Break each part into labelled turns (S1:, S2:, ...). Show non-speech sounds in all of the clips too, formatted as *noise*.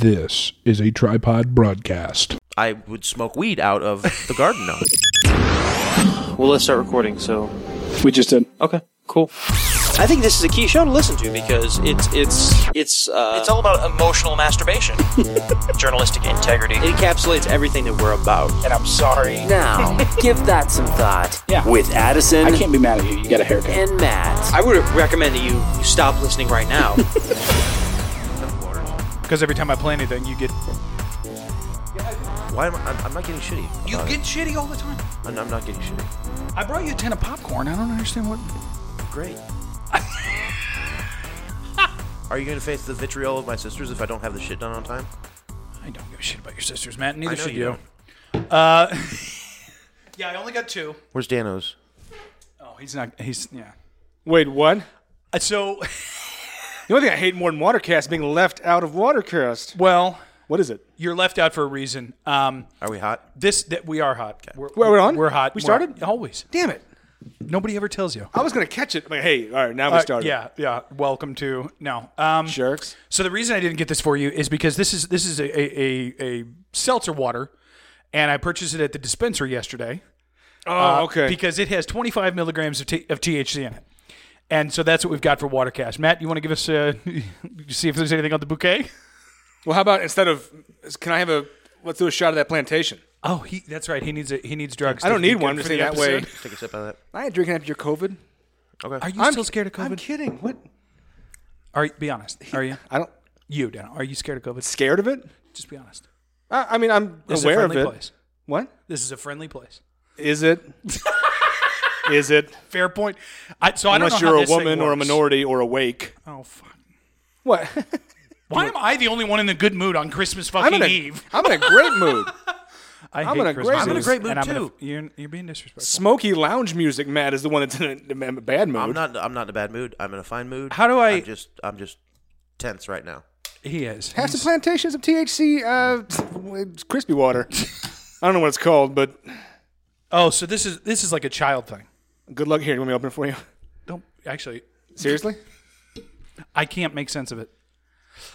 S1: This is a tripod broadcast.
S2: I would smoke weed out of the garden gnome.
S3: *laughs* Well, let's start recording. So,
S4: We just did.
S3: okay, cool. I think this is a key show to listen to because it's it's it's uh, it's all about emotional masturbation, journalistic integrity. It encapsulates everything that we're about.
S4: And I'm sorry.
S5: Now, give that some thought.
S4: Yeah.
S5: With Addison
S4: I can't be mad at you. You got a haircut.
S5: and Matt.
S3: I would recommend that you, you stop listening right now.
S6: Because every time I play anything, you get.
S2: Why am I? I'm, I'm not getting shitty.
S6: You
S2: about it.
S6: get shitty all the time.
S2: I'm, I'm not getting shitty.
S6: I brought you a tin of popcorn. I don't understand what.
S2: Great. *laughs* Are you going to face the vitriol of my sisters if I don't have the shit done on time?
S6: I don't give a shit about your sisters, Matt.
S2: I
S6: Neither
S2: know
S6: should
S2: you
S6: you.
S2: don't.
S6: Uh, yeah, I only got two.
S2: Where's Danos?
S6: Oh, he's not. He's yeah.
S7: Wait, what?
S6: Uh, So, *laughs*
S7: The only thing I hate more than Watercast being left out of Watercast.
S6: well,
S7: What is it?
S6: you're left out for a reason. Um,
S2: Are we hot?
S6: this that we are hot. We're,
S7: We're on?
S6: We're hot.
S7: We
S6: We're hot.
S7: started?
S6: always.
S7: Damn it!
S6: Nobody ever tells you.
S7: I was gonna catch it. I'm like, hey, all right, now we
S6: Uh,
S7: started.
S6: yeah, yeah. Welcome to no. Um,
S7: jerks.
S6: So the reason I didn't get this for you is because this is this is a a, a, a seltzer water, and I purchased it at the dispenser yesterday
S7: Oh, okay.
S6: Uh, because it has 25 milligrams of, t- of THC in it, and so that's what we've got for water cash. Matt, you want to give us uh, *laughs* see if there's anything on the bouquet?
S7: well, how about instead of can I have a let's do a shot of that plantation?
S6: Oh, he that's right. He needs a, he needs drugs.
S7: I don't
S6: to be
S7: need
S6: good
S7: one. I'm
S6: for
S7: just
S6: the
S7: saying that way.
S6: episode.
S2: Take a sip of
S7: I ain't drinking after your COVID.
S2: that. Okay.
S6: Are you still scared of
S7: I'm
S6: COVID?
S7: kidding. What?
S6: Are you, be
S7: *laughs*
S6: honest. Are you?
S7: I don't
S6: You, Dan, are you scared of COVID?
S7: scared of it.
S6: Just be honest.
S7: I, I mean, I'm
S6: This
S7: aware
S6: is a
S7: of
S6: friendly
S7: it.
S6: place.
S7: What
S6: This is a friendly place.
S7: is *laughs* it? is it?
S6: Fair point. I, so I
S7: Unless
S6: don't know how
S7: you're a
S6: this thing
S7: woman or a
S6: works.
S7: minority or awake.
S6: Oh fuck.
S7: What?
S6: Why am I the only one in the good mood on Christmas
S7: *laughs* I'm
S6: fucking
S7: in a,
S6: Eve?
S7: I'm in a great mood.
S6: I
S7: I'm in a great
S2: I'm in a
S7: mood.
S2: great mood
S6: and I'm in a-
S2: too.
S6: you're, you're being disrespectful.
S7: Smoky lounge music, Matt, is the one that's in a, in a bad mood.
S2: I'm not. I'm not in a bad mood. I'm in a fine mood.
S6: How do I-
S2: I'm just. I'm just tense right now.
S6: He is.
S7: Have some
S6: He's-
S7: plantations of THC uh, crispy water. I don't know what it's called, but
S6: Oh, so this is this is like a child thing.
S7: good luck here. You want me to open it for you?
S6: Don't actually.
S7: Seriously?
S6: I can't make sense of it.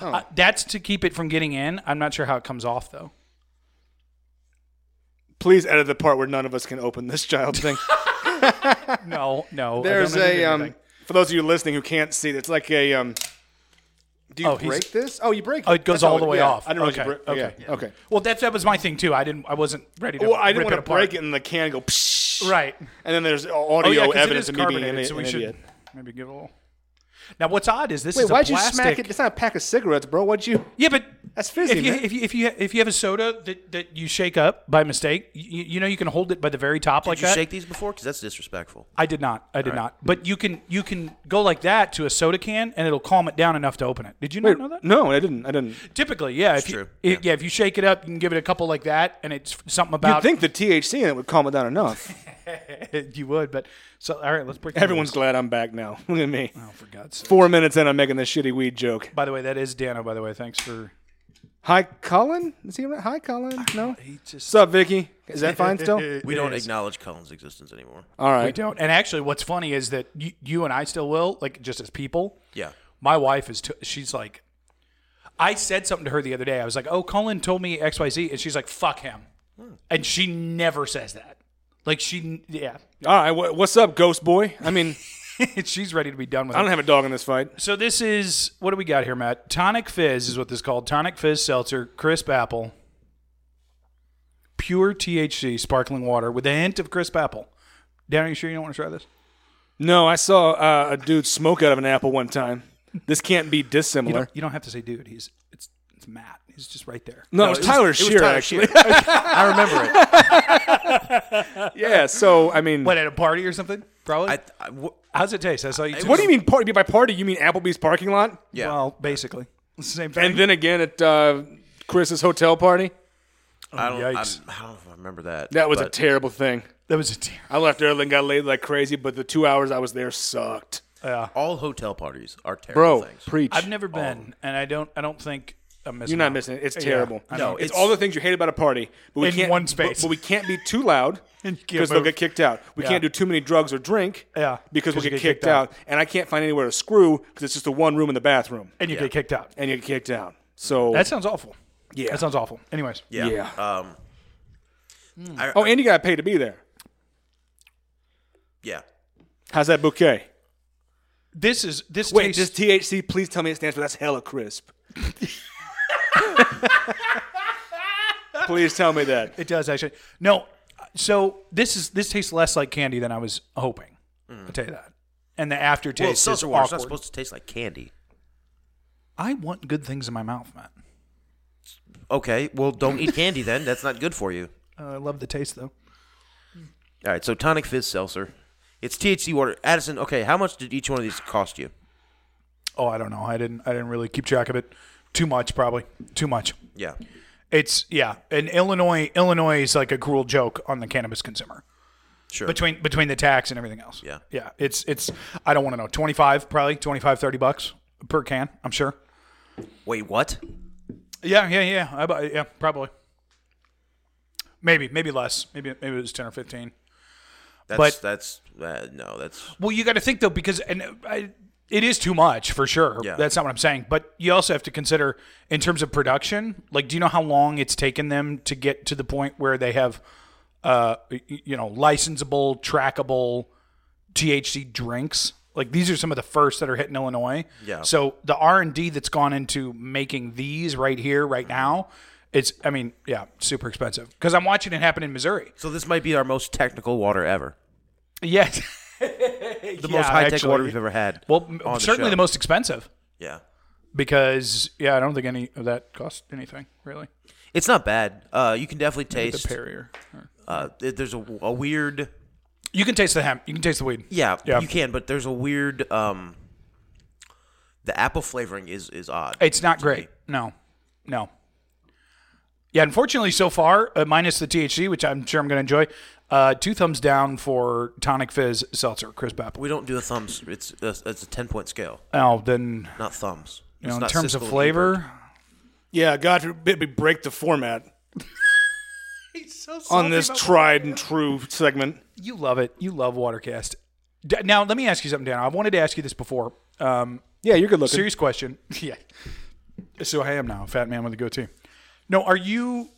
S7: Oh.
S6: Uh, that's to keep it from getting in. I'm not sure how it comes off though.
S7: Please edit the part where none of us can open this child
S6: *laughs*
S7: thing.
S6: No, no. I
S7: There's
S6: don't want to
S7: a
S6: do
S7: um,
S6: anything.
S7: for those of you listening who can't see, it's like a um. Do you
S6: Oh, he's-
S7: break this? Oh, you break.
S6: Oh, it goes all the way
S7: yeah.
S6: off.
S7: I didn't realize
S6: Okay,
S7: you break.
S6: okay.
S7: yeah, okay.
S6: Well, that that was my thing too. I didn't. I wasn't ready to.
S7: Well, I didn't
S6: rip
S7: want to
S6: apart.
S7: break it, and the can go. Psh,
S6: Right.
S7: And then there's
S6: Oh
S7: audio
S6: yeah, 'cause
S7: evidence
S6: it
S7: of me
S6: is
S7: being an,
S6: carbonated,
S7: i-
S6: so
S7: an
S6: we should
S7: idiot.
S6: maybe give it a little. Now, what's odd is this
S7: Wait,
S6: is a
S7: why'd you
S6: plastic.
S7: smack it? It's not a pack of cigarettes, bro. Why'd you?
S6: Yeah, but
S7: That's fizzy,
S6: If you,
S7: man.
S6: if you if you if you have a soda that, that you shake up by mistake, you, you know you can hold it by the very top like
S2: Did you
S6: that.
S2: shake these before? Because that's disrespectful.
S6: I did not. I did not. But you can you can go like that to a soda can and it'll calm it down enough to open it. Did you not know that?
S7: No, I didn't. I didn't.
S6: Typically, yeah. If you,
S2: true.
S6: i-
S2: Yeah.
S6: yeah. if you shake it up, you can give it a couple like that, and it's something
S7: You'd
S6: about
S7: think the THC in it would calm it down enough.
S6: *laughs* you would. But so all right, let's break. the
S7: *laughs* Everyone's
S6: rules.
S7: glad I'm back now. *laughs* Look at me.
S6: oh, for God's sake.
S7: Four minutes in, I'm making this shitty weed joke.
S6: By the way, that is Dano. By the way, thanks for
S7: Hi, Colin. Is he? around? Hi, Colin. No.
S6: he just.
S7: What's up, Vicky? Is that fine still?
S6: *laughs*
S2: We don't
S6: is.
S2: acknowledge Cullen's existence anymore.
S7: All
S6: I
S7: right.
S6: don't. And actually, what's funny is that you, you and I still will like just as people.
S2: Yeah.
S6: my wife is t- she's like i said something to her the other day i was like oh colin told me xyz and she's like fuck him and she never says that like she yeah *laughs*
S7: All right. wha- What's up, Ghost Boy? I mean,
S6: she's ready to be done with
S7: I
S6: it
S7: don't have a dog in this fight.
S6: so this is what do we got here matt tonic fizz is what this is called tonic fizz seltzer crisp apple pure thc sparkling water with a hint of crisp apple dan are you sure you don't want to try this
S7: No, I saw uh, a dude smoke out of an apple one time. This can't be
S6: you
S7: dissimilar.
S6: don't, you don't have to say dude he's it's it's matt he's just right *laughs* there
S7: No, it was
S2: it
S7: Tyler
S2: was
S7: Shearer,
S2: Tyler
S7: actually.
S2: I remember it.
S7: *laughs* yeah, so, I mean,
S6: what at a party or something
S7: *laughs*
S6: probably
S2: I, I- wh-
S6: How's it taste? I saw you. Two.
S7: what do you mean party? By party, you mean Applebee's parking lot?
S2: yeah.
S6: Well, basically, It's the same thing.
S7: And then again at uh, Chris's hotel party?
S2: I don't. I'm-
S6: yikes.
S2: I don't know if I remember that.
S7: That was a
S2: but-
S7: terrible thing.
S6: that was a tear.
S7: I left early and got laid like crazy, but the two hours I was there sucked.
S2: all hotel parties are terrible
S7: Bro,
S2: things.
S7: preach.
S6: I've never been, and I don't. I don't think I'm missing.
S7: You're not
S6: out.
S7: missing it. It's
S6: Yeah,
S7: terrible.
S6: I
S7: no,
S6: know.
S7: it's,
S2: it's-
S7: all the things you hate about a party. But we
S6: In
S7: can't,
S6: one
S7: but-
S6: space.
S7: But, we can't be too loud
S6: *laughs* And you can't
S7: because they'll
S6: move.
S7: get kicked out. We
S6: Yeah.
S7: can't do too many drugs or drink
S6: Yeah,
S7: because we'll
S6: 'cause you
S7: get, kicked, out. And I can't find anywhere to screw because it's just the one room in the bathroom.
S6: and you get kicked out.
S7: And you get kicked out. So
S6: That sounds awful.
S7: yeah.
S6: That sounds awful. Anyways,
S2: Yeah.
S7: Yeah.
S2: Um,
S6: Hmm.
S2: I,
S7: oh, and you got paid to be there.
S2: yeah.
S7: How's that bouquet?
S6: this is this
S7: Wait,
S6: tastes,
S7: does THC please tell me it stands for that's hella *laughs* crisp? please tell me that.
S6: it does actually. No, so this is this tastes less like candy than I was hoping. I'll tell you that. And the aftertaste
S2: Well,
S6: is
S2: seltzer water's
S6: awkward.
S2: not supposed to taste like candy.
S6: I want good things in my mouth, Matt.
S2: Okay, well, don't eat candy then. That's not good for you.
S6: Uh, I love the taste though.
S2: All right, so tonic fizz seltzer. It's THC water. Addison, okay, how much did each one of these cost you?
S6: Oh, I don't know. I didn't. I didn't really keep track of it. Too much, probably. Too much.
S2: Yeah.
S6: It's yeah. And Illinois, Illinois is like a cruel joke on the cannabis consumer
S2: Sure.
S6: between between the tax and everything else.
S2: Yeah.
S6: yeah. It's it's. I don't want to know. Twenty five, probably 25, 30 bucks per can. I'm sure.
S2: Wait, what?
S6: Yeah, yeah, yeah. I, bu- yeah, probably. Maybe, maybe less. Maybe maybe it was ten or fifteen.
S2: That's
S6: But-
S2: that's uh, no, that's
S6: Well, you got to think though, because and uh, I, it is too much for sure.
S2: Yeah.
S6: That's not what I'm saying. But you also have to consider in terms of production. Like, do you know how long it's taken them to get to the point where they have, uh, y- you know, licensable, trackable THC drinks? Like these are some of the first that are hitting Illinois.
S2: Yeah.
S6: So the R and D that's gone into making these right here, right
S2: Mm-hmm.
S6: now, it's I mean, yeah, super expensive. Because I'm watching it happen in Missouri. *laughs*
S2: So this might be our most technical water ever.
S6: Yes.
S2: *laughs* The most high tech water we've ever had.
S6: Well, m-
S2: on the
S6: certainly
S2: show.
S6: the most expensive
S2: Yeah.
S6: because yeah, I don't think any of that cost anything really.
S2: It's not bad. Uh, you can definitely
S6: The
S2: taste.
S6: Perrier.
S2: Uh, th- there's a, a weird.
S6: You can taste the hemp. You can taste the weed.
S2: Yeah,
S6: Yeah.
S2: you can, but there's a weird. Um, the apple flavoring is is odd.
S6: It's not great. No, no. Yeah, unfortunately, so far, uh, minus the THC, which I'm sure I'm going to enjoy, uh, two thumbs down for Tonic Fizz Seltzer Crisp Apple.
S2: We don't do a thumbs. It's a, it's a ten point scale,
S6: Oh, then
S2: not thumbs.
S6: you
S2: It's
S6: know, in
S2: not
S6: terms of
S2: Siskel and Ebert.
S6: flavor,
S7: Yeah, God forbid we break the format on this tried and true segment.
S6: you love it. You love Watercast. D- now, let me ask you something, Dan. I wanted to ask you this before. Um,
S7: Yeah, you're good looking.
S6: Serious question. *laughs* yeah. So I am now, fat man with a goatee. No, are you?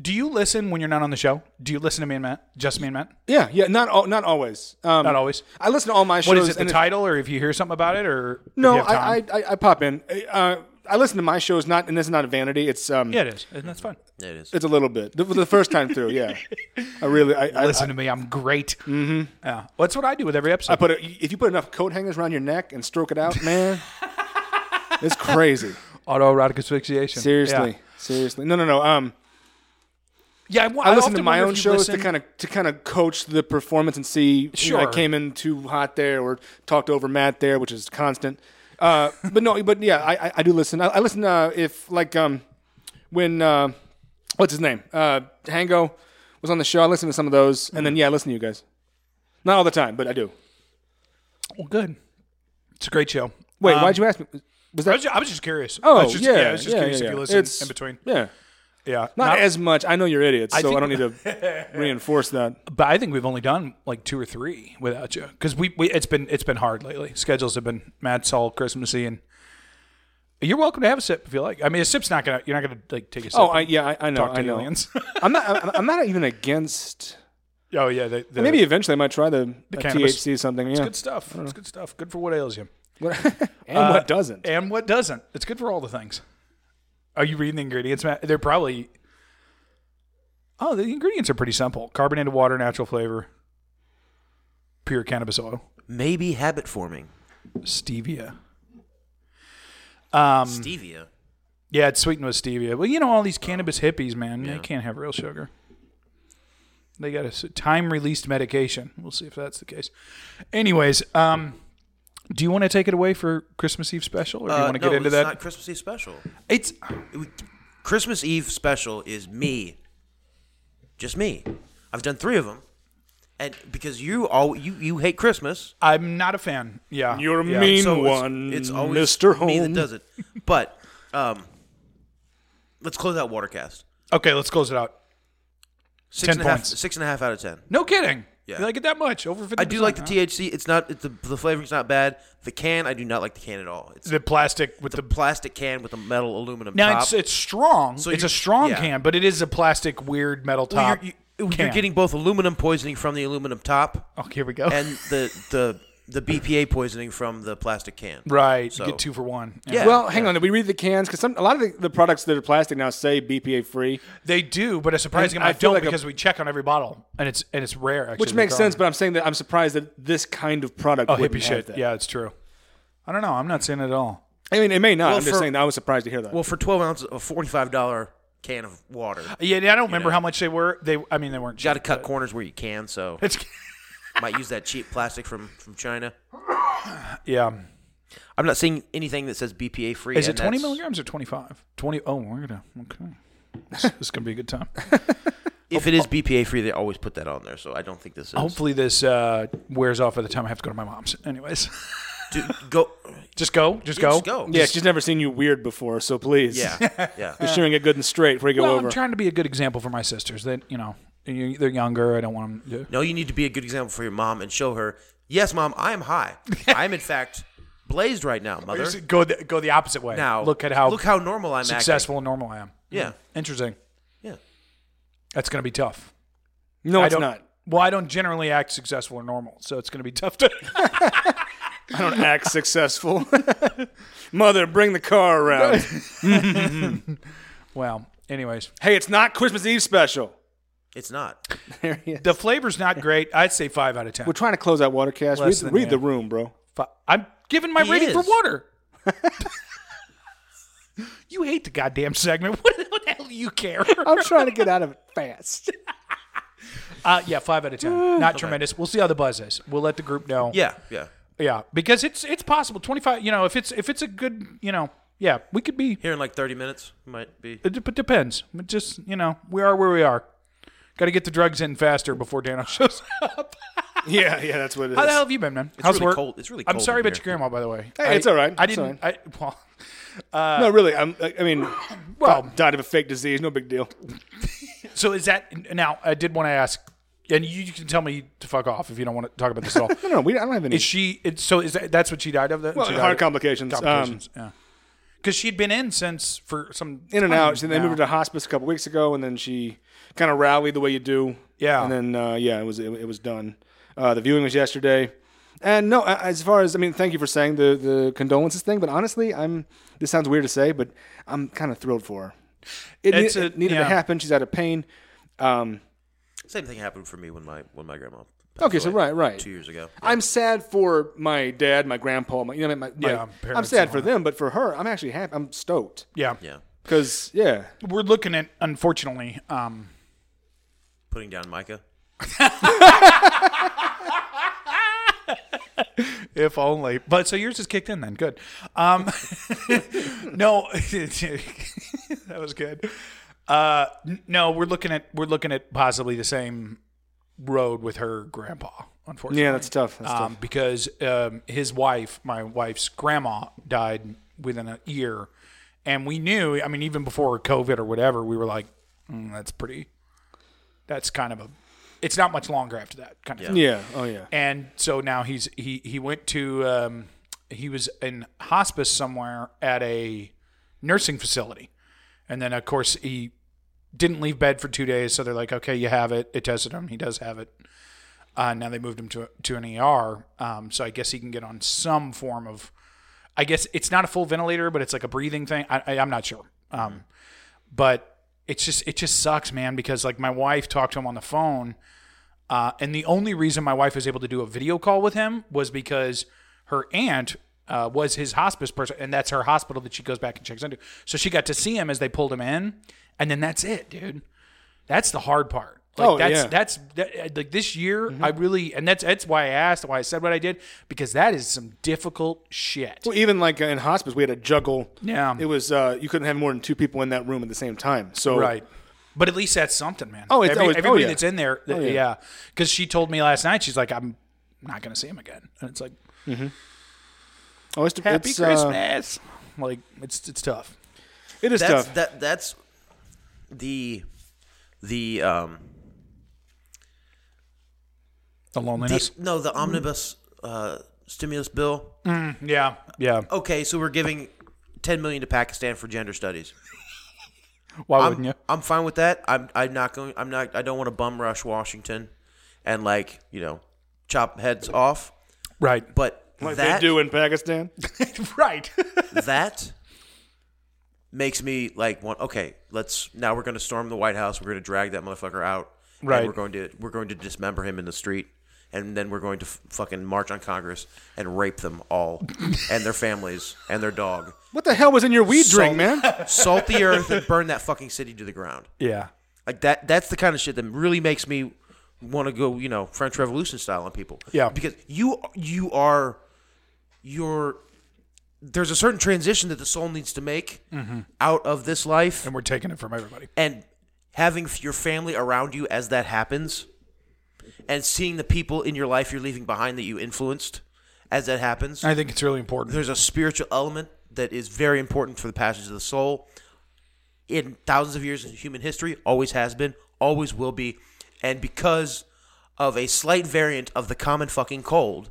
S6: Do you listen when you're not on the show? Do you listen to me and Matt? Just me and Matt?
S7: Yeah, yeah, not al- not always. Um,
S6: Not always.
S7: I listen to all my shows.
S6: What is it? The
S7: and if-
S6: title, or if you hear something about it, or if
S7: No,
S6: you have
S7: I, I
S6: time?
S7: I I pop in. Uh, I listen to my shows. Not and this is not a vanity. It's um.
S6: yeah, it is, and that's fun.
S2: It is.
S7: It's a little bit the, the first time through. *laughs* Yeah, I really I, I
S6: Listen to me, I'm great. Mm-hmm. Yeah, well, that's what I do with every episode.
S7: I put a, if you put enough coat hangers around your neck and stroke it out, man, it's
S6: *laughs*
S7: crazy.
S6: autoerotic asphyxiation.
S7: Seriously,
S6: Yeah,
S7: seriously. No, no, no. Um,
S6: yeah I, wa-
S7: I,
S6: I
S7: listen to
S6: often
S7: my
S6: wonder
S7: own
S6: if you
S7: shows
S6: listen-
S7: to kind of to kind of coach the performance and see. you know,
S6: Sure.
S7: I came in too hot there, or talked over Matt there, which is constant. Uh, but no, but yeah, I I, I do listen. I, I listen uh, if like um when uh, what's his name uh Hango was on the show. I listen to some of those, and
S6: Mm-hmm.
S7: then yeah, I listen to you guys. Not all the time, but I do.
S6: Well, good. It's a great show. Um,
S7: Wait, why'd you ask me? Was
S6: I
S7: that?
S6: was just, I was just curious. I
S7: Oh,
S6: was just,
S7: yeah,
S6: I was just
S7: yeah,
S6: curious
S7: yeah,
S6: if
S7: yeah.
S6: you listen
S7: It's-
S6: in between.
S7: yeah.
S6: Yeah,
S7: Not, as much. I know you're idiots, so
S6: think-
S7: I don't need
S6: *laughs*
S7: to reinforce that.
S6: but I think we've only done like two or three without you because we, we it's been it's been hard lately. Schedules have been Matt's all Christmassy, and you're welcome to have a sip if you like. I mean, a sip's not gonna you're not gonna like take a sip.
S7: Oh, I, yeah, I, I know.
S6: talk to
S7: I know.
S6: aliens.
S7: *laughs*
S6: *laughs*
S7: I'm not. I'm, I'm not even against.
S6: oh yeah, the, the,
S7: Maybe eventually I might try the, a
S6: cannabis.
S7: THC something. Yeah.
S6: it's good stuff. It's good stuff. Good for what ails you
S7: *laughs* and what doesn't?
S6: and what doesn't. It's good for all the things. Are you reading the ingredients, Matt? They're probably. Oh, the ingredients are pretty simple: carbonated water, natural flavor, pure cannabis oil,
S2: Maybe habit forming.
S6: stevia. Um,
S2: Stevia.
S6: Yeah, it's sweetened with stevia. Well, you know all these cannabis hippies, man. They can't have real sugar. They got a time released medication. We'll see if that's the case. Anyways, um, do you want to take it away for Christmas Eve special, or do you
S2: Uh,
S6: want to
S2: no,
S6: get into
S2: it's
S6: that?
S2: Not Christmas Eve special.
S6: it's
S2: It would- Christmas Eve special is me, just me. I've done three of them, and because you all you you hate Christmas,
S6: I'm not a fan. Yeah,
S7: You're a
S6: yeah.
S7: mean
S2: so it's-
S7: one,
S2: It's, always
S7: Mr.
S2: me that
S7: Home.
S2: does it. But um, let's close out Watercast.
S6: Okay, let's close it out.
S2: Six
S6: 10
S2: and a half-
S6: points.
S2: six and a half out of ten.
S6: No kidding.
S2: Yeah.
S6: You like it that much? Over 50
S2: I do like the THC. It's not it's the the flavoring's not bad. The can I do not like the can at all. It's
S6: The plastic with
S2: the
S6: the.
S2: plastic can with a metal aluminum
S6: Now
S2: top.
S6: it's it's strong.
S2: So
S6: it's
S2: you-
S6: a strong
S2: yeah.
S6: can, but it is a plastic weird metal
S2: Well,
S6: top.
S2: you're, you- you're
S6: can.
S2: getting both aluminum poisoning from the aluminum top
S6: Oh, here we go.
S2: and the the the BPA poisoning from the plastic can.
S6: *laughs* right,
S2: So-
S6: you get two for one.
S2: Yeah.
S7: Well, hang on. Did we read the cans? Because a lot of the, the products that are plastic now say BPA free,
S6: They do, but a surprising
S7: And I
S6: amount
S7: feel
S6: don't
S7: like a-
S6: because we check on every bottle, and it's and it's rare. Actually,
S7: which makes
S6: we
S7: sense.
S6: don't.
S7: But I'm saying that I'm surprised that this kind of product.
S6: oh, hippie
S7: wouldn't have
S6: shit.
S7: that.
S6: Yeah, it's true. I don't know. I'm not saying it at all.
S7: I mean, it may not.
S2: Well,
S7: I'm just
S2: for-
S7: saying that I was surprised to hear that.
S2: Well, for twelve ounces, a forty five dollar can of water. You
S6: Yeah, I don't remember
S2: know.
S6: how much they were. They, I mean, they weren't.
S2: got
S6: Cheap.
S2: to cut corners where you can. So
S6: *laughs* It's,
S2: might use that cheap plastic from from China.
S6: yeah.
S2: I'm not seeing anything that says BPA free.
S6: Is it
S2: and
S6: 20
S2: that's-
S6: milligrams or 25? 20. Oh, we're gonna.
S7: *laughs*
S6: Okay. This, this is gonna be a good time.
S2: If
S6: Oh,
S2: it is BPA free, they always put that on there. So I don't think this is.
S6: Hopefully, this uh, wears off by the time I have to go to my mom's. Anyways, *laughs*
S2: Dude, go.
S6: just go. Just
S2: Yeah,
S6: go.
S2: just go.
S7: yeah, she's never seen you weird before, so please, *laughs*
S2: Yeah.
S6: *laughs*
S2: Yeah.
S7: be sure and get good and straight before you go
S6: Well,
S7: over.
S6: I'm trying to be a good example for my sisters. That you know, you- they're younger. I don't want them.
S2: No, you need to be a good example for your mom and show her, yes, mom, I am
S6: *laughs*
S2: high. I am in fact blazed right now, mother.
S6: To, go the, go the opposite way.
S2: Now
S6: look at how
S2: look how normal I'm
S6: successful and normal I am.
S2: Acting.
S6: Interesting.
S2: Yeah, yeah.
S6: That's going to be tough.
S7: no,
S6: I
S7: it's
S6: don't,
S7: not.
S6: Well, I don't generally act successful or normal, so it's going to be *laughs* tough to.
S7: I don't act successful. *laughs* Mother, bring the car around.
S6: well, anyways,
S7: *laughs* hey, it's not Christmas Eve special.
S2: It's not.
S6: the flavor's not great. I'd say five out of 10
S7: We're trying to close out water cast. Read,
S6: Less than,
S7: read
S6: yeah.
S7: the room, bro.
S6: Fi- I'm giving my
S2: He
S6: rating for
S2: is.
S7: *laughs*
S6: water. you hate the goddamn segment. *laughs* What, what the hell do you care?
S7: I'm trying to get out of it fast.
S6: *laughs* uh, yeah, five out
S7: *sighs*
S6: of ten. Not tremendous. We'll see how the buzz is. We'll let the group know.
S2: Yeah, yeah.
S6: yeah, because it's it's possible. Twenty five. You know, if it's if it's a good, you know, yeah, we could be
S2: Here in like 30 minutes might be.
S6: It, dep- depends. It just you know, we are where we are. Got to get the drugs in faster before Dano *laughs* shows up.
S7: *laughs* yeah, yeah, that's what it is.
S6: How the hell have you been, man? How's
S2: really
S6: work?
S2: cold- it's really
S6: I'm
S2: cold
S6: sorry
S2: in
S6: about
S2: here.
S6: your grandma, by the way.
S7: Hey, it's all right.
S6: I
S7: It's all
S6: didn't. I, well,
S7: no, really. I'm, I I mean,
S6: well.
S7: died of a fake disease. No big deal.
S6: So is that now? I did want to ask, and you, you can tell me to fuck off if you don't want to talk about
S7: *laughs*
S6: this at all.
S7: No, no, we, I don't have any.
S6: is she? It, so is that? That's what she died of. That
S7: Well,
S6: she died
S7: heart
S6: of-
S7: complications. Um,
S6: Complications. yeah. Because she'd been in since for some
S7: in and
S6: time
S7: out. She, they
S6: now.
S7: moved her to hospice a couple weeks ago, and then she kind of rallied the way you do.
S6: Yeah.
S7: And then uh, yeah, it was it, it was done. Uh, the viewing was yesterday, and no, a- as far as I mean, thank you for saying the the condolences thing, but honestly, I'm this sounds weird to say, but I'm kind of thrilled for her. It,
S6: It's
S7: ne-
S6: a-
S7: it needed
S6: yeah.
S7: to happen. She's out of pain. Um,
S2: Same thing happened for me when my when my grandma. passed
S7: Okay, so
S2: away
S7: right, right.
S2: Two years ago.
S7: I'm sad for my dad, my grandpa, my you know, my, my
S6: Yeah,
S7: I'm
S6: parents
S7: sad
S6: and
S7: for
S6: all
S7: them, but for her, I'm actually happy. I'm stoked
S6: Yeah.
S2: Yeah,
S7: because yeah,
S6: We're looking at unfortunately. Um,
S2: putting down Micah.
S6: if only. But so yours is kicked in then. Good. Um, *laughs* no, *laughs* that was good. Uh, n- no, we're looking at we're looking at possibly the same road with her grandpa. Unfortunately,
S7: yeah, that's tough. That's tough.
S6: um, because um, his wife, my wife's grandma, died within a year, and we knew. I mean, even before COVID or whatever, we were like, "Mm, "That's pretty. That's kind of a. It's not much longer after that kind of thing."
S7: Yeah. Oh yeah.
S6: and so now he's he he went to um, he was in hospice somewhere at a nursing facility, and then of course he didn't leave bed for two days. So they're like, okay, you have it. It tested him. He does have it. Uh, now they moved him to to an ER. Um, so I guess he can get on some form of. I guess it's not a full ventilator, but it's like a breathing thing. I, I, I'm not sure. Um, but it's just it just sucks, man. Because like my wife talked to him on the phone. Uh, and the only reason my wife was able to do a video call with him was because her aunt uh, was his hospice person, and that's her hospital that she goes back and checks into. So she got to see him as they pulled him in, and then that's it, dude. That's the hard part. Like
S7: Oh,
S6: that's
S7: yeah.
S6: that's that, uh, like this year
S7: Mm-hmm.
S6: I really and that's that's why I asked why I said what I did because that is some difficult shit.
S7: Well, even like in hospice, we had to juggle.
S6: Yeah.
S7: It was uh, you couldn't have more than two people in that room at the same time. So
S6: Right. But at least that's something, man.
S7: Oh, it's- oh, it's- oh,
S6: everybody
S7: yeah.
S6: that's in there. th-
S7: yeah.
S6: yeah. Because she told me last night, she's like, I'm not going to see him again. And it's like,
S7: Oh, it's,
S6: Happy
S7: it's, uh,
S6: Christmas. like, it's it's tough.
S7: it is
S2: that's
S7: tough.
S2: that that's the the um
S6: The loneliness.
S2: no, the omnibus uh, stimulus bill.
S6: yeah, yeah.
S2: Okay, so we're giving ten million to Pakistan for gender studies.
S6: Why
S2: I'm,
S6: wouldn't you?
S2: I'm fine with that. I'm I'm not going. I'm not. I don't want to bum rush Washington, and like you know, chop heads off.
S6: *laughs* Right,
S2: But
S7: Like
S2: that
S7: they do in Pakistan.
S6: right.
S2: that makes me like want. Okay, let's now we're going to storm the White House. We're going to drag that motherfucker out. and
S6: Right.
S2: we're going to we're going to dismember him in the street. And then we're going to f- fucking march on Congress and rape them all, and their families and their dog.
S7: *laughs* What the hell was in your weed drink,
S6: *laughs*
S7: man?
S2: Salt the earth and burn that fucking city to the ground.
S6: yeah,
S2: Like that that's the kind of shit that really makes me want to go, you know, French Revolution style on people.
S6: Yeah.
S2: Because you you are you're there's a certain transition that the soul needs to make out of this life
S6: Mm-hmm. and we're taking it from everybody.
S2: and having f- your family around you as that happens and seeing the people in your life you're leaving behind that you influenced as that happens
S6: I think it's really important.
S2: there's a spiritual element that is very important for the passage of the soul in thousands of years in human history always has been always will be and because of a slight variant of the common fucking cold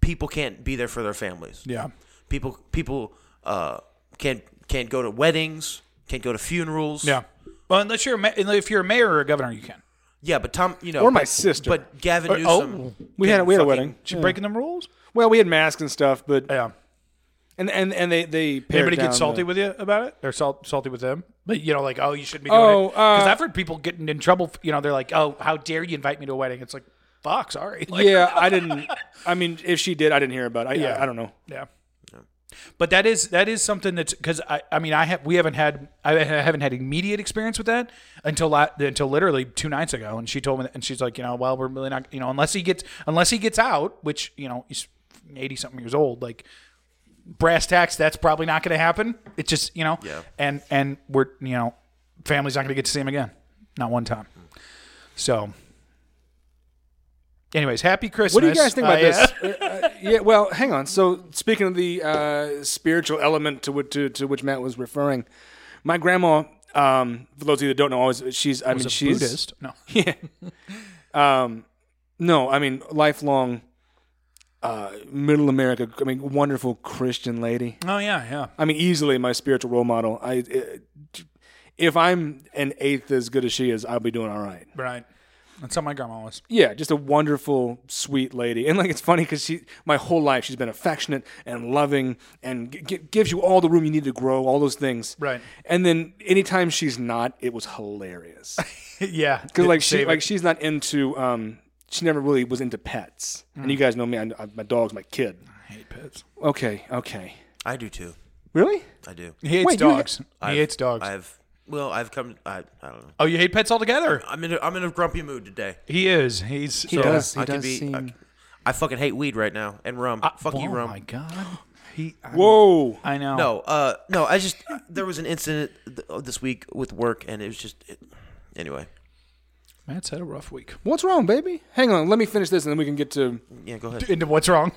S2: people can't be there for their families
S6: Yeah,
S2: people people uh, can't can't go to weddings can't go to funerals
S6: yeah. Well, unless you're a ma- if you're a mayor or a governor, you can.
S2: yeah but tom you know
S7: Or my
S2: but-
S7: sister.
S2: but gavin
S6: Oh,
S2: newsom
S7: we had a- we had a wedding.
S6: She breaking the rules.
S7: Well, we had masks and stuff, but
S6: Yeah.
S7: and and and they they pared
S6: Anybody
S7: down
S6: get
S7: the-
S6: salty with you about it, or salt, salty with them? But you know, like, oh, you shouldn't be doing
S7: Oh,
S6: it. Because
S7: uh,
S6: I've heard people getting in trouble. f- You know, they're like, oh, how dare you invite me to a wedding? It's like, fuck, sorry. *laughs*
S7: *laughs*
S6: Like,
S7: yeah, I didn't. I mean, if she did, I didn't hear about. it. I,
S6: Yeah.
S7: I, I don't know.
S6: yeah. But that is that is something that's because I I mean I have we haven't had I ha- haven't had immediate experience with that until la- until literally two nights ago and she told me that, and she's like you know well we're really not you know unless he gets unless he gets out which you know he's eighty something years old like brass tacks that's probably not going to happen it just you know
S2: Yeah.
S6: and and we're you know family's not going to get to see him again not one time so anyways happy Christmas
S7: What do you guys think about
S6: Uh,
S7: this?
S6: yeah.
S7: Uh, uh, yeah, well, hang on. So, speaking of the uh, spiritual element to, which to to which Matt was referring, my grandma, um, for those of you that don't know, always she's I mean
S6: a
S7: she's
S6: Buddhist no
S7: no, I mean lifelong uh, middle America. I mean, wonderful Christian lady.
S6: oh yeah yeah
S7: I mean, easily my spiritual role model. I. uh, if I'm an eighth as good as she is, I'll be doing all right.
S6: Right. That's how my grandma was.
S7: Yeah, just a wonderful, sweet lady. And like, it's funny because she, my whole life, she's been affectionate and loving and g- g- gives you all the room you need to grow, all those things.
S6: Right.
S7: And then anytime she's not, it was hilarious
S6: *laughs*
S7: *laughs*
S6: yeah.
S7: because like she, like she's not into, um, she never really was into pets. And you guys know me, I, I- my dog's my kid.
S6: Mm. I hate pets.
S7: Okay, okay,
S2: i do too
S7: really?
S2: i do
S6: He hates
S7: Wait, you-
S6: dogs. he hates dogs.
S2: i've well i've come i, I don't know
S6: oh, you hate pets altogether?
S2: i'm in a, i'm in a grumpy mood today
S6: He is. He's
S7: He does. He
S2: I
S7: does
S2: can be.
S7: seem. Uh,
S2: I, I fucking hate weed right now and rum. Fuck you,
S6: Oh
S2: rum.
S6: my god. He. I,
S7: Whoa!
S6: I know.
S2: No, uh, no. I just there was an incident th- uh, this week with work, and it was just. It, anyway,
S6: Matt's had a rough week. *laughs*
S7: What's wrong, baby? Hang on, let me finish this, and then we can get to.
S2: yeah, go ahead.
S6: Into what's wrong?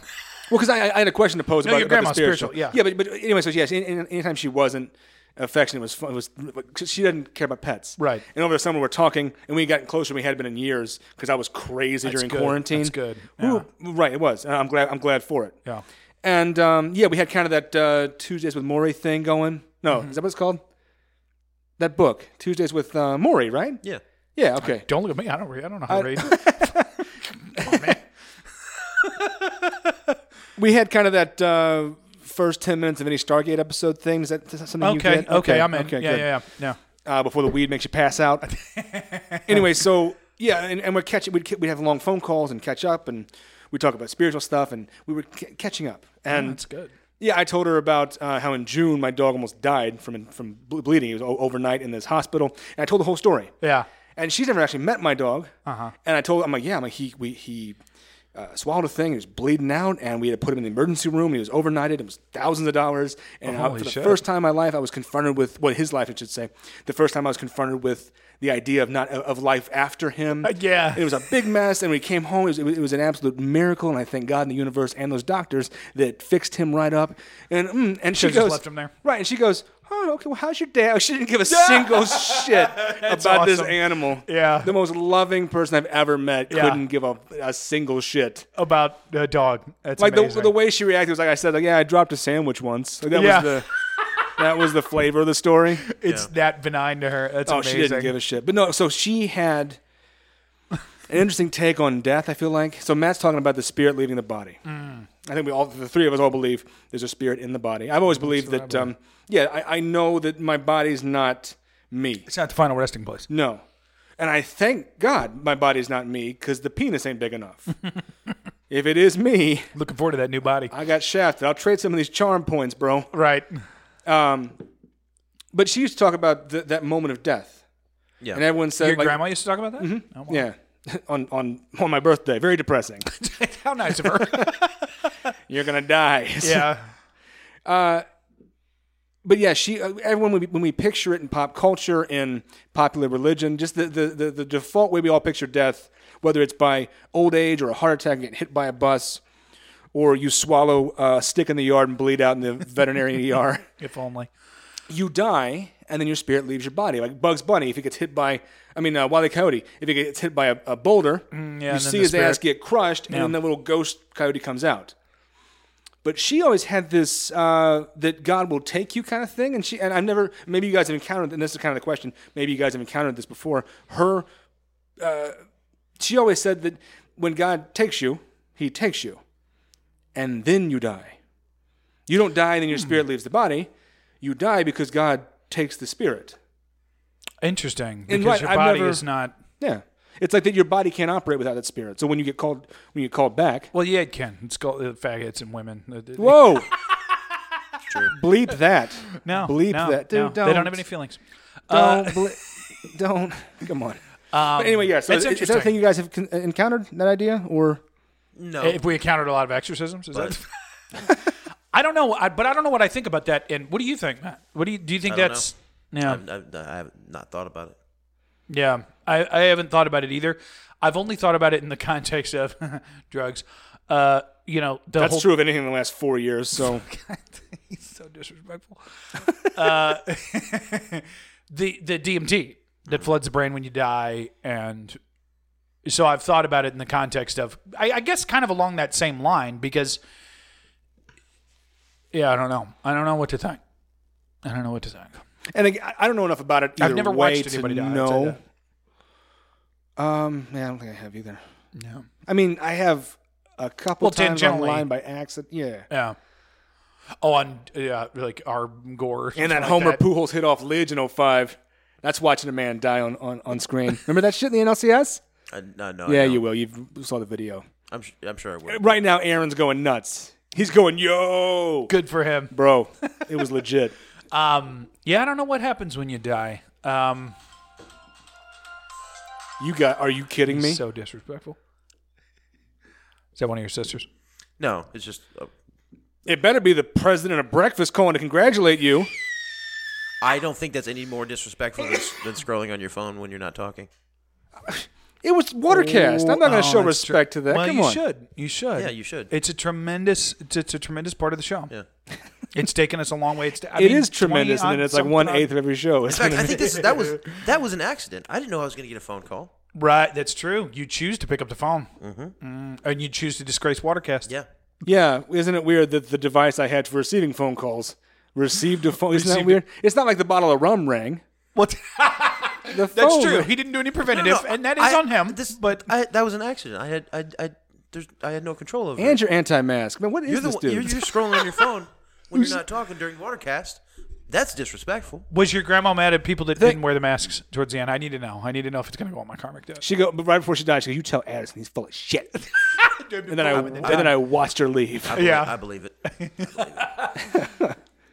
S7: Well, because I, I had a question to pose
S6: No,
S7: about,
S6: your
S7: about the
S6: grandma's
S7: spiritual.
S6: spiritual, yeah.
S7: yeah, but, but anyway, so yes, any, any- anytime she wasn't affectionate, it was fun. It was 'cause she doesn't care about pets,
S6: Right.
S7: And over the summer, we we're talking, and we got closer than we had been in years because I was crazy during
S6: good.
S7: quarantine.
S6: That's good.
S7: We were- right? It was. And I'm glad. I'm glad for it.
S6: Yeah.
S7: And um, yeah, we had kind of that uh, Tuesdays with Maury thing going. No,
S6: Mm-hmm.
S7: is that what it's called? That book, Tuesdays with uh, Maury, right?
S2: Yeah,
S7: Yeah. Okay.
S6: Don't look at me. I don't read. I don't know how to
S7: *laughs*
S6: read.
S7: We had kind of that. Uh, First ten minutes of any Stargate episode thing is that is that something you
S6: okay.
S7: did?
S6: okay. I'm in. yeah,
S7: good.
S6: yeah. Yeah.
S7: uh, before the weed makes you pass out. *laughs* anyway, so yeah, and, and we're catching. We'd, ca- we'd have long phone calls and catch up, and we talk about spiritual stuff, and we were ca- catching up. And
S6: That's good.
S7: yeah, I told her about uh, how in June my dog almost died from from ble- bleeding. He was o- overnight in this hospital, and I told the whole story.
S6: Yeah.
S7: And she's never actually met my dog. Uh-huh. And I told her, I'm like, yeah, I'm like, he, we, he uh, swallowed a thing. He was bleeding out, and we had to put him in the emergency room. He was overnighted. It was thousands of dollars. And I-
S6: Holy
S7: for the
S6: shit.
S7: first time in my life, I was confronted with, well, his life, I should say, the first time I was confronted with the idea of not of life after him.
S6: Uh, yeah.
S7: It was a big mess, and we came home. It was, it was, it was an absolute miracle, and I thank God and the universe and those doctors that fixed him right up. And, mm, and she
S6: Should've just
S7: goes,
S6: left him there.
S7: Right, and she goes, oh, okay, well, how's your day? Oh, she
S6: *laughs*
S7: didn't give a single shit about this
S6: awesome.
S7: animal.
S6: Yeah.
S7: The most loving person I've ever met
S6: Yeah.
S7: couldn't give a, a single shit.
S6: about a dog. That's
S7: Like the,
S6: amazing.
S7: the way she reacted was like I said, like, yeah, I dropped a sandwich once. Like, that
S6: Yeah.
S7: was the that was the flavor of the story.
S6: *laughs* it's that benign to her. That's
S7: oh,
S6: amazing.
S7: she didn't give a shit. But no, so she had an interesting take on death. I feel like so Matt's talking about the spirit leaving the body.
S6: Mm.
S7: I think we all, the three of us, all believe there's a spirit in the body. I've always believed that. Um, yeah, I, I know that my body's not me.
S6: it's not the final resting place.
S7: No, and I thank God my body's not me because the penis ain't big
S6: *laughs*
S7: enough. if it is me,
S6: Looking forward to that new body.
S7: I got shafted. I'll trade some of these charm points, bro.
S6: Right.
S7: Um, but she used to talk about th- that moment of death.
S2: Yeah.
S7: And everyone said,
S6: Your
S7: like,
S6: grandma used to talk about that. Oh, wow.
S7: yeah, *laughs* on on on my birthday. Very
S6: *laughs*
S7: depressing. Mm-hmm.
S6: How nice of her.
S7: *laughs* You're gonna die. *laughs*
S6: yeah.
S7: But yeah, she. uh, Everyone when we, when we picture it in pop culture, in popular religion, just the, the the the default way we all picture death, whether it's by old age or a heart attack, getting hit by a bus, or you swallow a stick in the yard and bleed out in the *laughs* veterinarian ER.
S6: If only.
S7: you die and then your spirit leaves your body. Like Bugs Bunny, if he gets hit by, I mean, uh, Wile E. Coyote, if he gets hit by a, a boulder,
S6: Mm, yeah,
S7: you
S6: and then
S7: see
S6: the
S7: his
S6: spirit-
S7: ass get crushed and then the little ghost coyote comes out. But she always had this uh, that God will take you kind of thing, and she and I've never maybe you guys have encountered and this is kind of the question maybe you guys have encountered this before. Her, uh, she always said that when God takes you, He takes you, and then you die. You don't die, and then your
S6: Hmm.
S7: spirit leaves the body. You die because God takes the spirit.
S6: Interesting.
S7: And
S6: Because
S7: right,
S6: your
S7: I've
S6: body
S7: never-
S6: is not.
S7: Yeah, it's like that. Your body can't operate without that spirit. So when you get called, when you get called back,
S6: Well, yeah, it can. It's called uh, faggots and women. Uh,
S7: *laughs*
S6: th-
S7: whoa, bleep that.
S6: No.
S7: bleep
S6: no,
S7: that. Dude,
S6: no.
S7: don't.
S6: They don't have any Uh, feelings.
S7: Don't, ble- don't. Come
S6: *laughs*
S7: on. but anyway, yeah. So
S6: Um,
S7: is, is
S6: it's
S7: that a
S6: interesting.
S7: thing you guys have con- encountered that idea or?
S2: No.
S6: Uh, If we encountered a lot of exorcisms, is that? I don't know, I, but I don't know what I think about that. And what do you think, Matt? What do you do? You think
S2: I don't
S6: that's yeah,
S2: I've, I've, I haven't not thought about it.
S6: yeah? I, I haven't thought about it either. I've only thought about it in the *laughs* context of drugs. Uh, you know, the
S7: That's
S6: whole
S7: true of anything in the last four years. So
S6: He's so disrespectful. *laughs* uh, the the DMT
S7: Mm-hmm.
S6: that floods the brain when you die, and so I've thought about it in the context of, I, I guess, kind of along that same line because, yeah, I don't know, I don't know what to think. I don't know what to think.
S7: *laughs* and again, I- I don't know enough about it.
S6: I've
S7: either
S6: never
S7: way
S6: watched anybody
S7: to
S6: die, I'd say
S7: know. Um, yeah, I don't think I have either.
S6: No.
S7: I mean, I have a couple
S6: Well,
S7: times
S6: tangentially.
S7: online by accident. Yeah.
S6: Yeah. Oh, on yeah, like our gore or
S7: And
S6: something
S7: that
S6: like
S7: Homer
S6: that.
S7: Pujols hit off Lidge in 05. That's watching a man die on, on, on screen. Remember that shit in the
S6: *laughs*
S7: NLCS?
S2: I, no, no. I
S7: Yeah,
S2: don't.
S7: you will. You saw the video.
S2: I'm, su- I'm sure I would.
S7: Right now, Aaron's going nuts. He's going, yo.
S6: Good for him.
S7: Bro, it
S6: *laughs*
S7: was legit.
S6: Yeah, I don't know what happens when you die. Um,
S7: You got, are you kidding me?
S6: so disrespectful. Is that one of your sisters?
S2: No, it's just uh,
S7: It better be the president of breakfast calling to congratulate you.
S2: I don't think that's any more disrespectful than, s- than scrolling on your phone when you're not talking.
S7: It was Watercast. I'm not
S6: Oh,
S7: going to show
S6: that's
S7: respect
S6: true.
S7: to that.
S6: Well,
S7: Come
S6: you
S7: on.
S6: should. You should.
S2: Yeah, you should.
S6: It's a tremendous. It's, it's a tremendous part of the show.
S2: Yeah.
S6: *laughs* it's taken us a long way. It's. I
S7: It
S6: mean,
S7: is tremendous,
S6: 20
S7: and then it's like
S6: something
S7: one
S6: odd-
S7: eighth of every show. It's
S2: In fact,
S7: gonna
S2: I
S7: be-
S2: think this that was that was an accident. I didn't know I was going to get a phone call.
S6: Right. That's true. You choose to pick up the phone, mm-hmm. and you choose to disgrace Watercast.
S2: Yeah.
S7: Yeah, isn't it weird that the device I had for receiving phone calls received a phone? Isn't that
S6: Received-
S7: weird? It's not like the bottle of rum rang. *laughs*
S6: What?
S7: The
S6: that's
S7: phone-
S6: true. He didn't do any preventative, and that is
S2: I-
S6: on him.
S2: This,
S6: but
S2: but I, that was an accident. I had I I there's, I had no control over.
S7: And
S2: it.
S7: you're anti-mask. Man, what is
S2: you're the
S7: this
S2: one-
S7: dude?
S2: you're, you're scrolling on your phone when
S7: *laughs*
S2: you're not talking during Watercast. That's disrespectful.
S6: was your grandma mad at people that didn't wear the masks towards the end? I need to know. I need to know if it's going to go on my karmic debt.
S7: she go but right before she died. She go, "You tell Addison he's full of *laughs* shit." and then I and then I watched her leave.
S2: I believe-
S6: Yeah.
S2: I believe it.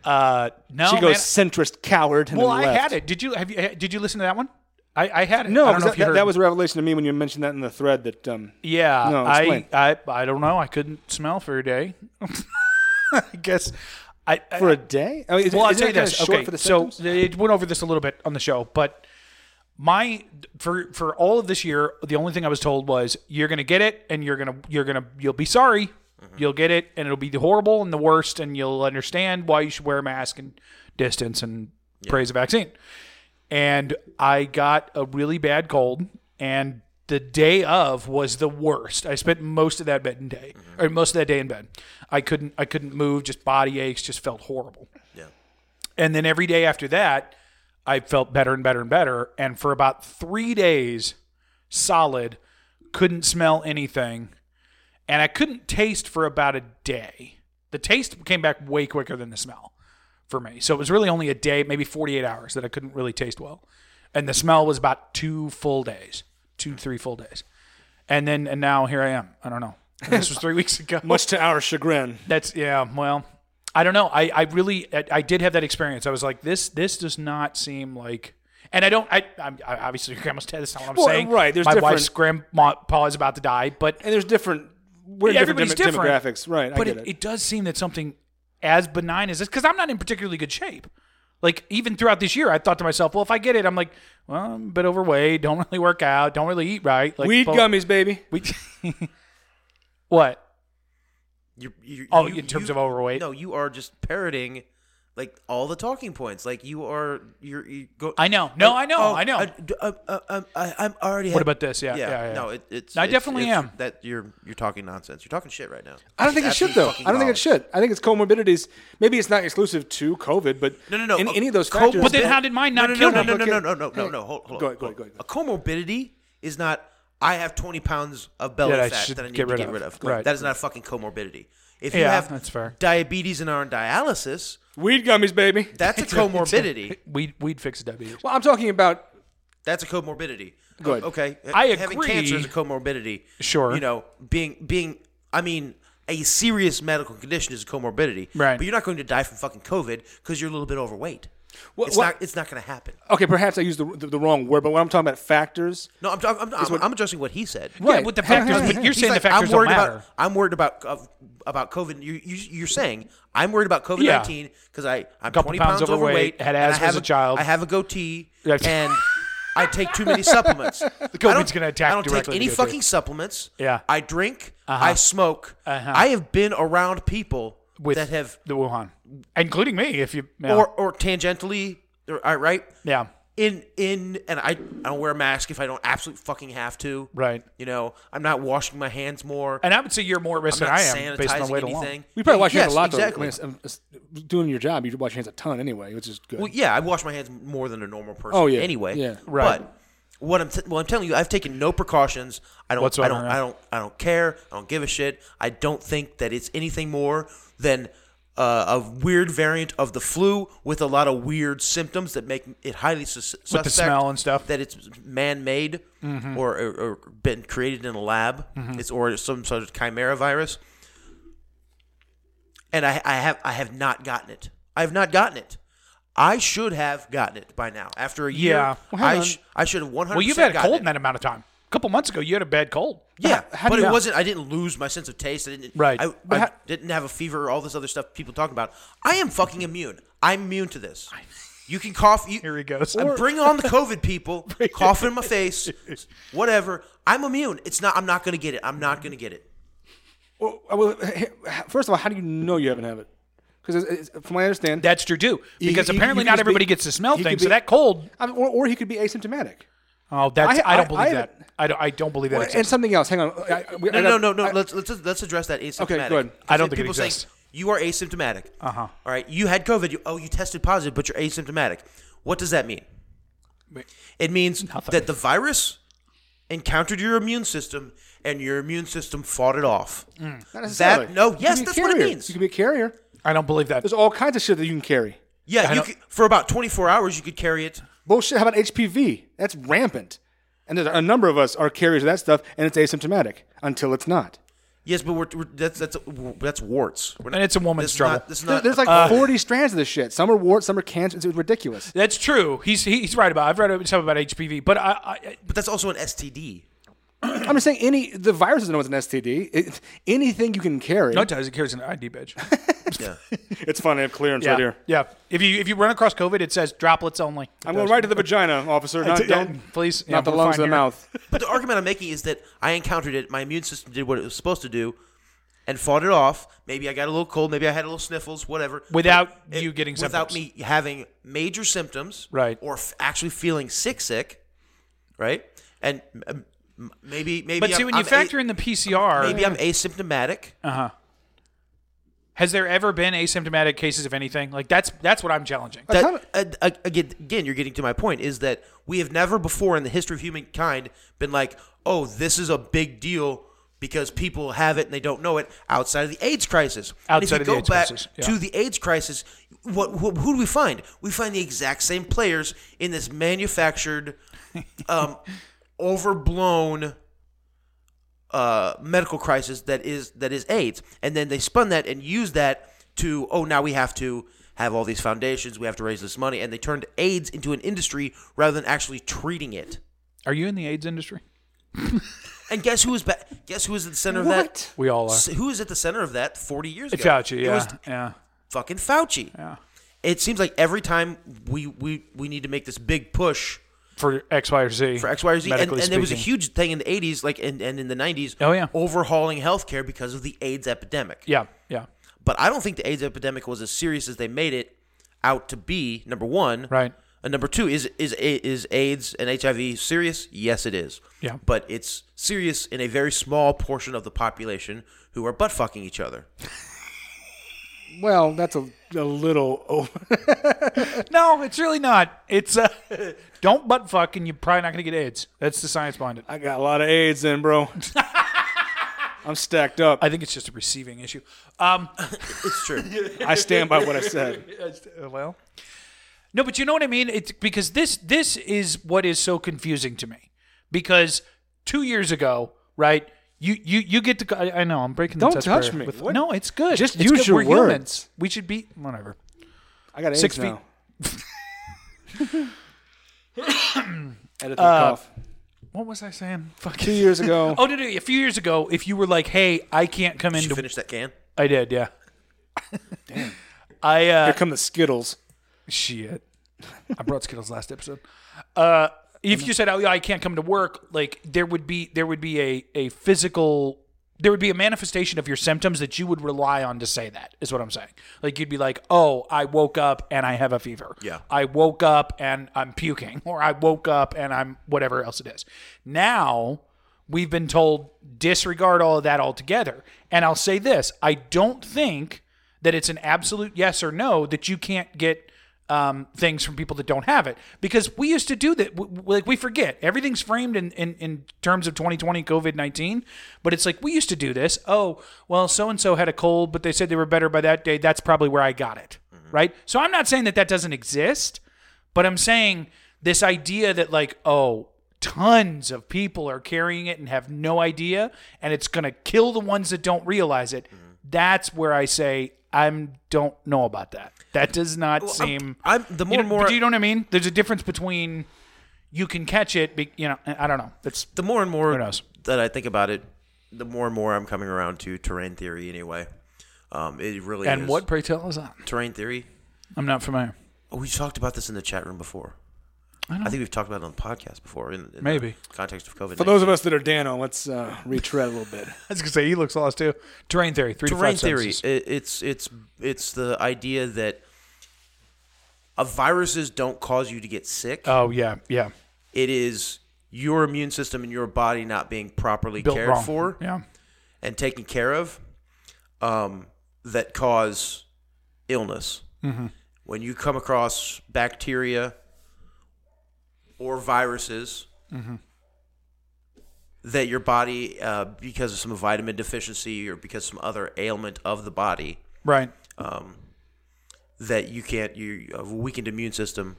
S6: No,
S7: she goes
S6: man.
S7: centrist coward. And
S6: Well,
S7: then
S6: I
S7: left.
S6: had it. Did you have you? Did you listen to that one? I, I had it.
S7: No,
S6: I don't
S7: 'cause
S6: know
S7: that,
S6: if you
S7: that,
S6: heard.
S7: that was a revelation to me when you mentioned that in the thread. That um,
S6: Yeah,
S7: No,
S6: I,
S7: explain.
S6: I I don't know. I couldn't smell for a day. *laughs* I guess I, I
S7: for a day. Oh, is,
S6: well, I'll
S7: is
S6: tell you this.
S7: Short
S6: Okay,
S7: for the
S6: so
S7: symptoms?
S6: it went over this a little bit on the show, but my for for all of this year, the only thing I was told was you're gonna get it, and you're gonna you're gonna you'll be
S7: Mm-hmm.
S6: sorry, you'll get it, and it'll be horrible and the worst, and you'll understand why you should wear a mask and distance and praise a vaccine. And I got a really bad cold, and the day of was the worst. I spent most of that bed in day,
S7: Mm-hmm.
S6: or most of that day in bed. I couldn't, I couldn't move. Just body aches. Just felt horrible.
S2: Yeah.
S6: And then every day after that, I felt better and better and better. And for about three days, solid, couldn't smell anything, and I couldn't taste for about a day. The taste came back way quicker than the smell for me. So it was really only a day, maybe 48 hours that I couldn't really taste well. And the smell was about two full days, two, three full days. And then, and now here I am. I don't know. And this was three *laughs* weeks ago.
S7: Much to our chagrin.
S6: That's, yeah, well, I don't know. I, I really, I, I did have that experience. I was like, this, this does not seem like, and I don't, I, I'm, I obviously your grandma's dead. That's not what I'm
S7: Well,
S6: saying.
S7: right, there's
S6: My
S7: different-
S6: wife's grandpa is about to die, but
S7: And there's different. We're in different,
S6: everybody's
S7: demo-
S6: different.
S7: demographics, right?
S6: But
S7: I get
S6: it, it does seem that something as benign as this, because I'm not in particularly good shape. Like even throughout this year, I thought to myself, well, if I get it, I'm like, well, I'm a bit overweight, don't *laughs* really work out, don't really eat right. Like,
S7: Weed
S6: but-
S7: gummies, baby.
S6: We, *laughs* what?
S2: You, you,
S6: Oh,
S2: you-
S6: in terms
S2: you-
S6: of overweight?
S2: No, you are just parroting like all the talking points. Like you are, you're you go. Oh,
S6: I know. No, I know. I know.
S2: I, I, I, um, I, I'm already.
S6: What about this? Yeah,
S2: Yeah,
S6: yeah, yeah.
S2: no, it, it's.
S6: I
S2: it's-
S6: definitely
S2: it's
S6: am.
S2: That you're you're talking nonsense. You're talking shit right now.
S7: I don't think it should though. I don't think it should. I think it's comorbidities. Maybe it's not exclusive to COVID, but
S2: No, no, no.
S7: Any,
S2: A-
S7: any of those
S2: co-
S7: factors.
S6: But then how did mine not
S2: no,
S6: kill
S2: no,
S6: me?
S2: No, no, no, no,
S7: Okay.
S2: no, no, no, no. Hold, hold
S7: Go
S2: on.
S7: ahead, go ahead, go ahead.
S2: A comorbidity is not. I have 20 pounds of belly
S6: That I
S2: fat
S6: should
S2: that I need
S6: get
S2: to
S6: rid
S2: get
S6: of.
S2: rid of.
S6: Right.
S2: That is not a fucking comorbidity. If you
S6: Yeah,
S2: have
S6: that's fair.
S2: diabetes and are on dialysis,
S7: weed gummies, baby?
S6: *laughs*
S2: that's a comorbidity.
S6: Weed, weed fixes diabetes.
S7: Well, I'm talking about
S2: That's a comorbidity.
S7: Go ahead.
S2: Okay.
S6: I
S2: Having
S6: agree.
S2: cancer is a comorbidity.
S6: Sure.
S2: You know, being being I mean a serious medical condition is a comorbidity.
S6: Right.
S2: But you're not going to die from fucking COVID because you're a little bit overweight.
S7: What-
S2: it's
S7: what-
S2: not. It's not going to happen.
S7: okay. Perhaps I used the, the, the wrong word, but when I'm talking about factors,
S2: No, I'm talking. I'm, I'm, I'm addressing what he said.
S6: Yeah, with the factors, but you're
S2: He's
S6: saying
S2: like,
S6: the factors
S2: I'm worried
S6: don't matter.
S2: about. I'm worried about of- about COVID. You, you, you're saying I'm worried about COVID nineteen because I I'm
S6: Couple
S2: 20
S6: pounds
S2: pounds,
S6: overweight,
S2: overweight.
S6: had
S2: and I
S6: asthma
S2: have
S6: as a child.
S2: I have a goatee
S6: Yes.
S2: and. I take too many
S6: *laughs*
S2: supplements. The
S6: COVID's gonna attack
S2: I don't take
S6: directly the
S2: any
S6: goatee.
S2: fucking supplements.
S6: Yeah.
S2: I drink. I smoke.
S6: Uh-huh.
S2: I have been around people
S6: With
S2: that have
S6: the Wuhan, including me, if you yeah.
S2: or or tangentially, or, all right,
S6: yeah,
S2: in in and I I don't wear a mask if I don't absolutely fucking have to.
S6: right.
S2: You know, I'm not washing my hands more.
S6: And I would say you're more at risk than
S2: I'm
S6: I
S2: not
S6: am based on
S2: sanitizing
S6: weight alone.
S2: anything.
S7: we probably wash your
S2: Yes,
S7: hands a lot. though.
S2: Exactly.
S7: I mean, it's- it's- doing your job, you wash your hands a ton anyway, which is good.
S2: Well, yeah, I wash my hands more than a normal person.
S7: Oh, yeah.
S2: Anyway,
S7: Yeah.
S6: Right.
S2: But what I'm t- well, I'm telling you, I've taken no precautions. I don't.
S6: Whatsoever,
S2: I don't.
S6: yeah.
S2: I don't. I don't care. I don't give a shit. I don't think that it's anything more than. Uh, a weird variant of the flu with a lot of weird symptoms that make it highly sus- suspect
S6: the smell and stuff. Mm-hmm.
S2: that it's man-made or, or, or been created in a lab. It's or some sort of chimera virus. and I, I have I have not gotten it. I have not gotten it. I should have gotten it by now. After a year,
S6: Yeah. Well,
S7: hang
S2: I
S7: on.
S2: sh- I should have one hundred.
S6: Well, you've had a cold in that amount of time. A couple months ago, you had a bad cold.
S2: Yeah,
S7: How do
S2: but
S7: you-
S2: it wasn't. I didn't lose my sense of taste. I didn't.
S6: Right.
S2: I,
S6: But
S2: I
S6: how-
S2: didn't have a fever or all this other stuff people talk about. I am fucking immune. I'm immune to this. You can cough. You,
S6: Here he goes.
S2: I'm bring on the COVID
S6: *laughs*
S2: people. cough in my face. Whatever. I'm immune. It's not. I'm not gonna get it. I'm not gonna get it.
S7: Well, I will- first of all, how do you know you haven't had it? Because from what I understand,
S6: That's true too,
S7: He-
S6: because
S7: he- he
S6: apparently
S7: could
S6: not
S7: just
S6: everybody
S7: be-
S6: gets to smell
S7: he
S6: things.
S7: could
S6: so
S7: be-
S6: that cold.
S7: I mean, or, or he could be asymptomatic.
S6: Oh, that's
S7: I-
S6: I, don't
S7: I-
S6: believe
S7: I
S6: that.
S7: haven't-
S6: I don't. I don't believe that.
S7: Well,
S6: exists.
S7: and something else. Hang on. I, I- we- I
S2: No,
S7: got-
S2: no, no, no.
S7: I-
S2: let's, let's let's address that asymptomatic.
S7: Okay, go ahead.
S6: I don't think it
S2: people say,
S6: exists. Uh-huh.
S2: you are asymptomatic. Uh huh. All right. You had COVID. You, oh, you tested positive, but you're asymptomatic. What does that mean? It means that the virus encountered your immune system, and your immune system fought it off.
S6: Mm.
S7: Not necessarily.
S2: no,
S7: You could
S2: yes,
S7: be a
S2: that's what it
S7: carrier.
S2: means.
S7: You can be a carrier.
S6: I don't believe that.
S7: There's all kinds of shit that you can carry.
S2: Yeah, you
S6: don't-
S2: could, for about 24 hours you could carry it.
S7: Bullshit. How about HPV? That's rampant. And there's a number of us are carriers of that stuff, and it's asymptomatic until it's not.
S2: Yes, but we're, we're that's that's that's warts. We're not-
S6: And it's a woman's
S2: this is
S6: trouble.
S2: Not, this is
S7: There-
S2: not,
S7: There's like 40 strands of this shit. Some are warts, some are cancers. It's ridiculous.
S6: That's true. He's he's right about. I've read stuff about HPV, but I, I
S2: but that's also an STD.
S7: I'm just saying, any the virus is known as an STD. It, anything you can carry.
S6: no, it does. It carries an ID badge.
S7: It's fine. I have clearance
S6: *laughs* yeah,
S7: right here.
S6: yeah. If you if you run across COVID, it says droplets only.
S7: I'm going right to the vagina, officer. Not,
S6: Yeah,
S7: don't,
S6: please, yeah,
S7: not the
S6: we're
S7: lungs
S6: fine
S7: and the
S6: here.
S7: mouth.
S2: But the argument I'm making is that I encountered it. My immune system did what it was supposed to do. and fought it off. Maybe I got a little cold. Maybe I had a little sniffles. Whatever.
S6: Without
S2: But
S6: you getting
S2: without
S6: symptoms.
S2: me having major symptoms,
S6: Right.
S2: Or f- actually feeling sick, sick, right? And um, m- maybe maybe.
S6: But see,
S2: I'm-
S6: when you
S2: I'm a-
S6: factor in the PCR,
S2: maybe I'm asymptomatic.
S6: has there ever been asymptomatic cases of anything? Like that's that's what I'm challenging.
S2: that, uh, again, again, you're getting to my point is that we have never before in the history of humankind been like, oh, this is a big deal because people have it and they don't know it outside of the AIDS crisis. And
S6: Outside of
S2: if
S6: the
S2: you
S6: AIDS
S2: go back
S6: crisis, yeah.
S2: to the AIDS crisis, what, wh- who do we find? We find the exact same players in this
S6: *laughs*
S2: manufactured, um, overblown uh, medical crisis that is that is AIDS, and then they spun that and used that to oh now we have to have all these foundations, we have to raise this money, and they turned AIDS into an industry rather than actually treating it.
S6: Are you in the AIDS industry?
S2: And guess who was ba- guess who was at the center of that?
S6: We all are.
S2: S- Who was at the center of that 40 years ago?
S6: Fauci,
S2: It
S6: yeah,
S2: was
S6: yeah.
S2: fucking Fauci.
S6: Yeah.
S2: It seems like every time we, we, we need to make this big push
S6: For X, Y, or Z.
S2: for X, Y, or Z. And, and
S6: medically
S2: there was a
S6: speaking.
S2: huge thing in the 80s like and, and in the 90s
S6: Oh, yeah.
S2: overhauling healthcare because of the AIDS epidemic.
S6: Yeah, yeah.
S2: But I don't think the AIDS epidemic was as serious as they made it out to be. Number one,
S6: Right.
S2: And number two is is is AIDS and HIV serious? Yes, it is.
S6: Yeah.
S2: But it's serious in a very small portion of the population who are butt fucking each other.
S7: Well, that's a, a little. Oh,
S6: No, it's really not. It's uh, *laughs* don't butt fuck, and you're probably not going to get AIDS. That's the science behind it.
S7: I got a lot of AIDS in, bro. *laughs* I'm stacked up.
S6: I think it's just a receiving issue. Um,
S2: It's
S6: *laughs*
S2: true.
S7: I stand by what I said. uh,
S6: well, no, but you know what I mean. It's because this this is what is so confusing to me. Because two years ago, right? You you you get to. go- I, I know I'm breaking. the
S7: Don't
S6: touch
S7: touch
S6: barrier
S7: me.
S6: with-
S7: What?
S6: no, it's good.
S7: Just
S6: It's
S7: use
S6: good.
S7: your
S6: We're
S7: words.
S6: humans. We should be whatever.
S7: I got AIDS
S6: Six feet.
S7: now. *coughs* Edit the cough.
S6: What was I saying? Fuck.
S7: Two years ago, *laughs*
S6: Oh no, no, a few years ago, if you were like, "Hey, I can't come
S2: Did
S6: into
S2: you finish that can?
S6: I
S7: *laughs*
S6: did, yeah. Damn. I uh
S7: here come the Skittles.
S6: shit. I brought Skittles last episode. Uh if you said, "Oh yeah, I can't come to work," like there would be there would be a a physical there would be a manifestation of your symptoms that you would rely on to say that is what I'm saying. Like you'd be like, "Oh, I woke up and I have a fever."
S2: Yeah.
S6: I woke up and I'm puking, *laughs* or I woke up and I'm whatever else it is. Now we've been told disregard all of that altogether. And I'll say this: I don't think that it's an absolute yes or no that you can't get um, things from people that don't have it because we used to do that. W- w- Like we forget everything's framed in in, in terms of 2020 COVID 19, but it's like we used to do this. Oh, well, so and so had a cold, but they said they were better by that day. That's probably where I got it,
S2: Mm-hmm.
S6: right? So I'm not saying that that doesn't exist. But I'm saying this idea that like, oh, tons of people are carrying it and have no idea, and it's gonna kill the ones that don't realize it.
S2: Mm-hmm.
S6: That's where I say I'm don't know about that. That does not seem.
S2: I'm- the more
S6: you
S2: and
S6: know,
S2: more-
S6: but you know what I mean? There's a difference between you can catch it. Be, you know, I don't know. That's
S2: The more and more
S6: Who knows?
S2: that I think about it, the more and more I'm coming around to terrain theory. Anyway, um, it really
S6: and
S2: is.
S6: what pray tell is that?
S2: terrain theory?
S6: I'm not familiar. *laughs*
S2: We talked about this in the chat room before. I, think we've talked about it on the podcast before. In, in the
S6: Maybe.
S2: context of COVID.
S7: For those of us that are Dano, let's uh, retread a little bit.
S6: I was gonna say he looks lost too. Terrain theory, three
S2: terrain
S6: to five
S2: theory,
S6: senses.
S2: i- it's it's it's the idea that uh, viruses don't cause you to get sick.
S6: Oh yeah, yeah.
S2: it is your immune system and your body not being properly
S6: Built
S2: cared
S6: wrong.
S2: for
S6: Yeah.
S2: and taken care of um, that cause illness. When you come across bacteria or viruses that your body, uh, because of some vitamin deficiency or because some other ailment of the body, um,
S6: Right.
S2: that you can't, you you have a weakened immune system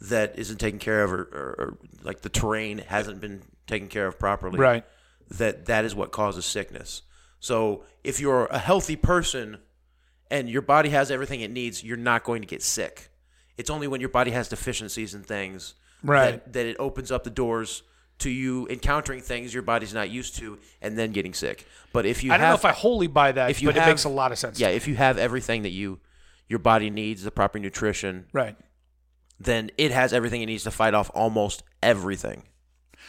S2: that isn't taken care of, or, or, or like the terrain hasn't been taken care of properly
S6: Right.
S2: that that is what causes sickness. So if you're a healthy person and your body has everything it needs, you're not going to get sick. It's only when your body has deficiencies and things
S6: Right.
S2: that, that it opens up the doors to you encountering things your body's not used to and then getting sick. But if you
S6: I don't
S2: have,
S6: know if I wholly buy that,
S2: if you
S6: but
S2: have-
S6: it makes a lot of sense. to
S2: yeah, if you have everything that you your body needs, the proper nutrition,
S6: Right.
S2: then it has everything it needs to fight off almost everything.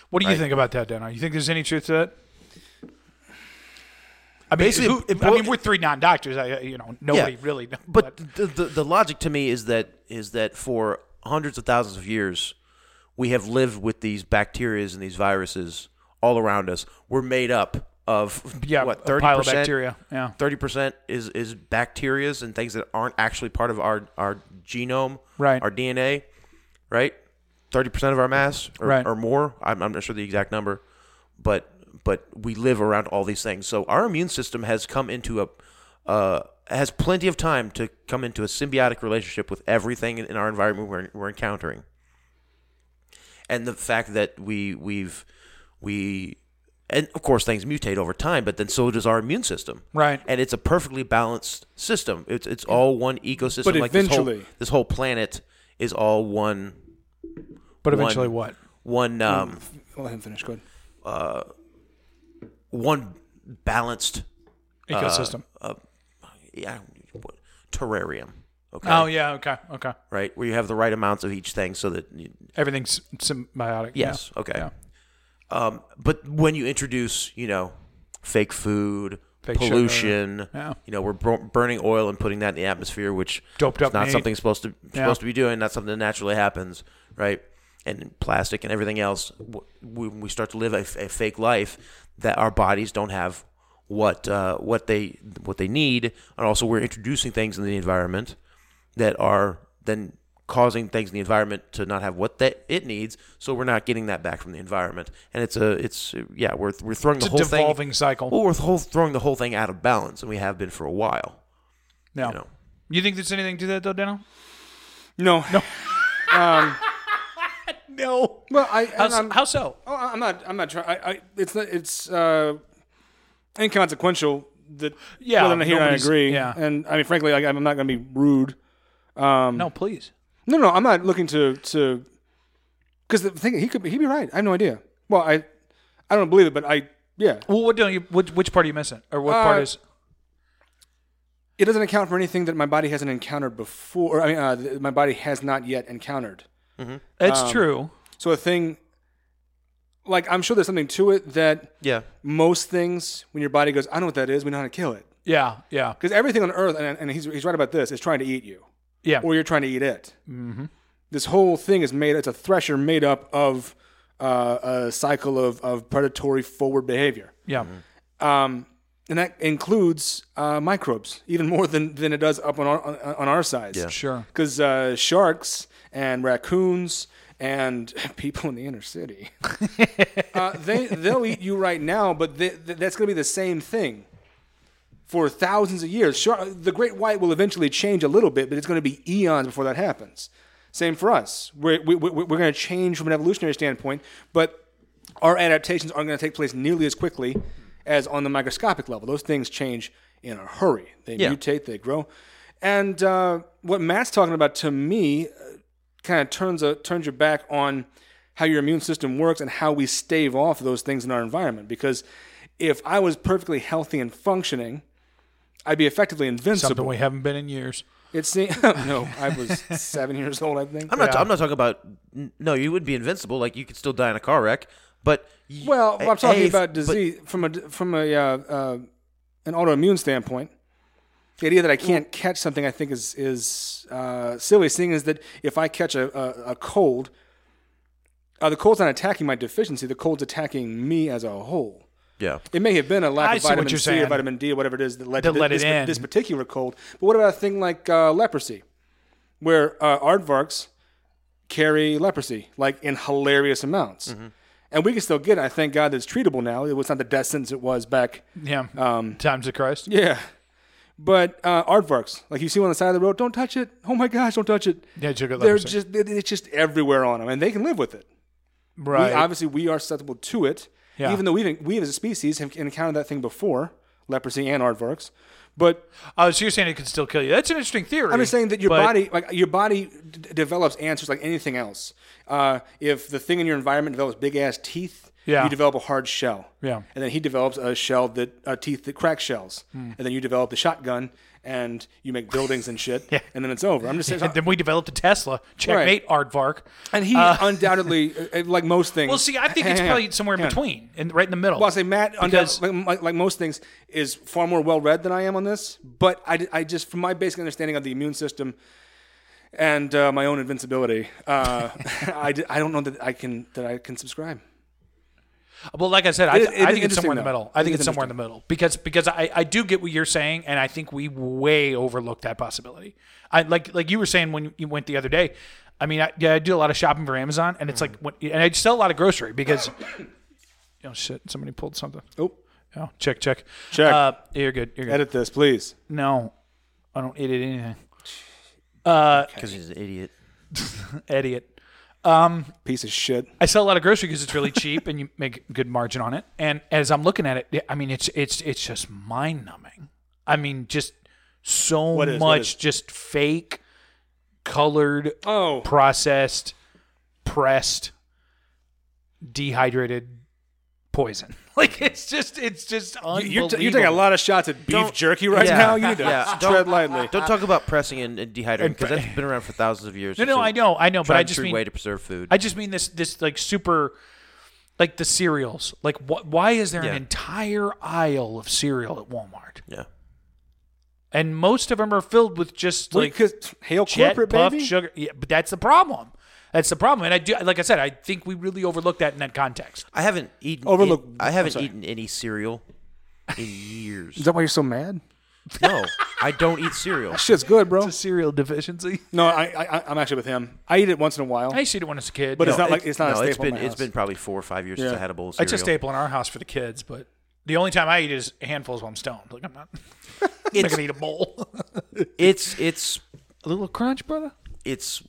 S6: What do you
S2: Right.
S6: think about that, Dana? You think there's any truth to that? I mean,
S2: Basically,
S6: who-
S2: it
S6: I mean,
S2: boil-
S6: we're three non-doctors. I, I- you know, nobody really. kn-
S2: *laughs* But the, the the logic to me is that is that for hundreds of thousands of years, we have lived with these bacterias and these viruses all around us. We're made up of
S6: Yeah,
S2: what
S6: a
S2: thirty
S6: pile of
S2: percent
S6: bacteria, yeah.
S2: thirty percent is is bacterias and things that aren't actually part of our our genome,
S6: Right.
S2: Our DNA, right? Thirty percent of our mass, or,
S6: Right.
S2: or more. I'm, I'm not sure the exact number, but but we live around all these things. So our immune system has come into a uh, has plenty of time to come into a symbiotic relationship with everything in, in our environment we're, we're encountering, and the fact that we we've we and of course things mutate over time, but then so does our immune system,
S6: Right.
S2: And it's a perfectly balanced system. It's it's all one ecosystem.
S7: But
S2: like this whole-
S7: eventually-
S2: this whole planet is all one
S6: but eventually, what? Hmm.
S2: one um,
S7: I'll let him finish. Go ahead.
S2: one balanced
S6: Ecosystem.
S2: yeah, what- terrarium. Okay.
S6: oh yeah. Okay. Okay.
S2: Right, where you have the right amounts of each thing, so that you,
S6: Everything's symbiotic. yeah.
S2: yes, okay.
S6: Yeah.
S2: Um, but when you introduce, you know, fake food,
S6: Fake sugar.
S2: pollution,
S6: Yeah.
S2: you know, we're bur- burning oil and putting that in the atmosphere, which
S6: Doped
S2: is
S6: up
S2: not
S6: meat.
S2: something supposed to
S6: Yeah.
S2: supposed to be doing, not something that naturally happens, right? And plastic and everything else. W- When we start to live a, f- a fake life, that our bodies don't have what uh, what they what they need, and also we're introducing things in the environment that are then causing things in the environment to not have what that it needs. So we're not getting that back from the environment, and it's a it's yeah we're we're throwing
S6: It's
S2: the
S6: a
S2: whole thing
S6: devolving cycle.
S2: Well, we're whole, throwing the whole thing out of balance, and we have been for a while.
S6: No. You,
S2: You know,
S6: think there's anything to that though, Dano?
S7: No, no.
S6: No.
S7: Well, I, and
S6: How, s-
S7: I'm,
S6: how so?
S7: oh, I'm not. I'm not trying. I, I, it's not. It's uh, inconsequential. That
S6: Yeah,
S7: Whether I'm here, I
S6: nobody's-
S7: agree.
S6: yeah.
S7: And I mean, frankly, like, I'm not going to be rude.
S6: no, please.
S7: No, no, I'm not looking to to because the thing he could be, he'd be right. I have no idea. Well, I I don't believe it, but I yeah,
S6: Well, what don't you? Which, which part are you missing, or what
S7: Uh,
S6: part is?
S7: it doesn't account for anything that my body hasn't encountered before. Or, I mean, uh, th- my body has not yet encountered.
S6: It's
S7: um,
S6: true.
S7: So a thing like I'm sure there's something to it that
S2: yeah,
S7: most things when your body goes, I know what that is. We know how to kill it
S6: Yeah. Yeah.
S7: because everything on Earth, and, and he's he's right about this, is trying to eat you.
S6: Yeah.
S7: or you're trying to eat it. Mm-hmm. This whole thing is made. It's a thresher made up of uh, a cycle of, of predatory forward behavior,
S6: yeah.
S7: um, and that includes uh, microbes even more than, than it does up on our on, on our size.
S6: Sure.
S7: because uh, sharks and raccoons and *laughs* people in the inner city, uh, they they'll eat you right now. But they, th- that's going to be the same thing for thousands of years. Sure, the great white will eventually change a little bit, but it's going to be eons before that happens. Same for us. We're, we, we- we're going to change from an evolutionary standpoint, but our adaptations aren't going to take place nearly as quickly as on the microscopic level. Those things change in a hurry. They mutate, they grow. And uh, what Matt's talking about to me kind of turns a, turns your back on how your immune system works and how we stave off those things in our environment. Because if I was perfectly healthy and functioning, I'd be effectively
S6: Something
S7: invincible.
S6: we haven't been in years.
S7: It seems *laughs* no, I was seven years old, I think.
S2: I'm not. I'm not talking about. n- No, you would be invincible. Like you could still die in a car wreck, but y-
S7: Well,
S2: a-
S7: I'm talking
S2: a-
S7: about
S2: but-
S7: disease from a from a uh, uh, an autoimmune standpoint. The idea that I can't catch something I think is is uh, silly, seeing is that if I catch a, a, a cold, uh, the cold's not attacking my deficiency. The cold's attacking me as a whole.
S2: yeah,
S7: It may have been a lack
S6: I
S7: of
S6: see what
S7: vitamin C
S6: you're
S7: or
S6: saying.
S7: vitamin D or whatever it is that led
S6: That
S7: to thi-
S6: let
S7: this,
S6: it in.
S7: this particular cold. But what about a thing like uh, leprosy, where uh, aardvarks carry leprosy like in hilarious amounts,
S6: Mm-hmm.
S7: and we can still get it. I thank God that it's treatable now. It was not the death sentence it was back.
S6: Yeah. Um, Times of Christ.
S7: Yeah, but uh, aardvarks, like you see on the side of the road, don't touch it. Oh my gosh, don't touch it.
S6: Yeah, sugar
S7: They're
S6: leprosy.
S7: just it- it's just everywhere on them, and they can live with it.
S6: right.
S7: We, obviously, we are susceptible to it,
S6: Yeah.
S7: even though we, we as a species have encountered that thing before, leprosy and aardvarks. But
S6: oh, so you're saying it could still kill you? That's an interesting theory.
S7: I'm just saying that your
S6: but-
S7: body, like your body, d- develops answers like anything else. Uh, if the thing in your environment develops big ass teeth,
S6: Yeah.
S7: you develop a hard shell.
S6: Yeah.
S7: And then he develops a shell that uh, teeth that crack shells.
S6: Hmm.
S7: And then you develop the shotgun and you make buildings and shit.
S6: *laughs*
S7: yeah. And then it's over. I'm just saying.
S6: And then we developed a Tesla. Checkmate, Aardvark.
S7: and
S6: *laughs*
S7: he undoubtedly, uh, like most things.
S6: Uh. Well, see, I
S7: *laughs*
S6: think it's
S7: Hang on,
S6: probably somewhere in
S7: hang on.
S6: between, and right in the middle.
S7: Well, I say Matt,
S6: Because-
S7: because, like, like, like most things, is far more well read than I am on this. But I, I just, from my basic understanding of the immune system and uh, my own invincibility, uh, *laughs* I, d- I don't know that I can that I can subscribe.
S6: Well, like I said, I,
S7: It- it
S6: I
S7: is
S6: think it's somewhere in the
S7: interesting, though.
S6: middle. I
S7: It
S6: think
S7: is
S6: it's somewhere in the middle because because I, I do get what you're saying, and I think we way overlooked that possibility. I like like you were saying when you went the other day. I mean, I, yeah, I do a lot of shopping for Amazon, and it's like when, and I sell a lot of grocery because *coughs* oh shit, somebody pulled something.
S7: Oh,
S6: Oh, check check
S7: Check.
S6: Uh, you're good. You're good.
S7: edit this, please.
S6: No, I don't edit anything.
S2: because he's an idiot.
S6: Idiot.
S7: Piece of shit.
S6: I sell a lot of grocery because it's really cheap and you make good margin on it. And as I'm looking at it, I mean, it's it's it's just mind numbing. I mean, just so
S7: is- what
S6: much
S7: is?
S6: just fake, colored,
S7: Oh,
S6: processed, pressed, dehydrated poison. *laughs* Like it's just it's just unbelievable.
S7: you're, t- you're taking a lot of shots at beef
S2: Don't-
S7: jerky right
S2: Yeah.
S7: now. You need to
S2: Yeah.
S7: tread
S2: Don't-
S7: lightly.
S2: Don't talk about pressing and, and dehydrating because
S6: pre-
S2: that's been around for thousands of years.
S6: No, no,
S2: It's a
S6: I know, I know, but
S2: tried
S6: I
S2: and
S6: just
S2: true
S6: mean
S2: way to preserve food.
S6: I just mean this this like super like the cereals. Like what why is there
S2: Yeah.
S6: an entire aisle of cereal at Walmart?
S2: yeah,
S6: And most of them are filled with just
S7: Well, you
S6: like
S7: could- hail
S6: jet
S7: corporate
S6: puff
S7: baby.
S6: sugar. Yeah, but that's the problem. That's the problem. And I do like I said, I think we really overlooked that in that context.
S2: I haven't eaten.
S7: Overlook-
S2: it- I
S7: I'm
S2: haven't
S7: sorry.
S2: eaten any cereal in years.
S7: *laughs* Is that why you're so mad?
S2: no, I don't eat
S7: *laughs*
S2: cereal.
S7: Shit's good, bro.
S6: cereal deficiency.
S7: No, I, I I'm actually with him. I eat it once in a while.
S6: I used to eat it when I was a kid.
S7: But
S6: you
S7: it's
S6: know.
S7: not like- it's not a
S2: No, it's
S7: staple in
S2: been
S7: my
S2: it's
S7: house.
S2: been probably four or five years since I had a bowl of cereal.
S6: it's a staple in our house for the kids, but the only time I eat is handfuls while I'm stoned. Like I'm not, *laughs* I'm not
S2: It's
S6: gonna eat a bowl.
S2: it's it's
S6: a little crunch, brother.
S2: it's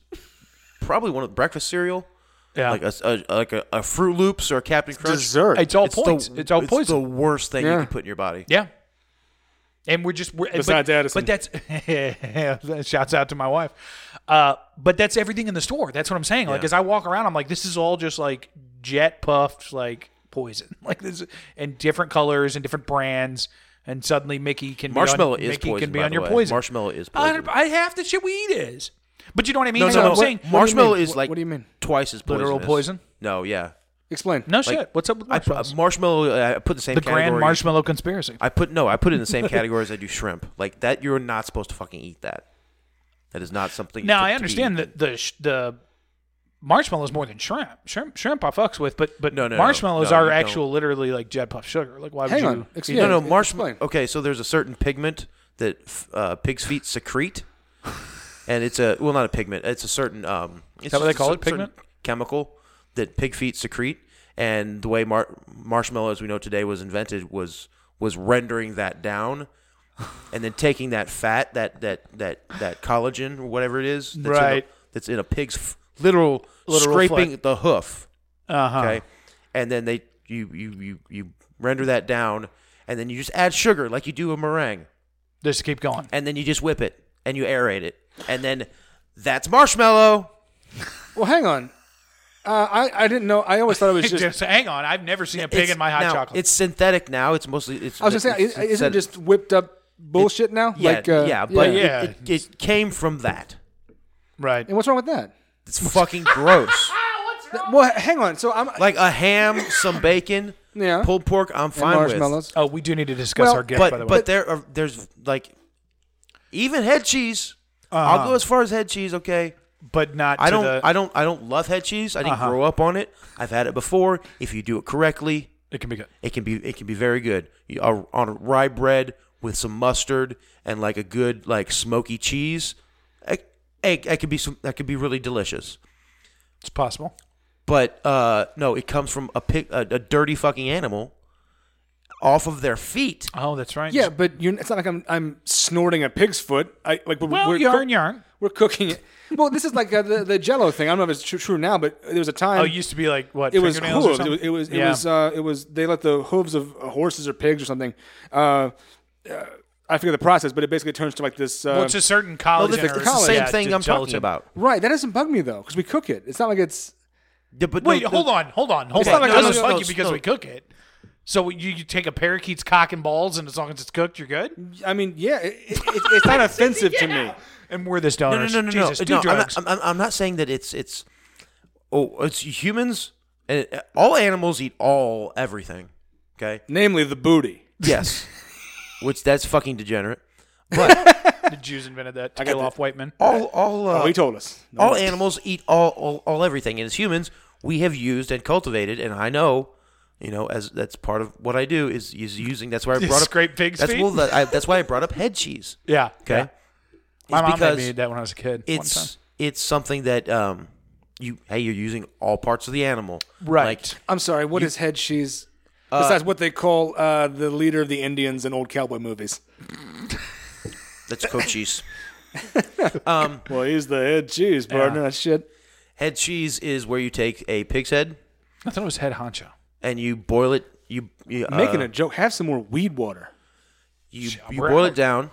S2: probably one of the breakfast cereal,
S6: Yeah,
S2: like a, a like a, a Fruit Loops or a Captain Crunch.
S7: Dessert.
S6: it's all
S2: It's the-
S6: points. it's all poison.
S2: the worst thing you
S7: Yeah.
S2: can put in your body.
S6: Yeah. And we're just we're,
S7: Besides
S6: but,
S7: Addison.
S6: But that's *laughs* shouts out to my wife. Uh, but that's everything in the store. That's what I'm saying. Like
S2: Yeah.
S6: as I walk around, I'm like, this is all just like jet puffed like poison. *laughs* Like this and different colors and different brands. And suddenly Mickey can
S2: Marshmallow
S6: be on,
S2: is
S6: Mickey
S2: poison,
S6: can be
S2: by
S6: on
S2: the
S6: your
S2: way.
S6: poison.
S2: Marshmallow is
S6: I-
S2: poison.
S6: I, half the shit we eat is. But you know what I mean?
S2: No,
S6: That's
S2: no,
S6: what
S2: no.
S6: I'm saying.
S2: marshmallow
S7: mean?
S2: is
S7: What-
S2: like
S7: what do you mean?
S2: twice as poisonous.
S6: Literal poison?
S2: No, yeah.
S7: Explain.
S6: No
S2: Like,
S6: shit. What's up with
S2: I, uh,
S6: marshmallows?
S2: marshmallow. I put the same
S6: the
S2: category.
S6: grand marshmallow conspiracy.
S2: I put no. I put it in the
S6: *laughs*
S2: same category as I do shrimp. Like that, you're not supposed to fucking eat that. That is not something.
S6: Now
S2: to-
S6: I
S2: to
S6: understand
S2: be-
S6: that the sh- the marshmallows more than shrimp. Shrimp shrimp I fucks with, but but
S2: No, no, no.
S6: marshmallows
S2: No,
S6: are
S2: you
S6: actual literally like jet puff sugar. Like why would
S7: Hang
S6: you?
S7: on. Excuse
S2: No, no,
S7: me.
S2: marshmallow.
S7: Explain.
S2: Okay, so there's a certain pigment that f- uh, pigs' feet secrete, and it's a well, not a pigment. It's a certain. Um, it's
S6: that what they
S2: just a
S6: call
S2: cer-
S6: it, pigment?
S2: certain Chemical that pig feet secrete, and the way mar- marshmallow, as we know today, was invented was was rendering that down. And then taking that fat, that that that that collagen or whatever it is, that's In
S6: Right.
S2: a, that's in a pig's f- literal,
S6: Literal
S2: scraping
S6: flesh.
S2: the hoof
S6: Uh-huh.
S2: okay and then they you, you you you render that down and then you just add sugar like you do a meringue
S6: Just keep going.
S2: and then you just whip it and you aerate it and then that's marshmallow
S7: Well, hang on. Uh, I I didn't know. I always thought it was
S6: *laughs* Just,
S7: just.
S6: hang on. I've never seen a pig
S2: It's-
S6: in my hot
S2: now,
S6: chocolate.
S2: it's synthetic now it's mostly it's
S7: I was just saying,
S2: it's
S7: is isn't it
S2: synthetic-
S7: just whipped up bullshit now?
S2: yeah
S7: like, uh,
S2: yeah but
S6: yeah.
S2: It, it, it came from that
S6: right.
S7: And what's wrong with that?
S2: it's fucking
S6: *laughs*
S2: gross
S7: Th- Well, hang on. So I'm
S2: like a ham some bacon
S7: Yeah.
S2: pulled pork i'm
S7: and
S2: fine with
S7: marshmallows.
S6: Oh, we do need to discuss
S7: Well,
S6: our gift, by the
S2: but
S6: way.
S2: but there are there's like even head cheese i'll
S6: Uh-huh.
S2: go as far as head cheese okay
S6: but not.
S2: I
S6: to
S2: don't,
S6: the-
S2: I don't, I don't love head cheese. I didn't grow up on it. I've had it before. If you do it correctly,
S6: it can be good.
S2: it can be, it can be very good. You, uh, on a rye bread with some mustard and like a good like smoky cheese, it, it, it could be some, that could be really delicious.
S6: It's possible.
S2: But uh, no, it comes from a pig, a, a dirty fucking animal, off of their feet.
S6: Oh, that's right.
S7: yeah, but you're, it's not like I'm I'm snorting a pig's foot. I like we're,
S6: Well,
S7: we're
S6: yarn,
S7: cook-
S6: yarn.
S7: We're cooking it. Well, this is like uh, the the Jello thing. I don't know if it's tr- true now, but there was a time.
S6: Oh, it used to be like what?
S7: it was
S6: fingernails or
S7: hooves. It
S6: something?
S7: was it was it
S6: Yeah.
S7: was, uh, it was they let the hooves of horses or pigs or something. Uh, uh, I forget the process, but it basically turns to like this. Uh,
S6: Well, it's a certain
S2: Oh,
S6: collagen.
S2: um, Well, it's,
S6: or
S2: it's the same
S6: yeah,
S2: thing
S6: ge-
S2: I'm talking
S6: gelatin.
S2: about.
S7: Right, that doesn't bug me though, because we cook it. It's not like it's
S2: Yeah, but
S6: Wait,
S2: no,
S6: hold
S2: no-
S6: on, hold on, hold
S7: It's not
S6: on.
S7: like
S6: no,
S7: I'm
S6: this is
S7: just-
S6: funky
S2: no, it's-
S6: because
S2: no.
S6: we cook it. So you, you take a parakeet's cock and balls, and as long as it's cooked, you're good.
S7: I mean, yeah, it, it, it's- it's not offensive to me.
S6: And we're this
S2: No, no,
S6: donors.
S2: no, no, no.
S6: Jesus, do
S2: no I'm,
S6: drugs.
S2: not, I'm, I'm not saying that it's it's oh it's humans. And uh, all animals eat all everything. Okay.
S7: Namely, the booty.
S2: Yes. *laughs* Which that's fucking degenerate.
S6: *laughs*
S2: But
S6: the Jews invented that to kill off white men.
S2: all all uh,
S7: Oh, he told us. No.
S2: all animals eat all, all all everything, and as humans, we have used and cultivated. And I know, you know, as that's part of what I do is is using. That's why I
S6: You
S2: brought up
S6: scrape pig's
S2: that's,
S6: feet?
S2: Well, that I, that's why I brought up head cheese.
S6: Yeah.
S2: Okay,
S6: yeah. My
S2: It's
S6: mom made
S2: because
S6: me eat that when I was a kid. one time.
S2: it's it's something that um you hey you're using all parts of the animal
S6: Right.
S7: I'm sorry. What is head cheese? Besides what they call uh, the leader of the Indians in old cowboy movies.
S2: Like, that's goat
S6: *laughs*
S2: cheese.
S7: Well, he's the head cheese partner. That shit.
S2: Head cheese is where you take a pig's head
S6: I thought it was head honcho.
S2: and you boil it. You, you uh,
S7: Making a joke. Have some more weed water.
S2: you, you
S6: we're
S2: boil
S6: out.
S2: it down,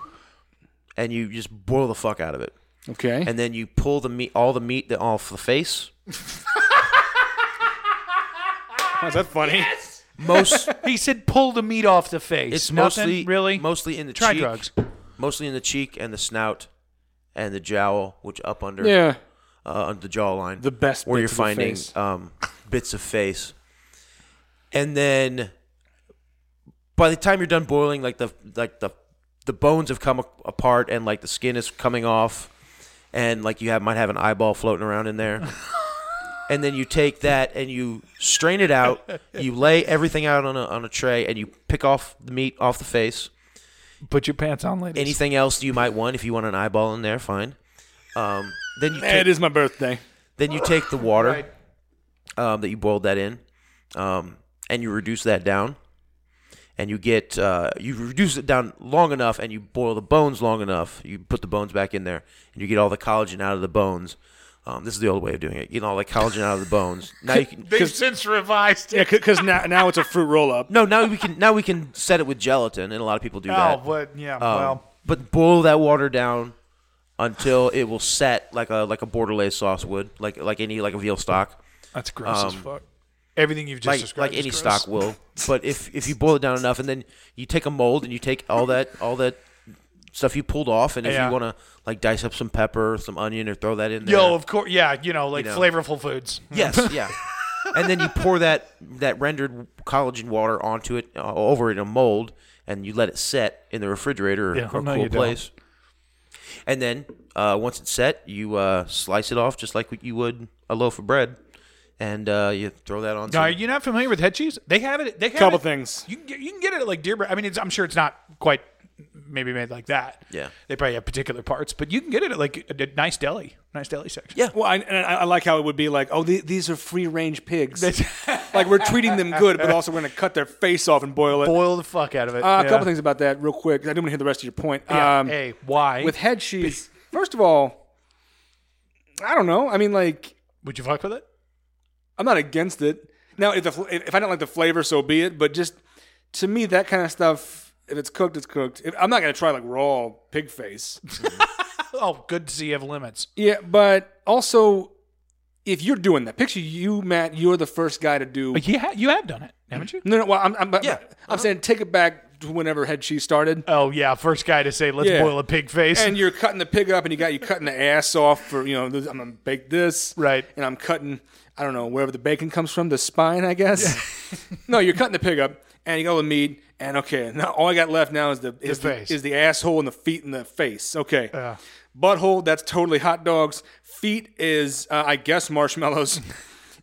S2: and you just boil the fuck out of it.
S7: Okay.
S2: and then you pull the meat, all the meat that- off the face.
S7: is that funny?
S2: Most
S6: *laughs* He said, "Pull the meat off the face."
S2: it's
S6: Nothing,
S2: mostly
S6: really
S2: mostly in the
S6: Try
S2: cheek,
S6: drugs.
S2: mostly in the cheek and the snout and the jowl, which up under
S7: Yeah.
S2: uh, under the jawline,
S7: The best
S2: where you're
S7: bits of the
S2: finding
S7: face.
S2: um, bits of face, and then by the time you're done boiling, like the like the the bones have come a- apart and like the skin is coming off, and like you have might have an eyeball floating around in there.
S7: *laughs*
S2: and then you take that and you strain it out. You lay everything out on a, on a tray and you pick off the meat off the face.
S6: Put your pants on, ladies.
S2: Anything else you might want, if you want an eyeball in there, fine. Um, then you
S7: It
S2: take,
S7: is my birthday.
S2: then you take the water um, that you boiled that in, um, and you reduce that down, and you get uh, you reduce it down long enough, and you boil the bones long enough. You put the bones back in there, and you get all the collagen out of the bones. Um, this is the old way of doing it. Getting all the collagen out of the
S6: *laughs*
S2: bones. Now you can
S6: They've since revised
S7: Yeah, because now, now it's a fruit roll up.
S2: No, now we can now we can set it with gelatin, and a lot of people do
S6: Oh,
S2: that.
S6: but yeah,
S2: Um,
S6: well,
S2: but boil that water down until it will set like a like a bordelais sauce would, like like any like a veal stock,
S6: that's gross as fuck. Everything you've just
S2: um, like like
S6: described is
S2: any
S6: gross.
S2: stock
S6: *laughs*
S2: will. But if if you boil it down enough, and then you take a mold and you take all that all that stuff you pulled off, and if
S6: Yeah.
S2: you want to like dice up some pepper, some onion, or throw that in there,
S6: Yo, of course, yeah, you know, like
S2: You know.
S6: flavorful foods.
S2: Yes, yeah. And then you pour that that rendered collagen water onto it, uh, over it in a mold, and you let it set in the refrigerator or,
S6: Yeah,
S2: or
S6: no,
S2: cool
S6: you don't.
S2: place. And then uh, once it's set, you uh, slice it off just like you would a loaf of bread, and uh, you throw that on.
S6: Now, are
S2: some-
S6: you not familiar with head cheese? They have it. They have
S7: Couple
S6: it-
S7: things.
S6: You can, get, you can get it at like Deer. Bra- I mean, it's, I'm sure it's not quite maybe made like that.
S2: Yeah.
S6: they probably have particular parts, but you can get it at like a, a nice deli, nice deli section.
S2: Yeah.
S7: Well, I, and I, I like how it would be like, oh, the, these are free range pigs. *laughs* like we're treating them good, but also we're going to cut their face off and boil it.
S6: boil the fuck out of it.
S7: Uh,
S6: yeah.
S7: A couple things about that, real quick. 'cause I didn't want to hear the rest of your point.
S6: Yeah.
S7: Um,
S6: hey, why
S7: with head cheese, first of all, I don't know. I mean, like,
S6: would you fuck with it?
S7: I'm not against it. Now, if the fl- if if I don't like the flavor, so be it. But just to me, that kind of stuff, if it's cooked, it's cooked. If, I'm not going to try like raw pig face.
S6: Oh, good to see you have limits.
S7: yeah, but also, if you're doing that, picture you, Matt, you're the first guy to do.
S6: But you, ha- you have done it, haven't you?
S7: No, no. Well, I'm I'm,
S2: Yeah.
S7: I'm saying take it back to whenever head cheese started.
S6: Oh yeah, first guy to say let's
S7: Yeah.
S6: boil a pig face.
S7: and you're cutting the pig up, and you got you cutting the ass off for you know. This, I'm gonna bake this,
S6: Right.
S7: And I'm cutting, I don't know wherever the bacon comes from, the spine, I guess. *laughs* no, you're cutting the pig up, and you got all the meat, and okay, now all I got left now is the is the,
S6: face.
S7: is the asshole and the feet and the face. Okay, butthole that's totally hot dogs. Feet is uh, I guess marshmallows. *laughs*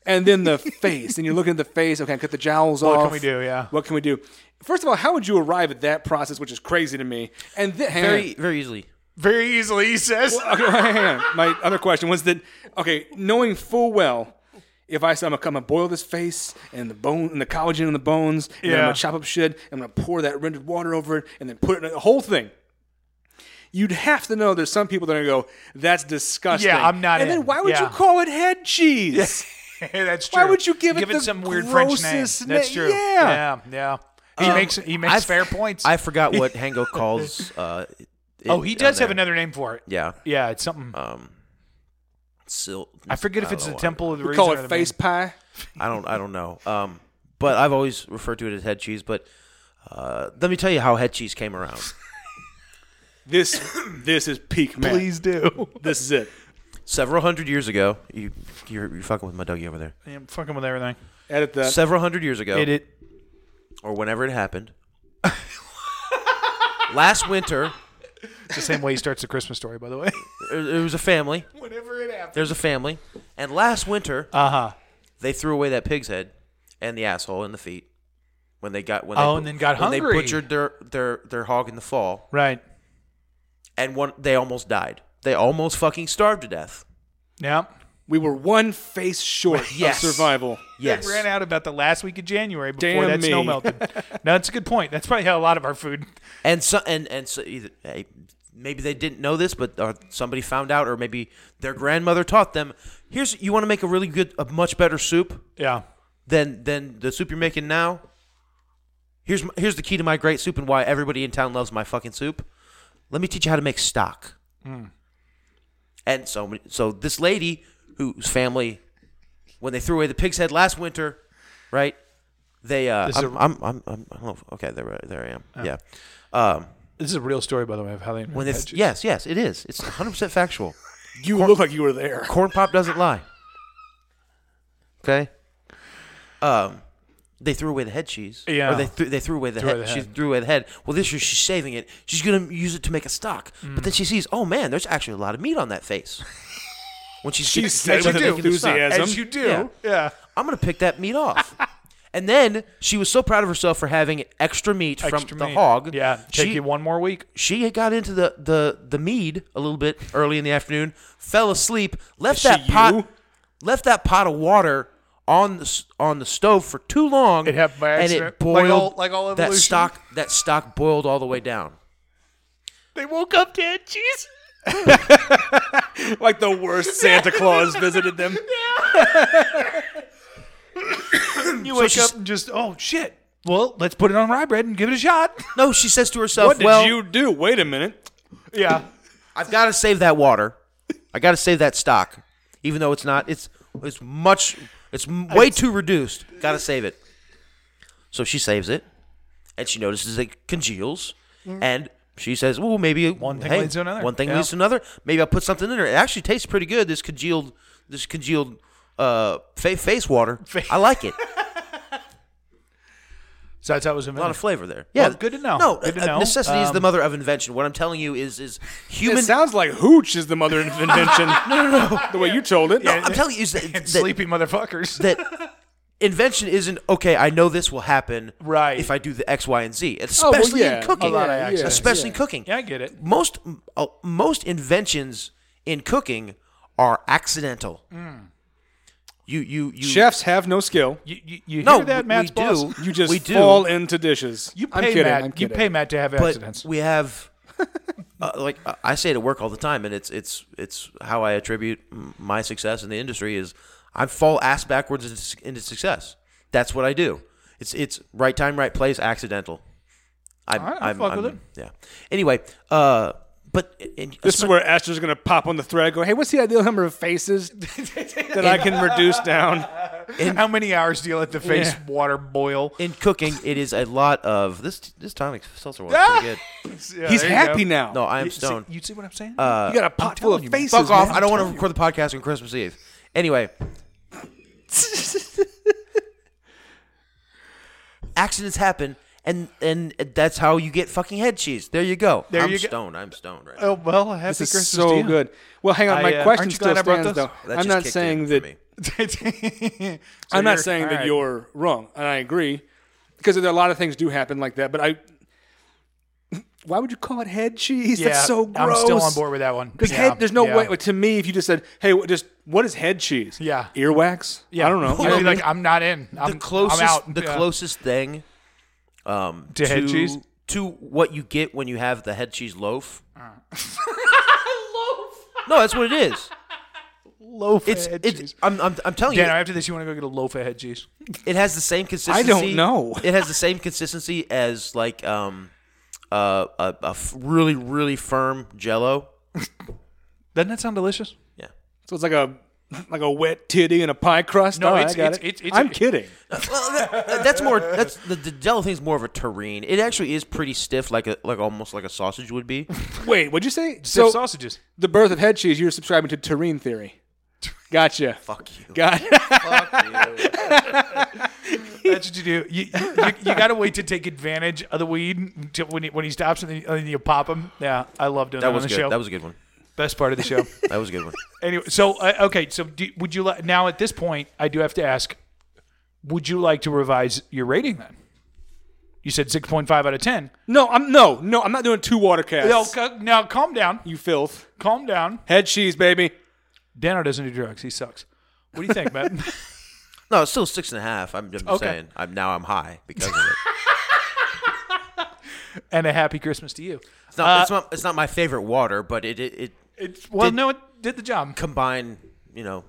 S7: And then the face, and you're looking at the face. Okay, cut the jowls off.
S6: can we do? Yeah.
S7: What can we do? First of all, how would you arrive at that process, which is crazy to me? And then, hang on.
S2: very very easily.
S6: Very easily, he says.
S7: *laughs* Okay, well, hang on. My other question was that okay, knowing full well if I said I'm gonna, I'm gonna boil this face and the bone and the collagen in the bones, and then I'm
S6: Yeah.
S7: gonna chop up shit, I'm gonna pour that rendered water over it, and then put it in the whole thing. You'd have to know there's some people that are gonna go, that's disgusting.
S6: Yeah, I'm not
S7: And
S6: in.
S7: then why would you
S6: Yeah.
S7: call it head cheese?
S6: *laughs* That's true.
S7: Why would you give it the
S6: some weird French name?
S7: grossest
S6: That's
S7: na-
S6: true.
S7: Yeah. Um,
S6: yeah, yeah. He makes he makes
S2: I've-
S6: fair points.
S2: I forgot what *laughs* Hango calls. Uh, it
S6: oh, he does
S2: down
S6: have
S2: there.
S6: another name for it.
S2: Yeah,
S6: Yeah, it's something.
S2: sil-
S6: Um, I forget if
S2: don't
S6: it's
S2: know
S6: the
S2: why.
S6: temple of the
S7: We *laughs*
S6: reason
S7: call
S6: or
S7: it
S6: the
S7: face pie.
S2: I don't I don't know. Um, but I've always referred to it as head cheese. But uh, let me tell you how head cheese came *laughs* around.
S7: This this is peak, man.
S6: Please *laughs* do.
S7: This is it.
S2: Several hundred years ago, you you're, you're fucking with my doggy over there.
S6: I'm fucking with everything.
S7: Edit that.
S2: Several hundred years ago,
S6: It, it
S2: or whenever it *laughs* happened. last winter,
S6: the same way he starts the Christmas story, by the way. *laughs*
S2: there there was a family. Whenever it happened, there's a family, and last winter,
S6: Uh huh.
S2: they threw away that pig's head and the asshole and the feet when they got when
S6: Oh,
S2: they,
S6: and then got
S2: when
S6: hungry.
S2: they butchered their their their hog in the fall
S6: Right.
S2: and one they almost died they almost fucking starved to death
S6: Yeah.
S7: we were one face short
S2: Yes.
S7: of survival.
S2: yes
S6: It ran out about the last week of January before
S7: Damn
S6: that
S7: me.
S6: snow melted. no, that's a good point. That's probably how a lot of our food.
S2: and so and and so either, hey, maybe they didn't know this but or somebody found out or maybe their grandmother taught them here's you want to make a really good a much better soup
S6: Yeah.
S2: than than the soup you're making now here's my, here's the key to my great soup and why everybody in town loves my fucking soup let me teach you how to make stock
S6: Hmm.
S2: and so many- so this lady whose family when they threw away the pig's head last winter right they uh
S6: This is
S2: I'm,
S6: a- Oh.
S2: I'm, I'm, I'm i don't know if- okay there there i am yeah um
S6: This is a real story, by the way, of how they
S2: when
S6: invented
S2: they
S6: head
S2: yes
S6: cheese.
S2: yes it is it's 100% factual
S7: *laughs* You look like you were there.
S2: Corn Pop doesn't lie. Okay. Um, they threw away the head cheese.
S6: Yeah.
S2: Or they th- they threw away the
S6: Threw
S2: head.
S6: away the
S2: She
S6: head.
S2: threw away the head. Well, this year she's saving it. She's gonna use it to make a stock. But
S7: Mm.
S2: then she sees, oh man, there's actually a lot of meat on that face. When she's
S7: *laughs* She
S2: getting-
S7: said
S2: when
S7: with
S2: she's making the stock,
S7: enthusiasm.
S6: As you do.
S2: Yeah.
S6: yeah.
S2: I'm gonna pick that meat
S7: *laughs*
S2: off. And then she was so proud of herself for having extra meat
S6: Extra
S2: from the
S6: meat.
S2: hog.
S6: Yeah, take
S2: she,
S6: you one more week.
S2: she had got into the, the, the mead a little bit early in the afternoon, fell asleep, left that
S7: she
S2: pot
S7: you?
S2: left that pot of water on the s- on the stove for too long.
S6: It happened by
S2: and
S6: accident.
S2: it boiled
S6: Like all- like all
S2: that
S6: evolution.
S2: stock that stock boiled all the way down.
S6: They woke up to head cheese.
S7: Like the worst Santa
S6: *laughs*
S7: Claus visited them.
S6: You
S2: So
S6: wake
S2: she's-
S6: up and just oh shit. Well, let's put it on rye bread and give it a shot.
S2: No, she says to herself,
S7: What did
S2: "Well,
S7: you do? Wait a minute.
S6: Yeah.
S2: I've got to save that water. I got to save that stock, even though it's not. It's it's much. It's m- way too reduced. Got to save it. So she saves it, and she notices it congeals, and she says, "Well, maybe one
S6: thing leads to another."
S2: One thing
S6: Yeah.
S2: leads to another. Maybe I'll put something in there. It actually tastes pretty good. This congealed, this congealed uh, fa- face water. I like
S6: *laughs*
S2: it.
S6: *laughs* So that's how it was
S2: A lot
S6: invented.
S2: of flavor there. Yeah,
S6: Well, good to know.
S2: No,
S6: Good to
S2: uh,
S6: know.
S2: necessity is the
S6: Um,
S2: mother of invention. What I'm telling you is,
S6: *laughs*
S2: is
S7: It
S2: human.
S7: sounds like hooch is the mother of invention. no, no, no. The way you told it.
S2: I'm telling you is that, that-
S6: Sleepy motherfuckers.
S2: that invention isn't okay. I know this will happen
S6: Right.
S2: if I do the X, Y, and Z,
S7: Oh, well,
S2: especially
S7: yeah.
S2: in cooking.
S6: A lot of accidents,
S2: especially in cooking.
S6: *laughs* yeah, I get it.
S2: Most uh, most inventions in cooking are accidental.
S6: Mm.
S2: You you you
S7: Chefs have no skill.
S6: You, you, you
S2: No,
S6: hear that,
S2: we-
S6: Matt's
S2: we
S6: boss?
S2: do.
S7: You just
S2: We do.
S7: fall into dishes.
S6: You pay
S7: I'm kidding.
S6: Matt.
S7: I'm
S6: you
S7: kidding.
S6: pay Matt to have
S2: but
S6: accidents.
S2: we have. *laughs* Uh, like uh, I say it at work all the time, and it's it's it's how I attribute m- my success in the industry is I fall ass backwards into, s- into success. That's what I do. It's it's right time, right place, accidental. I'm,
S6: All right, I fuck with it.
S2: Yeah. Anyway, uh, but in,
S7: This is where Esther's going to pop on the thread go, hey, what's the ideal number of faces that I can reduce down?
S6: How many hours do you let the face water boil?
S2: in cooking, it is a lot of this. This tonic seltzer was
S6: *laughs*
S2: pretty good.
S6: Yeah,
S7: He's
S6: there you
S7: happy
S6: go.
S7: now. Uh,
S2: No, I am
S6: You see-
S2: stoned.
S6: you see what I'm saying?
S7: you got a pot full of faces.
S2: Fuck off!
S7: man.
S2: I don't want to record the podcast on Christmas Eve.
S6: *laughs*
S2: Anyway, accidents happen, and and that's how you get fucking head cheese. There you go.
S6: There
S2: I'm
S6: you go.
S2: stoned. I'm stoned right now.
S6: oh well, happy
S7: This
S6: Christmas
S7: is so
S6: to you.
S7: good. Well, hang on.
S6: I,
S7: My
S6: uh,
S7: question
S6: aren't you
S7: still
S6: glad I brought
S7: stands,
S6: this?
S7: though.
S2: That
S7: I'm
S2: just
S7: not
S2: kicked
S7: saying
S2: in for
S7: that.
S2: me.
S6: So *laughs*
S7: I'm not
S6: you're-
S7: saying
S6: all
S7: that
S6: right.
S7: you're wrong, and I agree because there are a lot of things do happen like that. But I, *laughs* why would you call it head cheese?
S6: Yeah,
S7: That's so gross.
S6: I'm still on board with that one.
S7: Because
S6: Yeah,
S7: head, there's no
S6: yeah.
S7: way to me if you just said, "Hey, what- just what is head cheese?"
S6: Yeah.
S7: earwax.
S6: Yeah.
S7: I don't
S6: *laughs*
S7: know.
S6: I'd be like, I'm not in. I'm,
S2: the closest,
S6: I'm out.
S2: the
S6: Yeah.
S2: closest thing, um,
S6: To head cheese?
S2: to what you get when you have the head cheese loaf.
S6: Uh.
S2: loaf. No, that's what it
S6: *laughs*
S2: is.
S6: loaf
S2: It's
S6: of head
S2: it's.
S6: cheese.
S2: I'm, I'm I'm telling you,
S6: Dan, after this, you want to go get a loaf of head cheese?
S2: It has the same consistency.
S7: know.
S2: It has the same consistency as like um uh, a, a f- really really firm Jello.
S6: Doesn't that sound delicious?
S2: Yeah.
S7: so it's like a like a wet titty and a pie crust.
S6: No,
S7: All right,
S6: it's-
S7: I got it.
S6: it's- it's- it's-
S7: I'm
S6: *laughs*
S7: kidding.
S2: well, that, Uh, that's more. That's the, the jello thing's more of a terrine. It actually is pretty stiff, like a like almost like a sausage would be.
S7: Wait, what'd you say?
S6: Stiff sausages.
S7: the birth of head cheese. You're subscribing to terrine
S6: *laughs*
S7: theory. Gotcha.
S2: Fuck you.
S7: Gotcha.
S2: Fuck you.
S6: That's what you do. You, you, you got to wait to take advantage of the weed until when he, when he stops and then, and then you pop him. Yeah, I love doing that,
S2: That was
S6: on the
S2: good.
S6: show.
S2: That was a good one.
S6: best part of the *laughs* show.
S2: That was a good one.
S6: anyway, so uh, okay, so do, would you like now at this point? I do have to ask: Would you like to revise your rating then? You said six point five out of ten.
S7: *laughs* no, I'm no, no. I'm not doing two water casts.
S6: No, c- now calm down.
S7: you filth.
S6: Calm down.
S7: Head cheese, baby.
S6: Dano doesn't do drugs. He sucks. What do you think, *laughs* Matt?
S2: No, it's still six and a half. I'm just
S6: Okay.
S2: saying. I'm now I'm high because of
S6: *laughs*
S2: it.
S6: and a happy Christmas to you.
S2: It's not,
S6: Uh,
S2: it's not. It's not my favorite water, but it it, it
S6: It's well,
S2: Did-
S6: no, it did the job.
S2: combined. You know,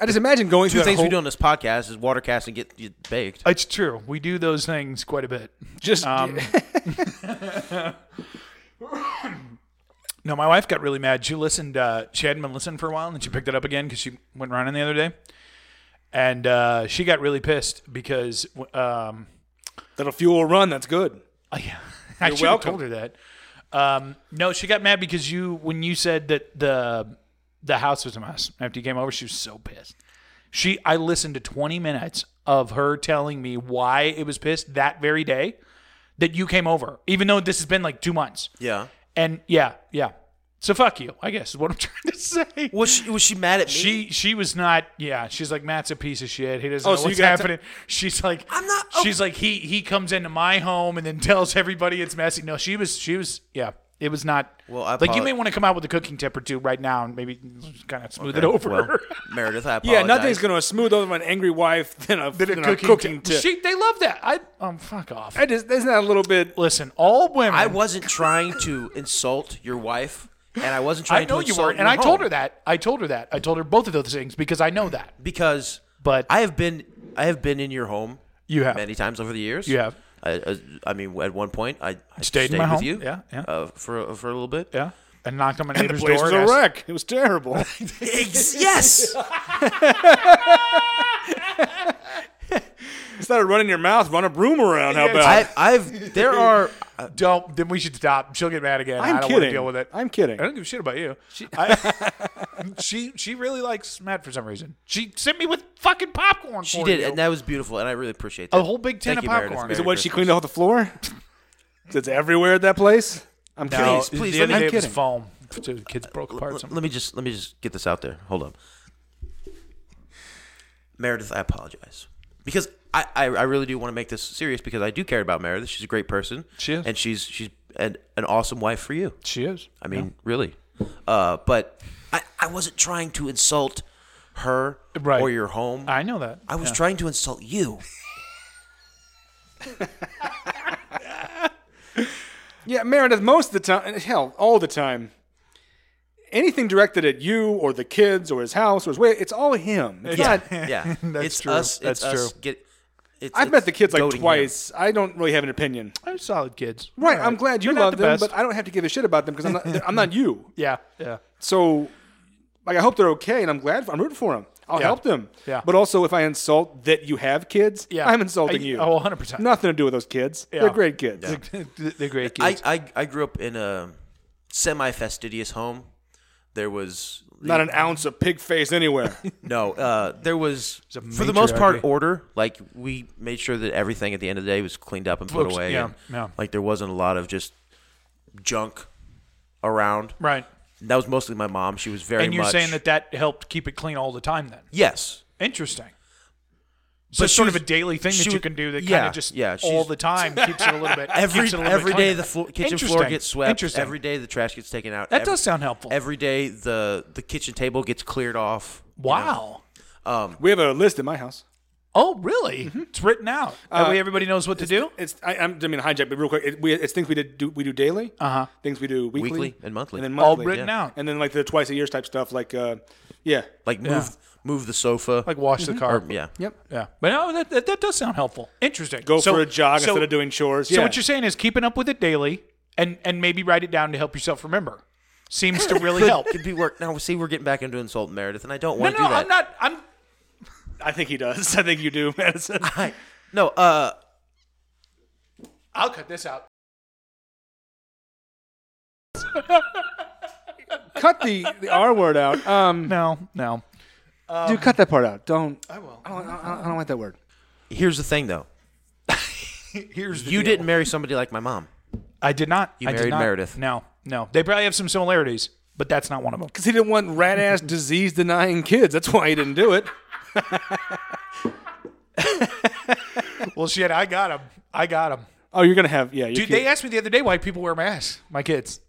S7: I just imagine going
S2: two
S7: through that
S2: things we
S7: whole-
S2: do on this podcast is water cast and get, get baked.
S6: It's true. We do those things quite a bit.
S7: Just
S6: No, my wife got really mad. She listened. Uh, she hadn't been listening for a while, and then she picked it up again because she went running the other day, and uh, she got really pissed because um, *laughs*
S7: that'll fuel a run. That's good.
S6: I should have
S7: welcome.
S6: told her that. Um, no, she got mad because you when you said that the the house was a mess after you came over. She was so pissed. She I listened to twenty minutes of her telling me why it was pissed that very day that you came over, even though this has been like two months.
S2: Yeah.
S6: And yeah, yeah. So fuck you. I guess is what I'm *laughs* trying to say.
S2: Was she was she mad at me?
S6: She she was not. Yeah, she's like Matt's a piece of shit. He doesn't
S7: Oh,
S6: know
S7: so
S6: what's
S7: you got to-
S6: happening. she's like
S2: I'm not- oh.
S6: She's like he he comes into my home and then *laughs* tells everybody it's messy. No, she was she was yeah. It was not.
S2: Well, I
S6: like you
S2: apolo-
S6: may want to come out with a cooking tip or two right now and maybe kind of smooth it
S2: *laughs*
S6: over. *laughs*
S2: Well, Meredith, I
S7: Yeah,
S2: apologize.
S7: nothing's going to smooth over an angry wife than a, than a cooking, tip.
S6: She, they love that. I um fuck off.
S7: I just isn't that a little
S2: *laughs*
S7: bit?
S6: Listen, all women.
S2: I wasn't trying to insult your wife, and I wasn't
S6: I
S2: trying
S6: know
S2: to
S6: you
S2: insult
S6: were, and
S2: your
S6: I told
S2: home.
S6: her that. I told her that. I told her both of those things because I know that.
S2: because
S6: But-
S2: I have been I have been in your home
S6: You have.
S2: many times over the years.
S6: You have.
S2: I, I, I mean, at one point, I, I
S6: Stayed
S2: stayed,
S6: in my
S2: with
S6: home.
S2: you,
S6: Yeah, yeah.
S2: Uh, for for a little bit.
S6: Yeah, and knocked on my neighbor's
S7: Place
S6: door.
S7: was
S6: and
S7: a
S6: asked-
S7: wreck. It was terrible. *laughs*
S2: Ex- *laughs*
S6: *laughs*
S2: yes,
S7: Instead of running your mouth, run a broom around. How about?
S2: I, I've
S6: *laughs*
S2: there are
S6: Don't. Then we should stop. She'll get mad again.
S7: I'm
S6: I don't want to
S7: kidding.
S6: deal with it.
S7: I'm kidding.
S6: I don't give a shit about you. She, I, she, she really likes Matt for some reason. She sent me with fucking popcorn.
S2: she
S6: for
S2: did,
S6: you.
S2: and that was beautiful, and I really appreciate that.
S6: a whole big tin
S2: Thank
S6: of
S2: you,
S6: popcorn.
S2: Meredith.
S7: Is
S2: Merry
S7: it what she
S2: Christmas.
S7: cleaned the whole the floor? It's everywhere at that place. I'm kidding.
S6: No,
S2: Please, please,
S6: The
S2: let
S6: other
S2: me-
S6: day
S2: I'm
S6: it was
S2: kidding.
S6: foam. So the kids broke
S2: L-
S6: apart.
S2: l-
S6: Something.
S2: let me just let me just get this out there. Hold up, Meredith. I apologize because I, I, I really do want to make this serious because I do care about Meredith. She's a great person.
S6: She is.
S2: and she's she's an, an awesome wife for you.
S6: She is.
S2: I mean, really. Uh, but I, I wasn't trying to insult her
S6: Right.
S2: or your home. I,
S6: I know that.
S2: was trying to insult you.
S7: Yeah, Meredith, most of the time, hell, all the time, anything directed at you or the kids or his house or his way, it's all him. It's not,
S2: Yeah,
S6: *laughs* *laughs* That's
S2: it's
S6: true.
S2: Us, it's
S6: That's
S2: us
S6: true.
S2: Get, it's,
S7: I've
S2: it's
S7: met the kids like
S2: goading him.
S7: twice. I don't really have an opinion.
S6: I'm solid kids.
S7: Right,
S6: All
S7: I'm glad you
S6: They're not
S7: love
S6: the
S7: them,
S6: best.
S7: but I don't have to give a shit about them because I'm
S6: *laughs*
S7: not, I'm not you.
S6: yeah, yeah.
S7: So, like, I hope they're okay, and I'm glad. For, I'm rooting for them. I'll
S6: Yeah.
S7: help them.
S6: Yeah.
S7: But also, if I insult that you have kids,
S6: Yeah.
S7: I'm insulting
S6: I-
S7: you.
S6: oh, 100%.
S7: Nothing to do with those kids.
S6: Yeah.
S7: They're great kids.
S6: *laughs* They're great
S2: I,
S6: kids.
S2: I I grew up in a semi fastidious home. There was
S7: Not an ounce of pig face
S6: *laughs*
S7: anywhere.
S2: no uh, there was
S6: a
S2: for the most
S6: matriarchy.
S2: part order. Like we made sure that everything at the end of the day was cleaned up and put
S6: Folks,
S2: away.
S6: yeah,
S2: and,
S6: yeah.
S2: Like there wasn't a lot of just junk around.
S6: right.
S2: That was mostly my mom. She was very
S6: And you're
S2: much-
S6: saying that that helped keep it clean all the time then?
S2: yes.
S6: Interesting. So
S2: But
S6: it's
S2: she
S6: sort of
S2: was-
S6: a daily thing that
S2: she
S6: you
S2: was-
S6: can do that kind
S2: yeah,
S6: of just
S2: yeah,
S6: all
S2: she's-
S6: the time keeps it a little bit
S2: *laughs* Every
S6: keeps it a little
S2: every
S6: bit
S2: day
S6: cleaner.
S2: the flo- kitchen floor
S6: Interesting.
S2: gets swept.
S6: Interesting.
S2: Every day the trash gets taken out.
S6: That
S2: Every-
S6: does sound helpful.
S2: Every day the the kitchen table gets cleared off.
S6: wow.
S7: we have a list in my house.
S6: Oh, really?
S2: Mm-hmm.
S6: It's written out.
S2: Uh,
S6: that way everybody knows what to do.
S7: It's I, I'm, I mean hijack, but real quick, it, we, it's things we did do we do daily, uh-huh. things we do weekly,
S2: Weekly and monthly.
S7: and then
S6: All
S7: monthly,
S6: written
S2: yeah.
S6: out.
S7: and then like the twice a year type stuff, like uh, yeah,
S2: Like move move the sofa.
S6: Like wash the car.
S2: or, yeah.
S7: yep,
S6: Mm-hmm. Yeah. But no, that, that, that does sound helpful. Interesting.
S7: go
S6: So-
S7: for a jog
S6: so-
S7: instead of doing chores.
S6: So
S7: yeah.
S6: what you're saying is keeping up with it daily and and maybe write it down to help yourself remember.
S2: *laughs*
S6: seems to really
S2: Could-
S6: help.
S2: Could be work. Now, see, we're getting back into insult Meredith, and I don't
S6: No,
S2: want to
S6: no,
S2: do that.
S6: I'm not. I'm.
S7: I think he does. *laughs* I think you do, Madison.
S2: *laughs* I- no, uh,
S6: I'll cut this out.
S7: cut the, the R word out. Um,
S6: No, no.
S2: Um,
S7: dude, cut that part out. Don't. I will. I don't, I don't, I don't like that word.
S2: here's the thing, though.
S6: Here's the
S2: You
S6: deal.
S2: didn't marry somebody like my mom.
S6: I did not.
S2: You
S6: I did
S2: married
S6: not.
S2: Meredith.
S6: No, no. They probably have some similarities, but that's not one of them.
S7: Because he didn't want rat ass disease denying kids. That's why he didn't do it.
S6: Well, shit, I got them. I got them.
S7: Oh, you're gonna have yeah. your
S6: Dude,
S7: kid-
S6: they asked me the other day why people wear masks. My kids.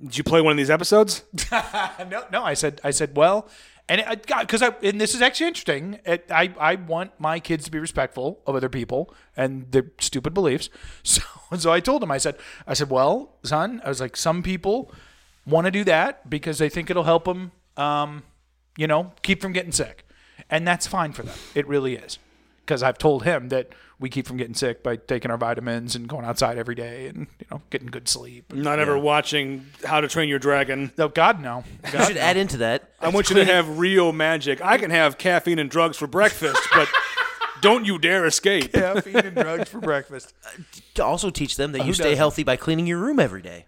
S7: Did you play one of these episodes?
S6: no, no. I said, I said, well, and I got because I and this is actually interesting. It, I I want my kids to be respectful of other people and their stupid beliefs. *laughs* So so I told them, I said, I said, well, son, I was like, some people want to do that because they think it'll help them, um, you know, keep from getting sick, and that's fine for them. It really is. Because I've told him that we keep from getting sick by taking our vitamins and going outside every day and you know getting good sleep.
S7: Not ever watching How to Train Your Dragon.
S6: No, God no.
S2: You should add into that.
S7: I want you to have real magic. I can have caffeine and drugs for breakfast, but don't you dare escape.
S6: *laughs* caffeine and drugs for breakfast.
S2: To also teach them that you stay
S6: Oh, doesn't?
S2: healthy by cleaning your room every day.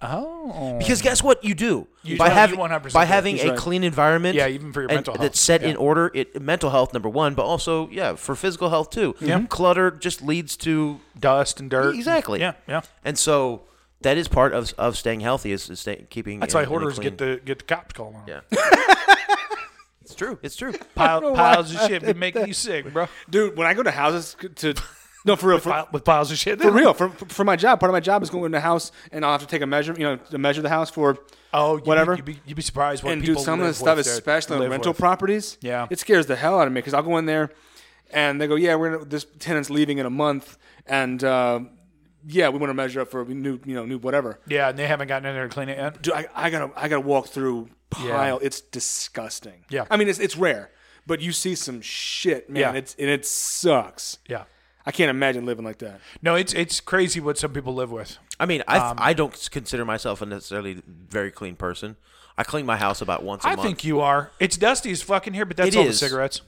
S6: Oh,
S2: Because guess what you do
S6: You
S2: by
S6: do.
S2: having
S6: You 100%
S2: by
S6: do.
S2: having
S6: He's
S2: a
S6: right.
S2: clean environment.
S6: Yeah, even for your
S2: and
S6: mental health.
S2: That's set
S6: Yeah.
S2: in order. It mental health number one, but also yeah for physical health too. Mm-hmm. Clutter just leads to
S6: dust and dirt.
S2: exactly.
S6: Yeah, yeah.
S2: And so that is part of of staying healthy is, is stay, keeping.
S6: That's
S2: uh,
S6: why
S2: it
S6: hoarders
S2: clean.
S6: get the get the cops calling on.
S2: Yeah. It's true. It's true.
S6: Pile, piles of shit be making you sick, bro.
S7: Dude, when I go to houses to. No, for real. For,
S6: *laughs* Pile, with piles of shit.
S7: for real. For, for my job, part of my job is going in the house and I'll have to take a measure, you know, to measure the house for
S6: Oh, you'd
S7: whatever.
S6: Be, you'd, be, you'd be surprised what
S7: and
S6: people
S7: dude, some of the
S6: live
S7: stuff,
S6: with there-
S7: especially on
S6: live
S7: rental
S6: with.
S7: properties,
S6: Yeah.
S7: it scares the hell out of me because I'll go in there and they go, "Yeah, we're gonna, this tenant's leaving in a month, and uh, yeah, we want to measure up for new, you know, new whatever."
S6: Yeah, and they haven't gotten in there to clean it yet.
S7: Dude, I, I gotta, I gotta walk through pile. It's disgusting.
S6: Yeah.
S7: I mean, it's it's rare, but you see some shit, man.
S6: Yeah.
S7: It's and it sucks.
S6: Yeah.
S7: I can't imagine living like that.
S6: No, it's it's crazy what some people live with.
S2: I mean, I
S6: Um,
S2: I don't consider myself a necessarily very clean person. I clean my house about once a
S6: I
S2: month.
S6: think you are. It's dusty as fuck in here, but that's
S2: It
S6: all
S2: is.
S6: the cigarettes.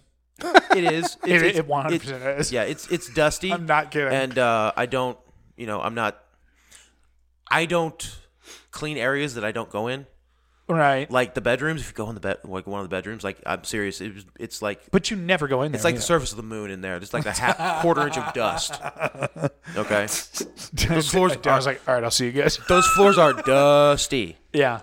S2: it *laughs* is. It's,
S6: It-
S2: it's-
S6: it 100%
S2: it's-
S6: is.
S2: Yeah, it's it's dusty.
S6: I'm not kidding.
S2: And uh, I don't, you know, I'm not. I don't clean areas that I don't go in,
S6: Right.
S2: like the bedrooms. If you go in the bed, like one of the bedrooms, like I'm serious. It was, it's like
S6: But you never go in there.
S2: it's like the
S6: either.
S2: surface of the moon in there. There's like a half quarter inch of dust.
S6: *laughs*
S2: Okay, those floors
S6: I was like, all right, I'll see you guys.
S2: those floors are dusty.
S6: Yeah.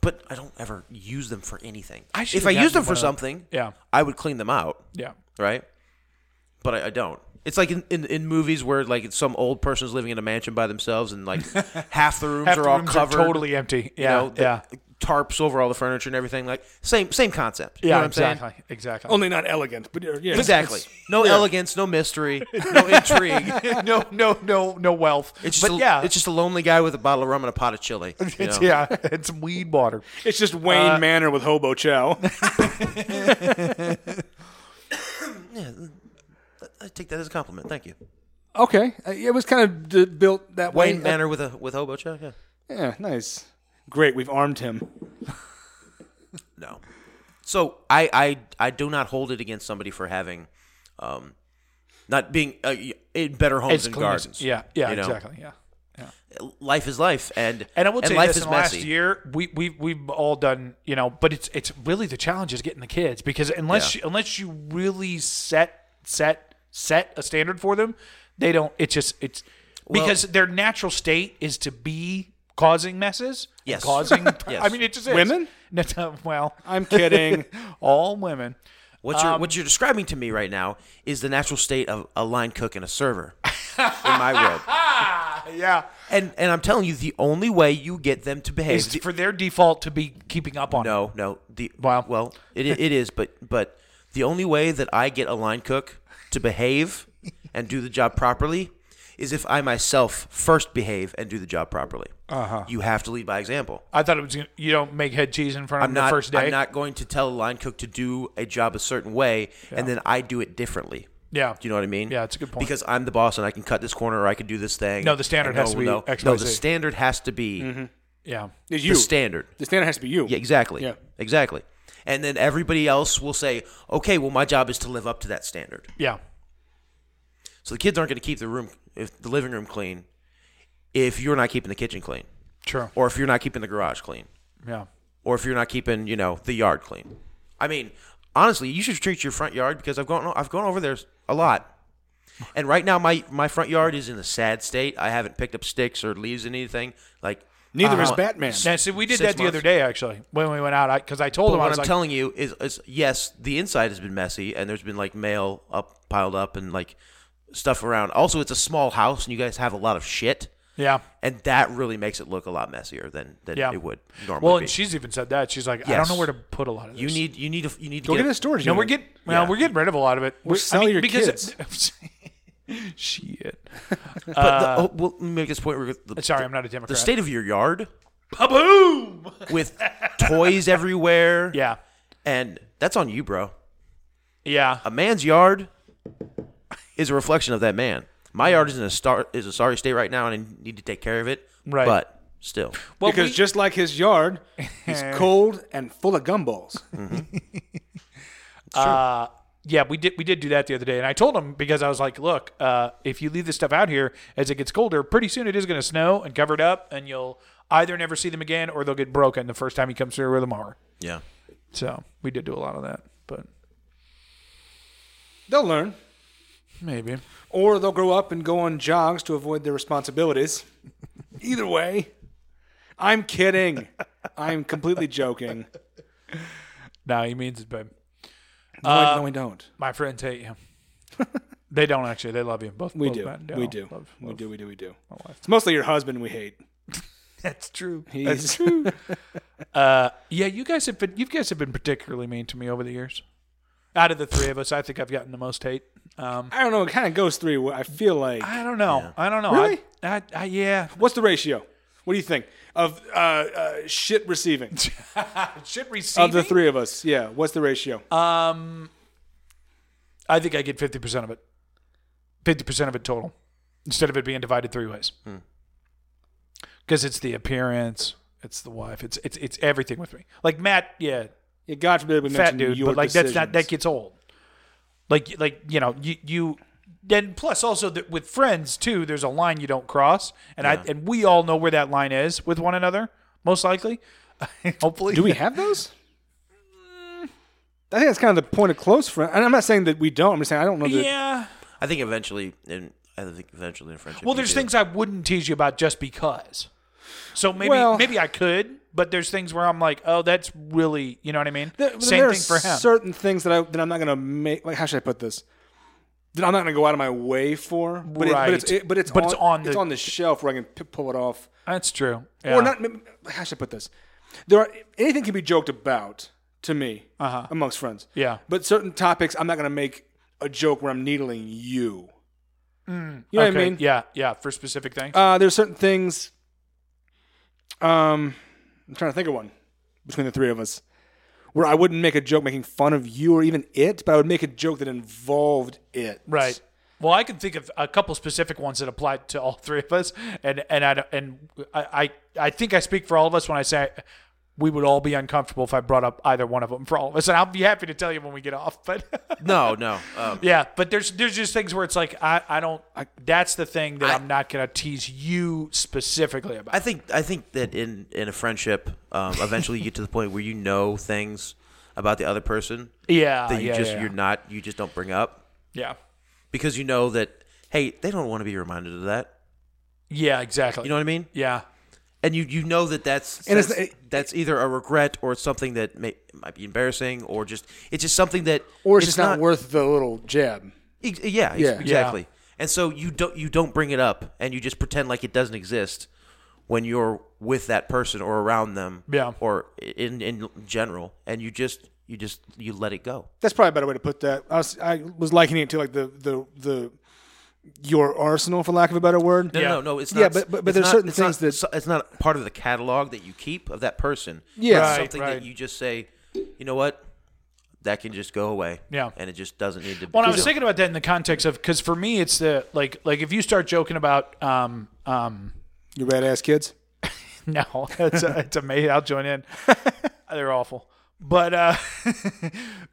S2: But I don't ever use them for anything.
S6: I should've
S2: if I used
S6: gotten
S2: them for
S6: one of-
S2: something,
S6: Yeah.
S2: I would clean them out.
S6: Yeah.
S2: right? But I, I don't. It's like in, in, in movies where like it's some old person's living in a mansion by themselves and
S6: *laughs*
S2: like half the rooms
S6: Half
S2: are
S6: the
S2: all
S6: rooms
S2: covered,
S6: totally empty. Yeah.
S2: you know, the
S6: yeah.
S2: tarps over all the furniture and everything. Like same same concept. You
S6: Yeah.
S2: know what I'm saying?
S6: exactly. Exactly.
S7: Only not elegant, but uh, yeah, yeah.
S2: Exactly. No elegance, no mystery, no
S6: *laughs*
S2: intrigue.
S6: *laughs* no, no, no, no wealth.
S2: It's just
S6: but
S2: a,
S6: yeah, *laughs*
S2: it's just a lonely guy with a bottle of rum and a pot of chili. you
S6: it's,
S2: know?
S6: yeah, it's weed water.
S7: It's just Wayne
S6: Uh,
S7: Manor with Hobo
S6: *laughs*
S7: Chow.
S2: I take that as a compliment. Thank you.
S7: okay, Uh, it was kind of d- built that way. Uh,
S2: Wayne Manor with a with hobo check. Yeah.
S7: Yeah, nice. Great, we've armed him.
S2: No. So I I I do not hold it against somebody for having, um, not being uh, in better homes and
S6: clean as-
S2: gardens.
S6: Yeah, yeah,
S2: you know?
S6: exactly. Yeah.
S2: Life is life, and
S6: And I will tell you
S2: life
S6: this,
S2: is
S6: in the
S2: messy.
S6: last year, we we we've all done, you know, but it's it's really the challenge is getting the kids because unless
S2: Yeah.
S6: you, unless you really set set set a standard for them, they don't. It's just it's because their natural state is to be causing messes. and
S2: Yes.
S6: *laughs* causing.
S2: Yes.
S6: I mean, it just is.
S7: Women?
S6: No, no, well,
S7: I'm
S6: *laughs*
S7: kidding.
S6: all women.
S2: What you're
S6: um,
S2: what you're describing to me right now is the natural state of a line cook and a server in my
S6: *laughs*
S2: world.
S6: Yeah.
S2: And and I'm telling you, the only way you get them to behave.
S6: Is
S2: the-
S6: for their default to be keeping up on it.
S2: no, no. The
S6: Wow.
S2: Well, it it is, but but the only way that I get a line cook to behave and do the job properly is if I myself first behave and do the job properly. Uh-huh. You have to lead by example.
S6: I thought it was gonna- you don't make head cheese in front of
S2: I'm
S6: them
S2: not
S6: the first day.
S2: I'm not going to tell a line cook to do a job a certain way and then I do it differently.
S6: Yeah.
S2: Do you know what I mean?
S6: Yeah, it's a good point.
S2: Because I'm the boss and I can cut this corner or I can do this thing.
S6: No, the standard
S2: And
S6: has to be
S2: no,
S6: X,
S2: no,
S6: Y, Mm-hmm.
S2: the
S6: Z.
S2: standard has to be
S6: Yeah.
S7: It's
S2: the
S7: you.
S2: standard.
S7: the standard has to be you.
S2: Yeah, exactly.
S7: Yeah.
S2: Exactly. And then everybody else will say, okay, well, my job is to live up to that standard.
S6: Yeah.
S2: So the kids aren't going to keep the room, if the living room clean, if you're not keeping the kitchen clean,
S6: True.
S2: or if you're not keeping the garage clean,
S6: Yeah.
S2: or if you're not keeping, you know, the yard clean. I mean, honestly, you should treat your front yard because I've gone, I've gone over there a lot. And right now, my my front yard is in a sad state. I haven't picked up sticks or leaves and anything. Like
S7: Neither is
S2: Uh,
S7: Batman.
S6: Now, see, we did
S2: Six
S6: that the other
S2: months.
S6: day actually when we went out because I, told
S2: But
S6: him I
S2: what
S6: was
S2: I'm
S6: like,
S2: telling you is, is, yes, the inside has been messy, and there's been like mail up piled up and like stuff around. Also, it's a small house, and you guys have a lot of shit,
S6: yeah.
S2: and that really makes it look a lot messier than, than
S6: Yeah.
S2: it would normally.
S6: Well,
S2: be.
S6: and she's even said that she's like, I don't
S2: Yes.
S6: know where to put a lot of this.
S2: you need you need a, you need to
S7: Go
S2: get,
S7: get a storage
S6: No,
S7: unit.
S6: we're getting well,
S2: Yeah.
S6: we're getting rid of a lot of it. We're,
S7: sell your
S6: because it- *laughs* shit.
S2: But the, oh, well, let me make this point. real quick. The,
S6: Uh, Sorry,
S2: the-
S6: I'm not a
S2: The
S6: Democrat.
S2: state of your yard
S6: Kaboom!
S2: with toys everywhere.
S6: *laughs* Yeah,
S2: and that's on you, bro.
S6: yeah.
S2: A man's yard is a reflection of that man. My yard is in a star is a sorry state right now, and I need to take care of it.
S6: Right.
S2: but still.
S6: Well,
S7: because
S6: we-
S7: just like his yard,
S6: *laughs*
S7: he's cold and full of gumballs.
S6: yeah, we did we did do that the other day, and I told him because I was like, look, uh, if you leave this stuff out here as it gets colder, pretty soon it is going to snow and cover it up, and you'll either never see them again or they'll get broken the first time he comes through with a mower.
S2: Yeah.
S6: So we did do a lot of that, but
S7: They'll learn,
S6: maybe.
S7: or they'll grow up and go on jogs to avoid their responsibilities. Either way, I'm kidding. I'm completely joking.
S6: No, he means it, babe.
S7: No, I-
S6: Uh,
S7: no, we don't.
S6: My friends hate you. *laughs* they don't actually. They love you. Both
S7: We
S6: both
S7: do.
S6: men
S7: We do.
S6: Love-
S7: We
S6: love-
S7: do. We do. We do. It's mostly your husband we hate.
S6: *laughs* That's true. Uh,
S7: He's-
S6: *laughs* Yeah, you guys have been you guys have been particularly mean to me over the years. Out of the three of us, I think I've gotten the most hate. Um,
S7: I don't know. It kind of goes through. I feel like.
S6: I don't know. I don't know.
S7: Really?
S6: I, I, I yeah.
S7: What's the ratio? What do you think of uh, uh, shit
S6: *laughs*
S7: receiving
S6: Shit
S7: of
S6: receiving.
S7: the three of us? Yeah. What's the ratio?
S6: Uh, um, I think I get fifty percent of it. Fifty percent of it total, instead of it being divided three ways.
S7: Hmm.
S6: Because it's the appearance, it's the wife, it's it's it's everything with me. Like Matt, yeah,
S7: yeah, God forbid we
S6: fat
S7: mention
S6: dude,
S7: your
S6: but like that's not that
S7: decisions.
S6: gets old. Like like you know you you then plus also that with friends too, there's a line you don't cross, and I and we all know where that line is with one another, most likely, *laughs* hopefully.
S7: Do we have those? I think that's kind of the point of close friend. And I'm not saying that we don't. I'm just saying I don't know. That,
S6: Yeah.
S2: I think eventually, and I think eventually in friendship.
S6: Well,
S2: you
S6: there's
S2: do.
S6: things I wouldn't tease you about just because. So maybe
S7: Well-
S6: maybe I could, but there's things where I'm like, oh, that's really you know what I mean.
S7: There-
S6: Same
S7: there
S6: thing for
S7: are
S6: him.
S7: Certain things that I that I'm not gonna make. Like how should I put this? That I'm not gonna go out of my way for. But It, but it's
S6: Right.
S7: it, but it's
S6: But
S7: on,
S6: it's on
S7: it's
S6: the-
S7: on the shelf where I can p- pull it off.
S6: that's true. Yeah.
S7: Or not. m- m- How should I put this? There are anything can be joked about to me amongst friends.
S6: Uh-huh. Yeah.
S7: But certain topics I'm not gonna make a joke where I'm needling you. you know
S6: Mm, okay.
S7: what I mean?
S6: Yeah, yeah. For specific things.
S7: Uh, there's certain things. Um, I'm trying to think of one between the three of us where I wouldn't make a joke making fun of you or even it, but I would make a joke that involved it.
S6: Right. Well, I can think of a couple specific ones that apply to all three of us, and and I don't- and I I, I think I speak for all of us when I say we would all be uncomfortable if I brought up either one of them for all of us, and I'll be happy to tell you when we get off. But *laughs*
S2: No, no. Um,
S6: yeah, but there's there's just things where it's like I I don't that's the thing that I, am not gonna tease you specifically about.
S2: I think I think that in in a friendship, um, eventually you get to the point where you know things about the other person
S6: yeah,
S2: that you
S6: Ah, yeah,
S2: just
S6: yeah,
S2: you're not you just don't bring up
S6: yeah,
S2: because you know that hey they don't want to be reminded of that.
S6: yeah, exactly.
S2: You know what I mean?
S6: yeah,
S2: And you you know that that's
S7: And it's-
S2: that's, that's either a regret or it's something that may, might be embarrassing or just it's just something that
S7: Or it's, just not, worth the little jab.
S2: Ex- yeah, ex-
S7: Yeah.
S2: exactly. And so you don't you don't bring it up, and you just pretend like it doesn't exist when you're with that person or around them,
S6: Yeah.
S2: or in in general, and you just you just you let it go.
S7: That's probably a better way to put that. I was I was likening it to like the the the your arsenal, for lack of a better word.
S2: No,
S6: Yeah.
S2: no, no, no, it's not.
S7: Yeah, but- but- but
S2: it's
S7: there's
S2: not-
S7: certain
S2: it's not-
S7: things that-
S2: so- it's not part of the catalog that you keep of that person.
S7: Yeah.
S2: It's
S7: Right,
S2: something
S6: right.
S2: that you just say, you know what, that can just go away.
S6: Yeah.
S2: and it just doesn't need to.
S6: Well, and I was thinking about that in the context of because for me it's the like like if you start joking about um *laughs* um
S7: You red ass kids.
S6: No, it's it's amazing. I'll join
S2: *laughs*
S6: in. They're awful, but uh, *laughs*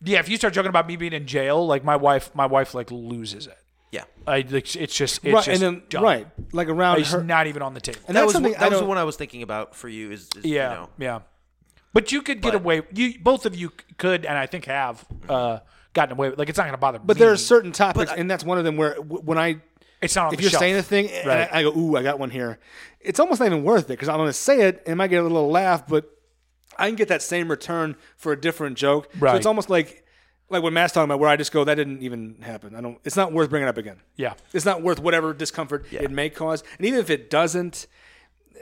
S6: yeah, if you start joking about me being in jail, like my wife, my wife like loses it.
S2: Yeah.
S6: I like it's just it's
S7: right, and
S6: just
S7: then
S6: done.
S7: right, like around
S6: It's
S7: her.
S6: not even on the table.
S7: and
S2: that
S7: that's
S2: was
S7: something
S2: that
S7: I
S2: was the
S7: don't-
S2: one I was thinking about for you. Is, is,
S6: Yeah,
S2: you know,
S6: yeah. But you could get away. You both of you could, and I think have uh, gotten away. with Like it's not going to bother.
S7: But there are certain topics,
S2: I-
S7: and that's one of them where w- when I,
S6: It's not on
S7: if
S6: the
S7: you're
S6: shelf.
S7: saying a thing, and
S6: Right.
S7: I, I go, ooh, I got one here. It's almost not even worth it because I'm going to say it, and I might get a little laugh, but I can get that same return for a different joke. So
S6: Right.
S7: it's almost like, like what Matt's talking about, where I just go, that didn't even happen. I don't. It's not worth bringing up again.
S6: Yeah.
S7: It's not worth whatever discomfort it may cause, and even if it doesn't,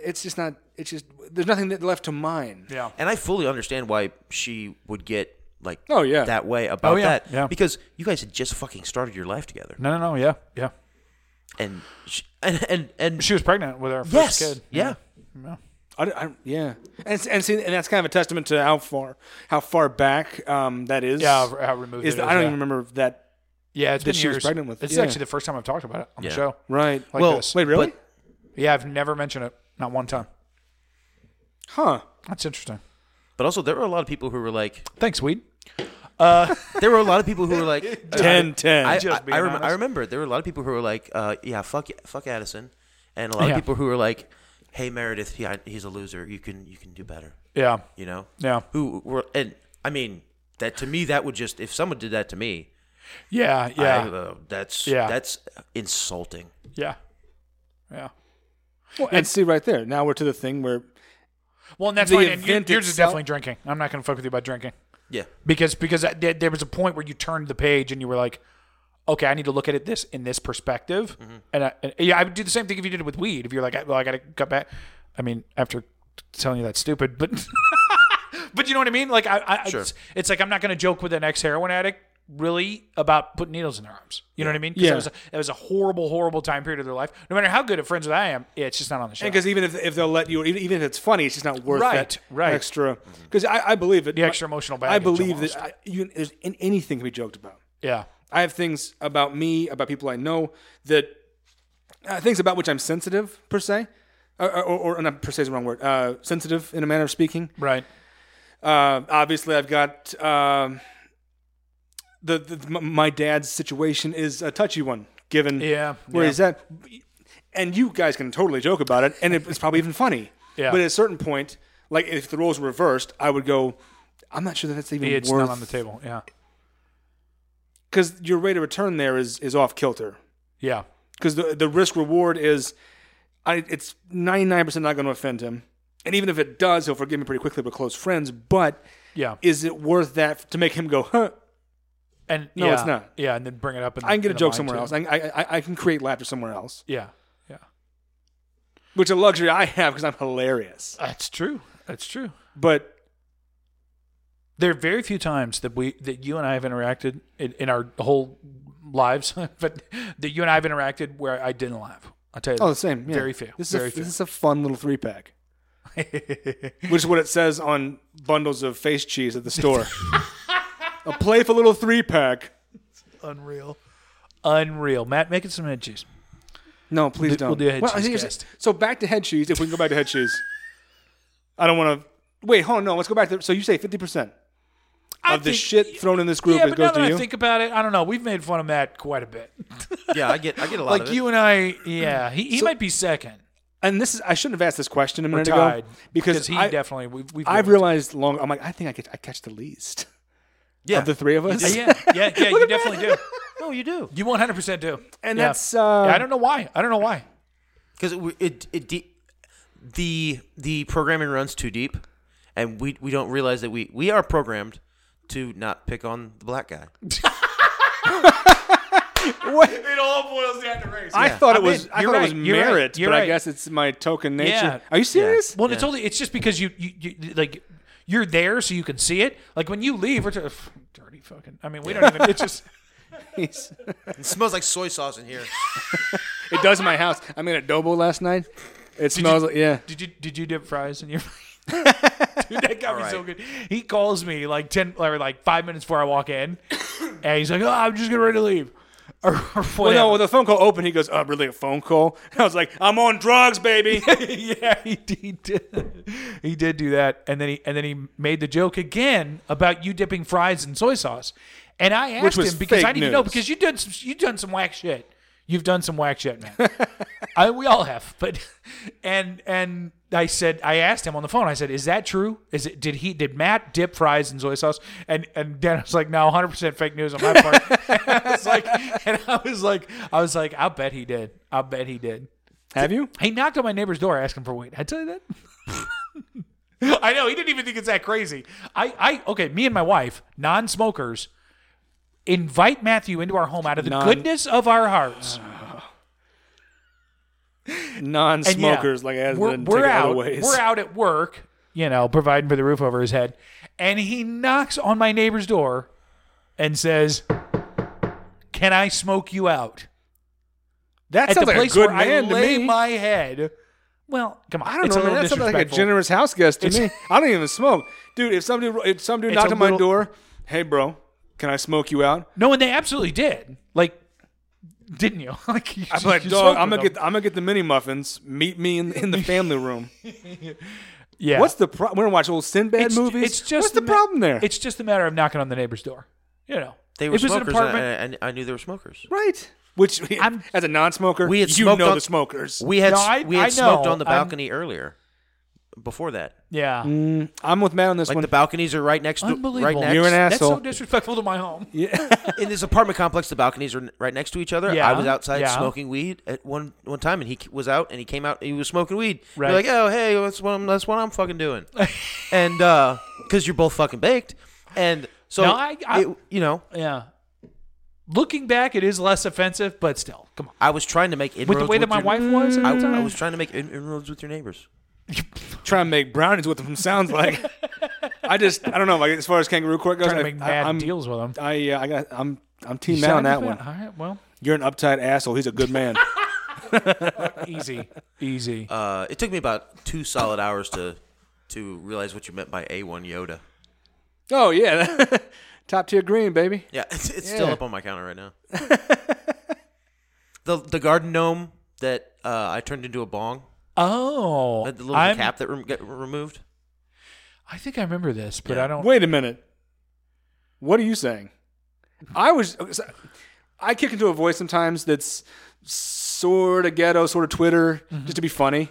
S7: it's just not. It's just there's nothing that left to mine.
S6: Yeah.
S2: And I fully understand why she would get like
S7: Oh, yeah.
S2: that way about
S6: Oh, yeah,
S2: that
S6: yeah.
S2: because you guys had just fucking started your life together
S6: No, no, no. Yeah, yeah.
S2: and she, and and and
S6: She was pregnant with our
S2: yes
S6: first kid.
S2: yeah
S7: I, don't- I don't- yeah, and s- and see, and that's kind of a testament to how far how far back um, that is.
S6: Yeah, how- how removed
S7: is
S6: it
S7: the-
S6: is,
S7: I don't
S6: yeah.
S7: even remember that.
S6: yeah. It's
S7: That
S6: been
S7: she was
S6: years.
S7: pregnant with,
S6: It's
S7: yeah.
S6: actually the first time I've talked about it on
S2: Yeah.
S6: the show.
S7: Right.
S6: Like
S2: Well,
S6: this.
S7: Wait, really?
S2: but-
S6: yeah, I've never mentioned it. Not one time.
S7: huh?
S6: That's interesting.
S2: but also there were a lot of people who were like
S6: Thanks, Weed.
S2: there were a lot of people who were
S7: *laughs*
S2: like
S7: 10, 10.
S2: I,
S6: Just
S2: I-
S6: being
S2: I, rem-
S6: honest.
S2: I remember there were a lot of people who were like, uh, yeah, fuck, fuck Addison, and a lot
S6: Yeah.
S2: of people who were like, hey Meredith, yeah, he's a loser. You can you can do better.
S6: Yeah.
S2: You know.
S6: Yeah.
S2: Who were and I mean that to me that would just if someone did that to me,
S6: Yeah.
S2: I,
S6: Yeah.
S2: uh, that's
S6: Yeah.
S2: that's insulting.
S6: yeah. Yeah.
S7: and see, right there. Now we're to the thing where
S6: Well, and that's
S7: The
S6: fine. And you,
S7: event
S6: yours is
S7: itself-
S6: definitely drinking. I'm not going to fuck with you about drinking
S2: Yeah.
S6: because because I, there, there was a point where you turned the page and you were like, okay, I need to look at it this in this perspective. And, I, and- yeah, I would do the same thing if you did it with weed. If you're like, well, I got to cut back. I mean, after telling you that's stupid, but *laughs* but you know what I mean. Like I, I it's, it's like I'm not going to joke with an ex heroin addict really about putting needles in their arms. You know what I mean? 'Cause
S7: Yeah.
S6: It was, a, it was a horrible, horrible time period of their life. No matter how good of friends that I am, it's just not on the show.
S7: because even if, if they'll let you, even, even if it's funny, it's just not worth
S6: Right,
S7: that
S6: right.
S7: extra. Because I, I believe it.
S6: The extra emotional
S7: I
S6: baggage
S7: believe
S6: almost.
S7: that I, you, there's an- anything can be joked about.
S6: yeah.
S7: I have things about me, about people I know, that uh, things about which I'm sensitive per se, or, or, or, or not per se is the wrong word. Uh, sensitive in a manner of speaking.
S6: Right.
S7: Uh, obviously, I've got um, the, the m- my dad's situation is a touchy one, given
S6: Yeah,
S7: where
S6: yeah.
S7: he's at, and you guys can totally joke about it, and it, it's probably even funny.
S6: Yeah.
S7: But at a certain point, like if the roles were reversed, I would go. I'm not sure that that's even
S6: It's
S7: worth
S6: not on the table. Yeah.
S7: because your rate of return there is is off kilter.
S6: Yeah.
S7: because the the risk reward is, I it's ninety nine percent not going to offend him, and even if it does, he'll forgive me pretty quickly. We're close friends, but
S6: Yeah.
S7: is it worth that to make him go? Huh?
S6: And
S7: No,
S6: yeah,
S7: it's not.
S6: Yeah, and then bring it up. In,
S7: I can get
S6: in
S7: a
S6: the
S7: joke
S6: mind,
S7: somewhere
S6: too.
S7: else. I, I I I can create laughter somewhere else,
S6: yeah, yeah,
S7: which a luxury I have because I'm hilarious.
S6: that's true. That's true.
S7: But
S6: There are very few times that we that you and I have interacted in, in our whole lives, *laughs* but that you and I have interacted where I didn't laugh. I'll tell you.
S7: oh, the
S6: that.
S7: same. yeah.
S6: Very few.
S7: This is
S6: very
S7: a,
S6: few.
S7: this is a fun little three pack,
S6: *laughs*
S7: which is what it says on bundles of face cheese at the *laughs* store. a playful little three pack.
S6: Unreal. Unreal. Matt, make it some head cheese.
S7: No, please
S6: do-
S7: don't.
S6: we'll do a head
S7: Well,
S6: cheese
S7: here's-
S6: cast.
S7: So back to head cheese. If we can go back to head cheese, I don't want to. Wait, hold on. No, let's go back to. So you say fifty percent
S6: I
S7: of the
S6: think-
S7: shit thrown in this group
S6: yeah,
S7: it
S6: but
S7: goes
S6: now
S7: to
S6: that
S7: you.
S6: I think about it, I don't know. We've made fun of Matt quite a bit.
S2: Yeah, I get I get a lot
S6: Like
S2: of it.
S6: you and I, yeah. He, he might be second.
S7: and this is I shouldn't have asked this question a
S6: We're
S7: minute
S6: tied
S7: ago because
S6: he
S7: I,
S6: definitely we've, we've
S7: I've
S6: really
S7: realized long. I'm like I think I get I catch the least
S2: yeah.
S7: of the three of us.
S6: yeah
S7: *laughs*
S6: yeah yeah you definitely do.
S2: no, you do
S6: You 100 percent do.
S7: and
S6: Yeah.
S7: that's uh,
S6: Yeah, I don't know why. I don't know why.
S2: because it it, it de- the the programming runs too deep, and we we don't realize that we we are programmed to not pick on the black guy.
S6: It all boils down to race.
S7: I thought it
S6: I'm
S7: was
S6: in.
S7: I
S6: You're
S7: thought it
S6: right.
S7: was
S6: You're right.
S7: merit,
S6: You're
S7: but I
S6: right.
S7: guess it's my token nature.
S6: Yeah.
S7: Are you serious?
S6: well, it's only it's just because you, you you like you're there so you can see it. Like when you leave, we're just, dirty fucking. I mean, we don't even.
S7: *laughs*
S6: It's just
S7: Jeez.
S2: It smells like soy sauce in here.
S7: it does in my house. I made adobo last night. It smells like yeah.
S6: did you did you dip fries
S7: *laughs*
S6: in your? *laughs* Dude, that got me so good. He *coughs* calls me like ten or like five minutes before I walk in, and he's like, "Oh, I'm just getting ready to leave." *laughs* or, or
S7: Well,
S6: whatever.
S7: no, well, the phone call opened. He goes, "Oh, really? A phone call?" *laughs* I was like, "I'm on drugs,
S6: *laughs*
S7: baby."
S6: yeah, he, d- he did. He did do that, and then he and then he made the joke again about you dipping fries in soy sauce. And I asked
S7: was
S6: him because
S7: fake
S6: I didn't know
S7: news.
S6: because you done some you done some whack shit. You've done some whack
S7: *laughs*
S6: shit, man. I, we all have, but and and I said I asked him on the phone. I said, "Is that true? Is it did he did Matt dip fries in soy sauce?" And and Dan was like, "No, 100 percent fake news on my part." *laughs* and I was like, and I was like, I was like, "I bet he did. I bet he did."
S7: Have you?
S6: He knocked on my neighbor's door asking for weed. I tell you that. *laughs* I know he didn't even think it's that crazy. I, I, okay. Me and my wife, non-smokers, invite Matthew into our home out of the
S7: Non-
S6: goodness of our hearts.
S7: *sighs*
S6: And yeah,
S7: Non-smokers, like, has
S6: we're,
S7: been
S6: we're
S7: taken
S6: out.
S7: other ways.
S6: We're out at work, you know, providing for the roof over his head, and he knocks on my neighbor's door and says, "Can I smoke you out?"
S7: That
S6: At the
S7: sounds like a
S6: place
S7: good
S6: where
S7: man
S6: I
S7: to
S6: lay
S7: me.
S6: my head. Well, come on.
S7: I don't
S6: it's
S7: know,
S6: A
S7: man.
S6: little
S7: That sounds like a
S6: disrespectful.
S7: generous house guest to
S6: It's- *laughs*
S7: me. I don't even smoke, dude. If somebody, if some dude
S6: It's
S7: knocked
S6: a
S7: on my
S6: little-
S7: door, hey, bro, can I smoke you out?
S6: No, and they absolutely did. Like, didn't you? *laughs* like, you
S7: I'm like,
S6: you
S7: dog,
S6: smoked
S7: I'm
S6: with
S7: gonna
S6: them.
S7: get, I'm gonna get the mini muffins. Meet me in, in
S6: *laughs*
S7: the family room.
S6: Yeah.
S7: What's the problem? We're gonna watch old Sinbad
S6: it's,
S7: movies.
S6: It's just
S7: what's the
S6: a ma-
S7: problem there?
S6: It's just a matter of knocking on the neighbor's door. You know,
S2: They were
S6: it was an
S2: smokers, uh, and I-
S6: apartment.
S2: and I, I knew they were smokers.
S7: right. *laughs* Which
S6: I'm-
S7: as a non-smoker,
S2: We had
S7: you
S2: smoked
S7: know
S2: on-
S7: the smokers.
S2: We had
S6: No,
S2: s-
S6: I-
S2: we had
S6: I
S2: smoked
S6: know.
S2: on the
S6: I'm-
S2: balcony earlier. Before that,
S6: yeah.
S7: mm, I'm with Matt on this
S2: like
S7: one.
S2: the balconies are right next to right
S6: Unbelievable.
S2: next.
S7: You're an
S6: That's so
S7: asshole.
S6: disrespectful to my home.
S2: in this apartment complex, the balconies are right next to each other.
S6: Yeah,
S2: I was outside
S6: yeah.
S2: smoking weed at one one time, and he k- was out, and he came out, and he was smoking weed.
S6: Right.
S2: You're like, oh hey, that's what I'm, that's what I'm fucking doing, *laughs* and because you're both fucking baked, and so
S6: No, I- I-
S2: it- you know,
S6: Yeah. Looking back, it is less offensive, but still, come on.
S2: I was trying to make inroads
S6: With the way that my
S2: your-
S6: wife was
S7: Mm.
S6: at
S2: I,
S6: the time,
S2: I was trying to make in- inroads with your neighbors.
S7: trying to make brownies with them sounds
S6: *laughs*
S7: like. I just I don't know. Like as far as kangaroo court goes,
S6: trying to
S7: I,
S6: make mad
S7: am
S6: deals with them.
S7: I uh, I got I'm I'm team Matt on that one.
S6: All
S7: *laughs*
S6: right, well,
S7: You're an uptight asshole. He's a good man.
S6: easy, easy.
S2: Uh, it took me about two solid hours to to realize what you meant by A1 Yoda.
S7: *laughs* oh yeah, *laughs* top tier green baby.
S2: Yeah, *laughs* it's, it's still
S7: Yeah.
S2: up on my counter right now. the the garden gnome that uh, I turned into a bong,
S6: oh,
S2: uh, the little
S6: I'm-
S2: cap that rem- get removed.
S6: I think I remember this, but I don't.
S7: Wait a minute. What are you saying? I was I kick into a voice sometimes that's sort of ghetto, sort of Twitter,
S6: Mm-hmm.
S7: just to be funny.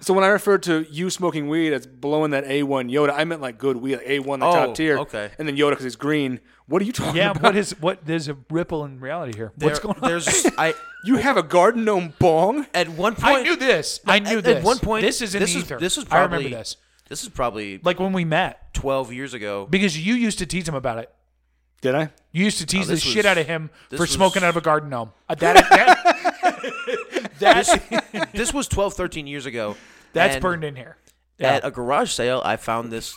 S7: So when I referred to you smoking weed as blowing that A1 Yoda, I meant like good weed, like A1 the
S2: Oh,
S7: top tier,
S2: okay.
S7: and then Yoda because he's green. What are you talking *laughs*
S6: Yeah,
S7: about?
S6: what is what? There's a ripple in reality here. What's
S2: There-
S6: going on?
S2: There's I
S7: you have a garden gnome bong?
S2: at one point
S6: I knew this. I knew
S2: at,
S6: this.
S2: at one point
S6: this is in
S2: this
S6: the
S2: is
S6: ether.
S2: this is
S6: I
S2: probably
S6: remember this.
S2: This is probably like
S6: Like when we met,
S2: twelve years ago.
S6: because you used to tease him about it.
S7: Did I?
S6: You used to tease the
S2: Oh, this
S6: shit
S2: was-
S6: out of him
S2: this
S6: for
S2: was-
S6: smoking out of a garden gnome. Uh, that,
S2: *laughs*
S6: that,
S2: This, *laughs* this was 12, 13 years ago.
S6: that's
S2: and
S6: burned in here. Yeah.
S2: At a garage sale, I found this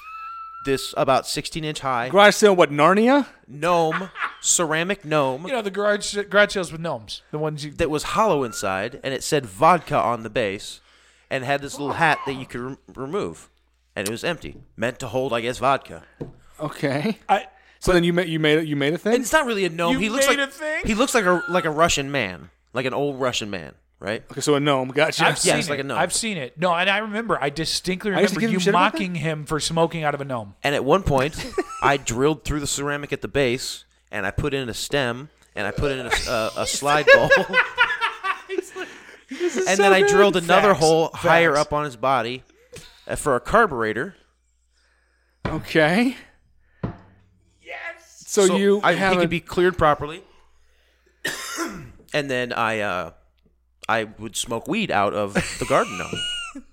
S2: this about sixteen inch high
S7: Garage sale, what, Narnia?
S2: gnome, ceramic gnome
S6: you know the garage garage sales with gnomes, the ones you.
S2: that was hollow inside, and it said vodka on the base, and had this little hat that you could re- remove, and it was empty, meant to hold, I guess, vodka.
S7: Okay.
S6: I,
S7: So then you made you made you made a
S2: And
S7: thing?
S2: it's not really a gnome.
S6: You
S2: he looks
S6: made
S2: like
S6: a thing?
S2: he looks like a like a Russian man, like an old Russian man, right?
S7: Okay, so a gnome, gotcha.
S6: I've
S2: Yeah,
S6: seen
S2: it's like
S6: it.
S2: a gnome.
S6: I've seen it. No, and I remember. I distinctly
S7: used to
S6: remember
S7: give him
S6: you
S7: shit about that?
S6: mocking him for smoking out of a gnome.
S2: And at one point,
S6: *laughs*
S2: I drilled through the ceramic at the base, and I put in a stem, and I put in a, uh, a, a slide bowl.
S6: *laughs*
S2: and then I drilled another
S6: Facts.
S2: hole higher
S6: Facts.
S2: up on his body uh, for a carburetor.
S7: Okay. Yes. So, you
S2: I,
S7: have
S2: he
S7: a,
S2: could be cleared properly. *coughs* and then I uh, I would smoke weed out of the garden gnome.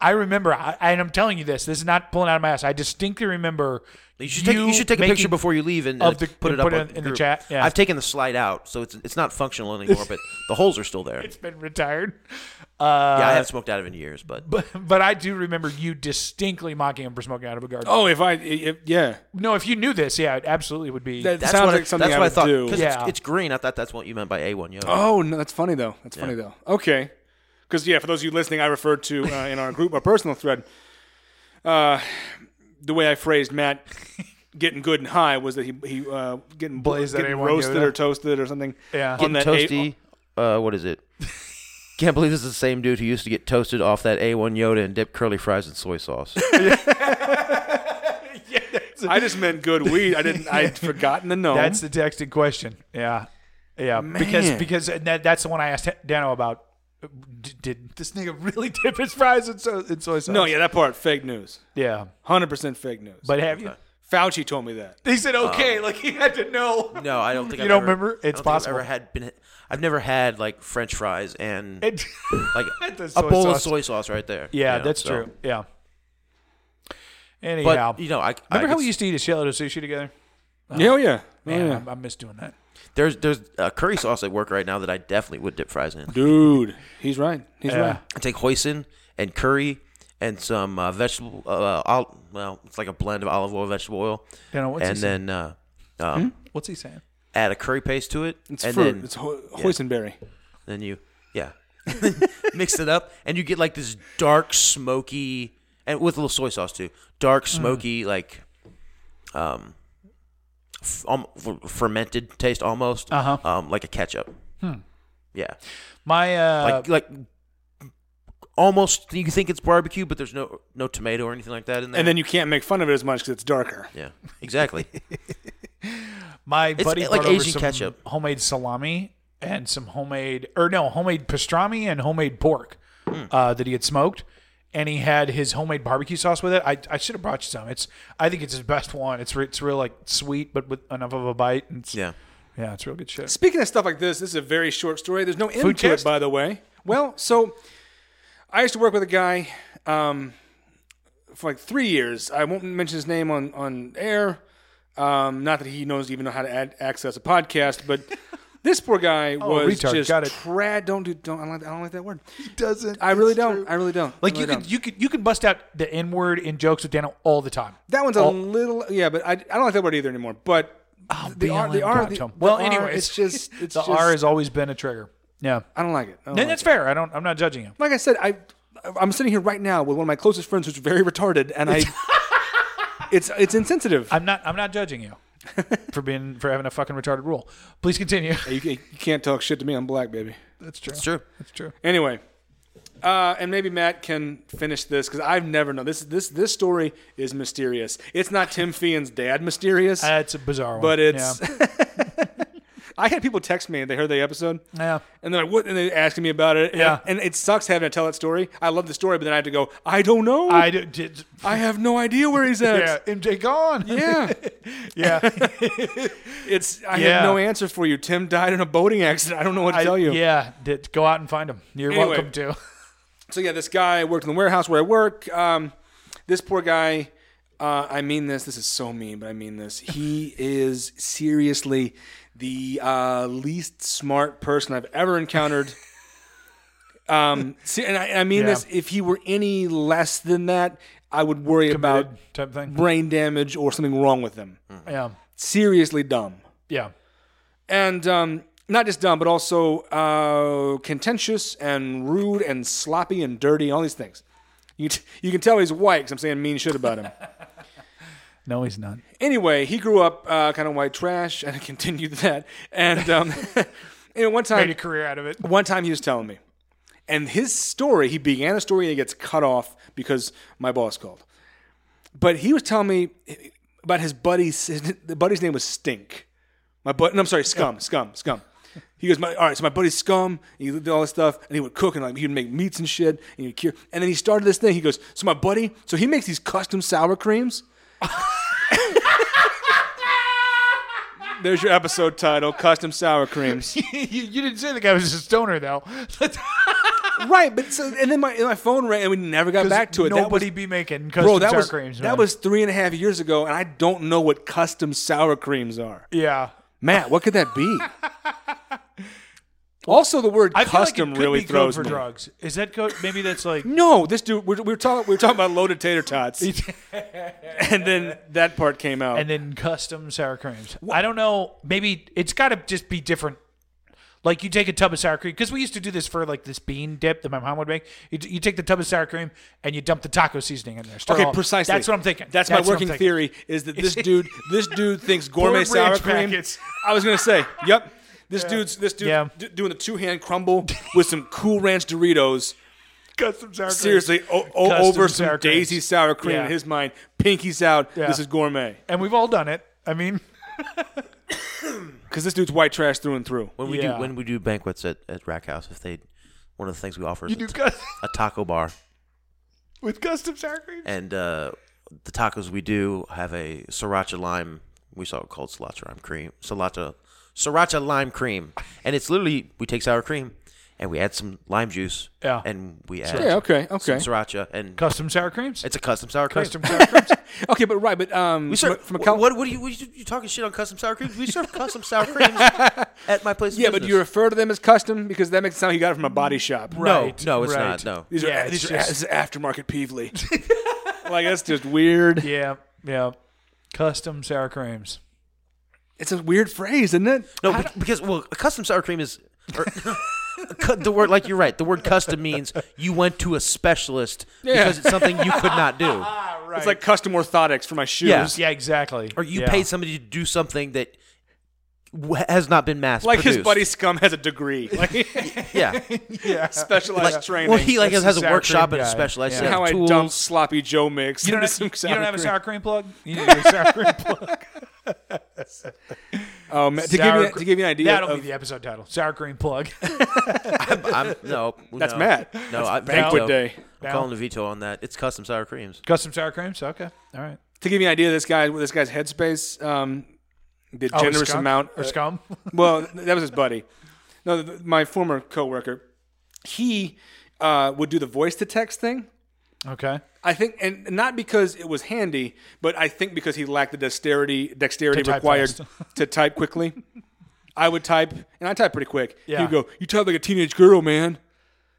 S6: I remember, I, and I'm telling you this. This is not pulling out of my ass. I distinctly remember.
S2: You should take, you should take a
S6: making-
S2: picture before you leave and uh,
S6: of the-
S2: put
S6: and
S2: it up
S6: put it
S2: on
S6: in- in the
S2: group.
S6: chat, yeah.
S2: I've taken the slide out, so it's it's not functional anymore, but the holes are still there.
S6: *laughs* It's been retired.
S2: yeah, I haven't smoked out of it in years, but
S6: But but I do remember you distinctly mocking him for smoking out of a garden.
S7: Oh, if I, if, yeah.
S6: no! If you knew this, yeah, it absolutely would be.
S7: That
S2: That's
S7: sounds
S2: what
S7: like
S2: I,
S7: something
S2: that's
S7: I
S2: what I
S7: would
S2: thought.
S7: do.
S2: 'cause
S6: Yeah.
S2: It's, it's green. I thought that's what you meant by A1 Yoda.
S7: Oh no, that's funny though. That's funny though. Okay, because yeah, for those of you listening, I referred to uh, in our group, our personal thread, uh, the way I phrased Matt getting good and high was that he he uh, getting
S6: Blaze that
S7: getting
S6: anyone gave
S7: roasted
S6: it
S7: or
S6: up.
S7: toasted or something.
S6: Yeah.
S2: Getting
S7: on that eight-
S2: toasty. uh, what is it? Can't believe this is the same dude who used to get toasted off that A1 Yoda and dip curly fries in soy sauce.
S7: I just meant good weed. I
S2: *laughs*
S7: didn't.
S6: *laughs*
S7: I'd forgotten the gnome.
S6: That's the texted question. Yeah, yeah. Because because that, that's the one I asked Dano about. D- did this nigga really *laughs* dip his fries in, so, in soy sauce?
S7: no, yeah, that part fake news.
S6: yeah.
S7: Hundred percent fake news.
S6: But have you?
S7: Fauci told me that.
S6: He said okay. like he had to know. *laughs*
S2: No, I don't think
S6: You
S2: I've
S6: don't
S2: ever-
S6: remember?
S2: I don't
S6: It's
S2: think I've
S6: possible.
S2: ever had been. I've never had like French fries and
S6: *laughs* It-
S2: like
S6: the
S2: a
S6: soy
S2: bowl of
S6: sauce.
S2: soy sauce right there.
S6: yeah,
S2: you know,
S6: that's
S2: so.
S6: true. Yeah.
S2: But
S6: Anyhow,
S2: you know, I
S6: remember
S2: I
S6: how
S2: could
S6: we
S2: s-
S6: used to eat a shell sushi together?
S7: Yeah, oh, yeah, Oh,
S6: Man,
S7: yeah.
S6: I, I miss doing that.
S2: there's there's a curry sauce at work right now that I definitely would dip fries in.
S7: dude. He's right. He's right.
S2: I take hoisin and curry and some uh, vegetable. Uh, ol- well, it's like a blend of olive oil, vegetable oil,
S6: Dano, what's Hmm? he
S2: and
S6: saying?
S2: then uh, um,
S6: What's he saying?
S2: add a curry paste to it.
S7: It's
S2: and
S7: fruit.
S2: Then,
S7: it's ho- hoisinberry.
S2: then you yeah *laughs* mix it up and you get like this dark smoky and with a little soy sauce too
S6: Mm.
S2: dark smoky like um, f- um f- fermented taste almost
S6: Uh-huh.
S2: um like a ketchup yeah
S6: My uh,
S2: like like almost you think it's barbecue but there's no no tomato or anything like that in there
S7: And then you can't make fun of it as much because it's darker.
S2: yeah
S6: *laughs*
S2: exactly
S6: My buddy
S2: like
S6: brought over
S2: Asian
S6: some
S2: ketchup.
S6: homemade salami and some homemade, or no, homemade pastrami and homemade pork
S2: Hmm.
S6: uh, that he had smoked, and he had his homemade barbecue sauce with it. I, I should have brought you some. It's I think it's his best one. It's re, it's real like sweet, but with enough of a bite. And it's,
S2: yeah
S6: yeah, it's real good shit.
S7: Speaking of stuff like this, this is a very short story. There's no end
S6: Food
S7: to
S6: cast?
S7: it, by the way. Well, so I used to work with a guy um, for like three years. I won't mention his name on on air. Um, not that he knows even know how to ad- access a podcast,
S6: *laughs*
S7: but this poor guy was
S6: Oh, retard.
S7: just
S6: Got it.
S7: trad. Don't do. Don't. I don't like, I don't like that word.
S6: Doesn't
S7: I really don't. I really don't.
S6: like
S7: I
S6: you
S7: really
S6: could
S7: don't.
S6: you could you could bust out the N word in jokes with Dano all the time.
S7: That one's a
S6: Oh.
S7: little. Yeah, but I, I don't like that word either anymore. But the R, the
S6: BLM
S7: R,
S6: got
S7: the,
S6: him.
S7: the
S6: well,
S7: R,
S6: anyways,
S7: it's
S6: *laughs*
S7: just it's
S6: the
S7: just,
S6: R has always been a trigger. Yeah,
S7: I don't like it. I don't
S6: and
S7: like
S6: that's
S7: it.
S6: fair. I don't. I'm not judging him.
S7: like I said, I I'm sitting here right now with one of my closest friends who's very retarded, and *laughs* I it's it's insensitive.
S6: I'm not. I'm not
S7: *laughs*
S6: judging you for being for having a fucking retarded rule. Please continue.
S7: you, ca- you can't talk shit to me. I'm black, baby.
S6: That's true. That's
S2: sure
S6: That's true.
S7: Anyway, uh, and maybe Matt can finish this because I've never known this. This this story is mysterious. It's not Tim Fion's dad mysterious,
S6: That's a bizarre one.
S7: but it's.
S6: yeah.
S7: *laughs* I had people text me. They heard the *laughs* episode.
S6: Yeah.
S7: And they're like, what? And they're asking me about it.
S6: Yeah.
S7: And, and it sucks having to tell that story. I love the story, but then I have to go, I don't know.
S6: I
S7: *laughs*
S6: d- did.
S7: I have no idea where he's
S6: Yeah,
S7: at.
S6: MJ gone.
S7: *laughs* yeah. *laughs*
S6: yeah.
S7: It's I
S6: Yeah.
S7: have no answer for you. Tim died in a boating accident. I don't know what to
S6: I,
S7: tell you.
S6: Yeah, did, go out and find him. You're
S7: Anyway.
S6: welcome to.
S7: So yeah, this guy worked in the warehouse where I work. Um, this poor guy. Uh, I mean this. This is so mean, but I mean this. He is seriously the uh, least smart person I've ever
S6: *laughs*
S7: encountered. Um, see, and I, I mean
S6: Yeah.
S7: this. If he were any less than that, I would worry about
S6: Committed type thing. Hmm.
S7: brain damage or something wrong with him.
S6: Yeah.
S7: Seriously dumb.
S6: Yeah.
S7: and um, not just dumb, but also uh, contentious and rude and sloppy and dirty, all these things. You, t- you can tell he's white because I'm saying mean shit about
S6: *laughs*
S7: him.
S6: No, he's not.
S7: anyway, he grew up uh, kind of white trash and continued that. And um, *laughs* anyway, one
S6: Made a
S7: time,
S6: career out of it.
S7: one time he was telling me, and his story, he began a story and he gets cut off because my boss called. But he was telling me about his buddy's his, the buddy's name was Stink. My buddy, no, I'm sorry, Scum, Scum, Scum. He goes, my, all right, so my buddy Scum, he did all this stuff, and he would cook and like he would make meats and shit, and he would cure. And then he started this thing. He goes, so my buddy, so he makes these custom sour creams. There's your episode title, Custom Sour Creams.
S6: *laughs* you, you didn't say the guy was a stoner though. *laughs*
S7: Right, but so and then my and my phone rang and we never got back to it. That was,
S6: Nobody be making custom
S7: bro, that
S6: sour
S7: was
S6: creams.
S7: that
S6: man.
S7: was three and a half years ago, and I don't know what custom sour creams are.
S6: yeah.
S7: Matt, what could that
S6: *laughs*
S7: be? also, the word
S6: I feel like it
S7: custom
S6: could
S7: really
S6: be code
S7: throws
S6: for
S7: me.
S6: drugs. Is that code? Maybe that's like
S7: No, this dude, we we're, we were talking we were talking about loaded tater
S6: *laughs*
S7: tots, and then that part came out.
S6: and then custom sour creams. I don't know. Maybe it's got to just be different. Like you take a tub of sour cream because we used to do this for like this bean dip that my mom would make. You, you take the tub of sour cream and you dump the taco seasoning in there. Stir
S8: Okay,
S6: all-
S8: precisely.
S6: That's what I'm thinking.
S8: That's,
S6: what
S8: my
S6: I'm
S8: working
S6: thinking.
S8: theory. Is that this dude, this dude
S6: *laughs*
S8: thinks gourmet
S6: Board
S8: sour
S6: ranch
S8: cream.
S6: packets.
S8: I was gonna say, yep. This dude's this dude
S6: Yeah.
S8: d- doing a two hand crumble with some Cool Ranch
S6: *laughs*
S8: Doritos.
S6: Custom sour cream.
S8: Seriously, o- o-
S6: Custom
S8: over some
S6: sour cream.
S8: Daisy sour cream
S6: Yeah.
S8: in his mind. Pinkies out.
S6: Yeah.
S8: This is gourmet
S6: and we've all done it. I mean, *laughs*
S8: because this dude's white trash through and through.
S2: When we
S6: Yeah.
S2: do when we do banquets at, at Rack House, if they one of the things we offer is
S6: you
S2: a
S6: do
S2: t-
S6: cus-
S2: a taco bar,
S6: with custom sour cream.
S2: and uh, the tacos we do have a sriracha lime. We saw it called sriracha lime cream, sriracha sriracha lime cream, and it's literally we take sour cream and we add some lime juice,
S6: Yeah.
S2: and we add
S7: Yeah, okay,
S2: some
S7: okay.
S2: sriracha, and
S6: Custom sour creams.
S2: it's a custom sour cream.
S6: custom sour creams.
S7: Okay, but right, but um,
S2: We
S7: from,
S2: serve
S7: a- from a
S2: wh-
S7: Cal-
S2: what? What are you? What are you, you talking shit on custom sour creams? We serve custom sour
S7: *laughs*
S2: creams at my place. of
S7: yeah,
S2: business.
S7: but do you refer to them as custom because that makes it sound like you got it from a body shop.
S2: no,
S6: Right,
S2: no, it's
S6: right.
S2: not. No,
S8: These
S6: Yeah,
S8: are,
S6: it's
S8: these are
S6: just-
S8: this is aftermarket
S6: *laughs*
S8: Peevely.
S7: Like that's just weird.
S6: yeah, yeah. Custom sour creams.
S7: It's a weird phrase, isn't it?
S2: no, be- because well, a custom sour cream is or, *laughs* cu- the word. Like you're right. The word custom means you went to a specialist because it's something you could not do,
S7: *laughs* It's like custom orthotics for my shoes.
S2: Yeah.
S6: Yeah, exactly.
S2: or you
S6: yeah.
S2: paid somebody to do something that w- has not been mass
S7: Like his
S2: produced.
S7: buddy Scum has a degree, like *laughs*
S2: Yeah.
S7: specialized
S2: Like,
S7: training.
S2: well, he like
S6: That's
S2: has
S6: the
S2: a
S6: sour
S2: workshop
S6: cream
S2: and a
S6: guy.
S2: specialized
S6: Yeah.
S2: set
S7: how
S2: of
S7: I
S2: tools.
S7: dump sloppy Joe mix.
S6: You don't,
S7: into
S6: have,
S7: some
S6: you don't have a
S7: cream.
S6: sour cream plug. You need a sour cream plug.
S7: Oh, man, to give
S6: Sour
S7: you
S6: cre-
S7: to give you an idea,
S6: That'll
S7: of,
S6: be the episode title. Sour cream *laughs* plug.
S2: I'm, no,
S7: *laughs* That's
S2: no.
S7: Matt.
S2: No, I,
S7: banquet
S2: veto.
S7: day.
S2: I'm calling the veto on that. It's custom sour creams.
S6: Custom sour creams. Okay. All right.
S7: to give you an idea, of this guy this guy's headspace, um, the
S6: Oh, a
S7: generous
S6: skunk?
S7: amount uh,
S6: or scum. *laughs*
S7: well, that was his buddy. No, th- my former coworker, he uh, would do the voice to text thing.
S6: okay.
S7: I think, and not because it was handy, but I think because he lacked the dexterity dexterity
S6: To type
S7: required
S6: fast. *laughs*
S7: to type quickly. I would type, and I type pretty quick.
S6: Yeah.
S7: He'd go, "You type like a teenage girl, man."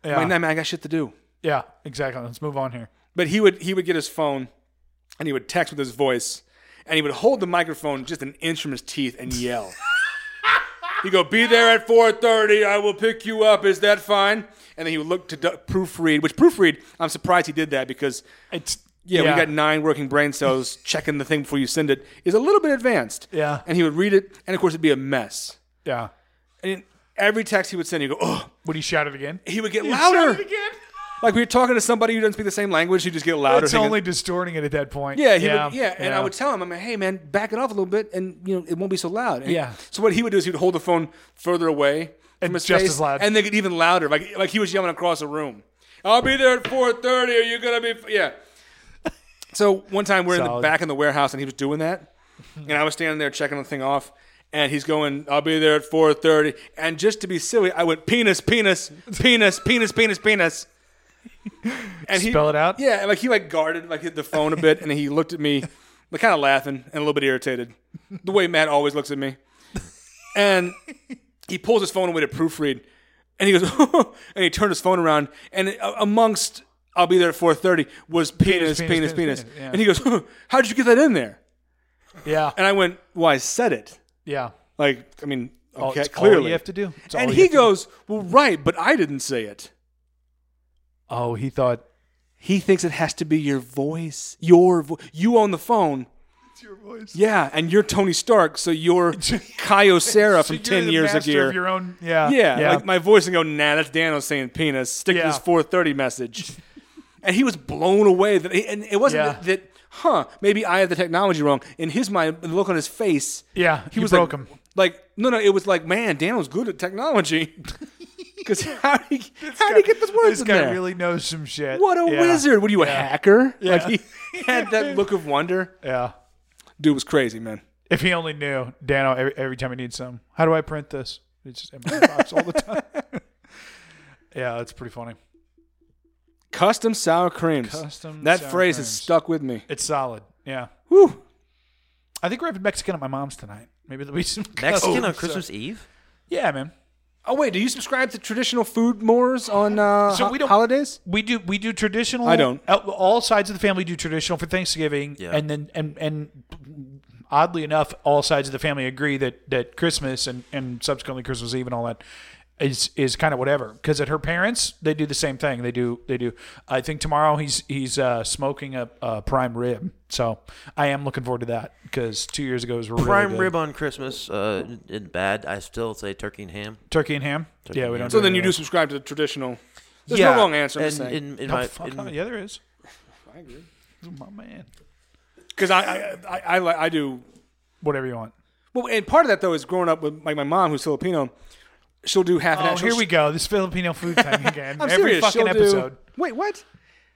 S6: Yeah.
S7: I'm like, nah, man, I got shit to do.
S6: yeah. Exactly. Let's move on here.
S7: But he would he would get his phone, and he would text with his voice, and he would hold the microphone just an inch from his teeth and yell. He'd go, "Be there at 4:30. I will pick you up. Is that fine?" And then he would look to du- proofread, which proofread. I'm surprised he did that because
S6: It's
S7: yeah, we got nine working brain cells
S6: *laughs*
S7: checking the thing before you send it is a little bit advanced.
S6: Yeah.
S7: And he would read it, and of course it'd be a mess.
S6: yeah.
S7: And every text he would send, he'd go, "Oh,"
S6: Would he shout it again?
S7: he would get
S6: Shout
S7: louder.
S6: it again.
S7: Like we were talking to somebody who doesn't speak the same language, he just get louder.
S6: It's
S7: He goes,
S6: only distorting it at that point.
S7: Yeah, he yeah, would, yeah, and I would tell him, I'm like, hey man, back it off a little bit, and you know it won't be so loud. And-
S6: Yeah.
S7: So what he would do is he would hold the phone further away from
S6: And
S7: his
S6: just
S7: face,
S6: as loud.
S7: and they get even louder, like like he was yelling across the room. I'll be there at 4:30. Are you gonna be? f-" Yeah. So one time we're in the
S6: Solid.
S7: back in the warehouse, and he was doing that, and I was standing there checking the thing off. And he's going, I'll be there at 4.30. And just to be silly, I went, penis, penis, penis, penis, penis, penis. And he,
S6: spell it out.
S7: yeah, and, like he like guarded like hit the phone a bit, and then he looked at me, like kind of laughing and a little bit irritated, the way Matt always looks at me. And he pulls his phone away to proofread, and he goes, *laughs* and he turned his phone around, and a- amongst I'll be there at four thirty was penis, penis, penis,
S6: penis, penis, penis, yeah.
S7: and he goes, *laughs* how did you get that in there?
S6: Yeah.
S7: And I went, well, I said it.
S6: Yeah.
S7: Like I mean,
S6: Oh,
S7: okay,
S6: it's
S7: clearly
S6: all you have to do. It's all
S7: and
S6: you
S7: he
S6: have to do.
S7: goes, well, right, but I didn't say it.
S6: Oh, he thought.
S7: He thinks it has to be your voice, your vo- you own the phone. It's your voice. Yeah, and you're Tony Stark, so
S6: *laughs*
S7: you're Kaio Sarah from
S6: So you're
S7: ten
S6: the
S7: years
S6: master
S7: ago.
S6: Of your own. Yeah.
S7: yeah, like my voice and go, nah, that's Dano saying penis. Stick to
S6: Yeah.
S7: this 4:30 message. and he was blown away that, and it wasn't
S6: Yeah.
S7: that, that, huh? Maybe I have the technology wrong. In his mind, the look on his face,
S6: yeah.
S7: he
S6: you
S7: was
S6: broke
S7: like,
S6: him.
S7: like, no, no, it was like, man, Dano's good at technology. *laughs*
S6: *laughs*
S7: Because how did he, how did he get this words
S6: This
S7: in
S6: guy
S7: there?
S6: really knows some shit.
S7: What a
S6: Yeah.
S7: wizard! What are you, a hacker?
S6: Yeah.
S7: Like
S6: *laughs*
S7: he had that look of wonder.
S6: Yeah.
S7: Dude was crazy, man.
S6: If he only knew, Dano, every, every time he needs some, how do I print this? It's just in my box all the time. yeah, that's pretty funny.
S7: Custom sour creams.
S6: Custom
S7: that
S6: sour
S7: phrase has
S6: creams.
S7: stuck with me.
S6: It's solid. Yeah.
S7: Whew.
S6: I think we're having Mexican at my mom's tonight. Maybe there'll be some
S2: Mexican
S6: *laughs* custom-
S2: on Christmas Eve?
S6: Yeah, man.
S7: Oh wait, do you subscribe to traditional food mores on uh,
S6: So
S7: ho-
S6: we don't-
S7: holidays?
S6: We do we do traditional.
S7: I don't.
S6: All all sides of the family do traditional for Thanksgiving,
S2: Yeah.
S6: and then and and oddly enough, all sides of the family agree that that Christmas and and subsequently Christmas Eve and all that is is kind of whatever. Because at her parents, they do the same thing. They do they do. I think tomorrow he's he's uh, smoking a, a prime rib. So I am looking forward to that because two years ago was really
S2: Prime
S6: good.
S2: rib on Christmas uh, is bad. I still say turkey and ham.
S6: turkey and ham. yeah, we don't.
S7: So
S6: do
S7: then you
S6: that.
S7: do subscribe to the traditional. There's no wrong answer. I'm just
S2: and
S7: saying.
S2: in, in
S6: No,
S2: my,
S6: fuck
S2: in-
S6: no, yeah, there is. I agree. My man.
S7: Because I, I, I, I, like- I do.
S6: Whatever you want.
S7: Well, and part of that though is growing up with like my mom who's Filipino. She'll do half an
S6: Oh,
S7: hour.
S6: here we go. This Filipino food thing again.
S7: I'm
S6: every
S7: serious.
S6: fucking
S7: she'll do-
S6: episode.
S7: wait, what?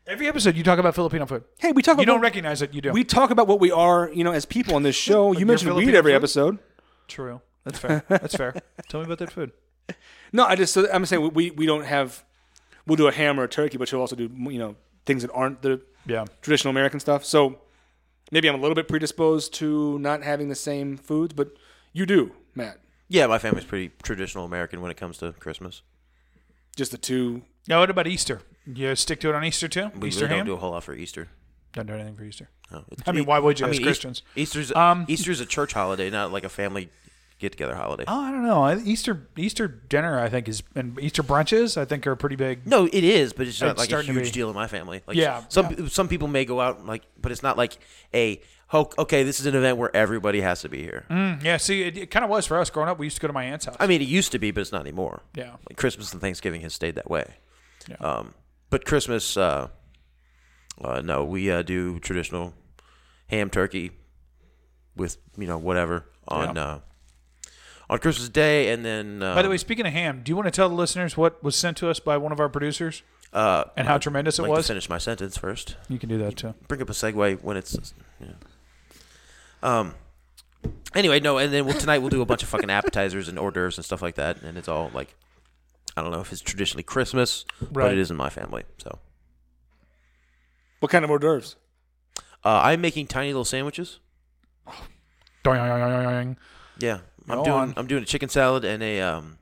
S6: Every episode you talk about Filipino food.
S7: Hey, we talk.
S6: You
S7: about
S6: don't recognize it. You do.
S7: We talk about what we are, you know, as people *laughs* on this show. You mentioned weed
S6: Filipino
S7: every
S6: food?
S7: episode.
S6: True. That's fair. That's fair. Tell me about that food.
S7: No, I just so I'm saying we, we, we don't have. We'll do a ham or a turkey, but she'll also do you know things that aren't the
S6: Yeah.
S7: traditional American stuff. So maybe I'm a little bit predisposed to not having the same foods, but you do, Matt.
S2: yeah, my family's pretty traditional American when it comes to Christmas.
S7: Just the two.
S6: Now, what about Easter? You stick to it on Easter too?
S2: We
S6: Easter
S2: really
S6: ham?
S2: don't do a whole lot for Easter.
S6: Don't do anything for Easter.
S2: No, it's-
S6: I mean, why would you as
S2: Eas-
S6: Christians?
S2: Easter's
S6: Um,
S2: Easter's a church holiday, not like a family get together holiday.
S6: Oh, I don't know. I- Easter Easter dinner, I think, is and Easter brunches, I think, are pretty big.
S2: No, it is, but it's not
S6: It's
S2: like a
S6: starting to be.
S2: huge deal in my family. Like,
S6: Yeah,
S2: some some people may go out and like, but it's not like a "Oh, okay. This is an event where everybody has to be here.
S6: Mm, yeah. See, it, it kind of was for us growing up. We used to go to my aunt's house.
S2: I mean, it used to be, but it's not anymore.
S6: Yeah.
S2: like Christmas and Thanksgiving has stayed that way. Um, but Christmas, uh, uh, no, we uh, do traditional ham turkey with you know whatever on uh, on Christmas Day, and then uh,
S6: By the way, speaking of ham, do you want to tell the listeners what was sent to us by one of our producers
S2: uh,
S6: and how tremendous it
S2: like to
S6: was?
S2: finish my sentence first.
S6: You can do that too.
S2: bring up a segue when it's. Yeah. Um. Anyway, no, and then we'll, tonight we'll do a bunch of fucking appetizers and hors d'oeuvres and stuff like that, and it's all like, I don't know if it's traditionally Christmas, but
S6: Right.
S2: it is in my family. So
S7: What kind of hors d'oeuvres?
S2: uh, I'm making tiny little sandwiches.
S6: Doing, doing, doing, doing.
S2: Yeah, I'm
S6: Go
S2: doing
S6: on.
S2: I'm doing a chicken salad and a um,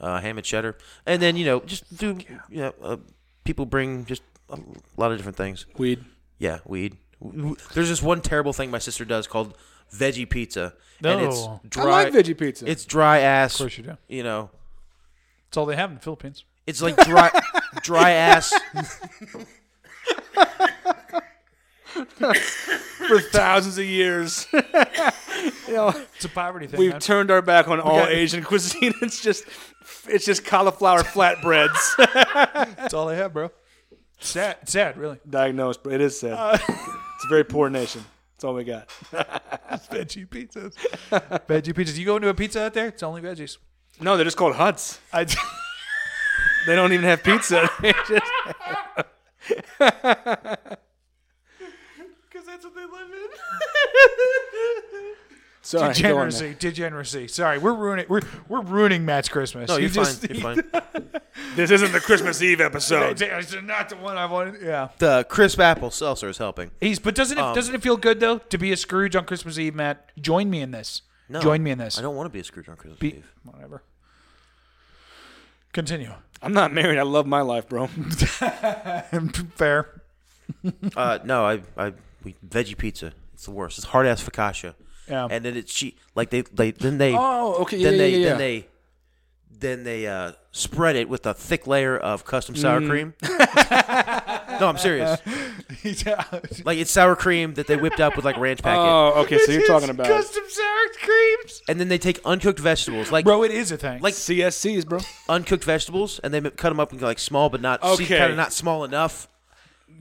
S2: uh, ham and cheddar, and then you know just do yeah, uh, people bring just a lot of different things.
S7: Weed.
S2: Yeah, weed. W- w- There's this one terrible thing my sister does called veggie pizza, and it's
S6: No.
S2: dry.
S7: I like veggie pizza.
S2: It's dry ass.
S6: Oh. Of course you do.
S2: you know,
S6: It's all they have in the Philippines.
S2: it's like dry, dry ass.
S7: for thousands of years.
S6: It's a poverty
S7: *laughs*
S6: thing.
S7: We've
S6: man.
S7: turned our back on all
S6: got-
S7: Asian *laughs* cuisine. It's just it's just cauliflower flatbreads.
S6: That's all they have, bro. Sad, sad, really.
S7: Diagnosed, but it is sad. it's a very poor nation. That's all we got.
S6: *laughs* Veggie pizzas. *laughs* Veggie pizzas. You go into a pizza out there, it's only veggies.
S7: No, they're just called huts. *laughs*
S6: I,
S7: They don't even have pizza. *laughs* They just- *laughs* Sorry, go on, man.
S6: degeneracy, degeneracy. Sorry, we're ruining we're we're ruining Matt's Christmas.
S2: No,
S6: He
S2: you're fine.
S6: just-
S2: You're fine.
S7: This isn't the Christmas Eve
S6: *laughs*
S7: episode.
S6: It's not the one I wanted. Yeah,
S2: The crisp apple seltzer is helping.
S6: he's. But doesn't it
S2: Um,
S6: doesn't it feel good though to be a Scrooge on Christmas Eve, Matt? Join me in this.
S2: No,
S6: Join me in this.
S2: I don't want to be a Scrooge on Christmas
S6: Be,
S2: Eve.
S6: whatever. Continue.
S7: *laughs*
S6: *laughs*
S7: I'm not married. I love my life, bro.
S6: Fair. *laughs*
S2: Uh, no, I, I, we veggie pizza. It's the worst. It's hard ass focaccia.
S6: Yeah.
S2: And then it's she like they, they then they
S7: Oh, okay,
S2: then
S7: yeah,
S2: they
S7: yeah, yeah,
S2: then they then they uh, spread it with a thick layer of custom sour
S7: Mm.
S2: cream.
S7: *laughs*
S2: no, I'm serious.
S6: He's out.
S2: Like it's sour cream that they whipped up with like ranch packet,
S7: Oh, okay. *laughs* So you're talking about
S6: custom sour creams,
S2: and then they take uncooked vegetables like
S6: bro. It is a thing.
S2: Like-
S7: CSCs, bro.
S2: uncooked vegetables, and they m- cut them up into like small but not
S7: Okay.
S2: kind of not small enough.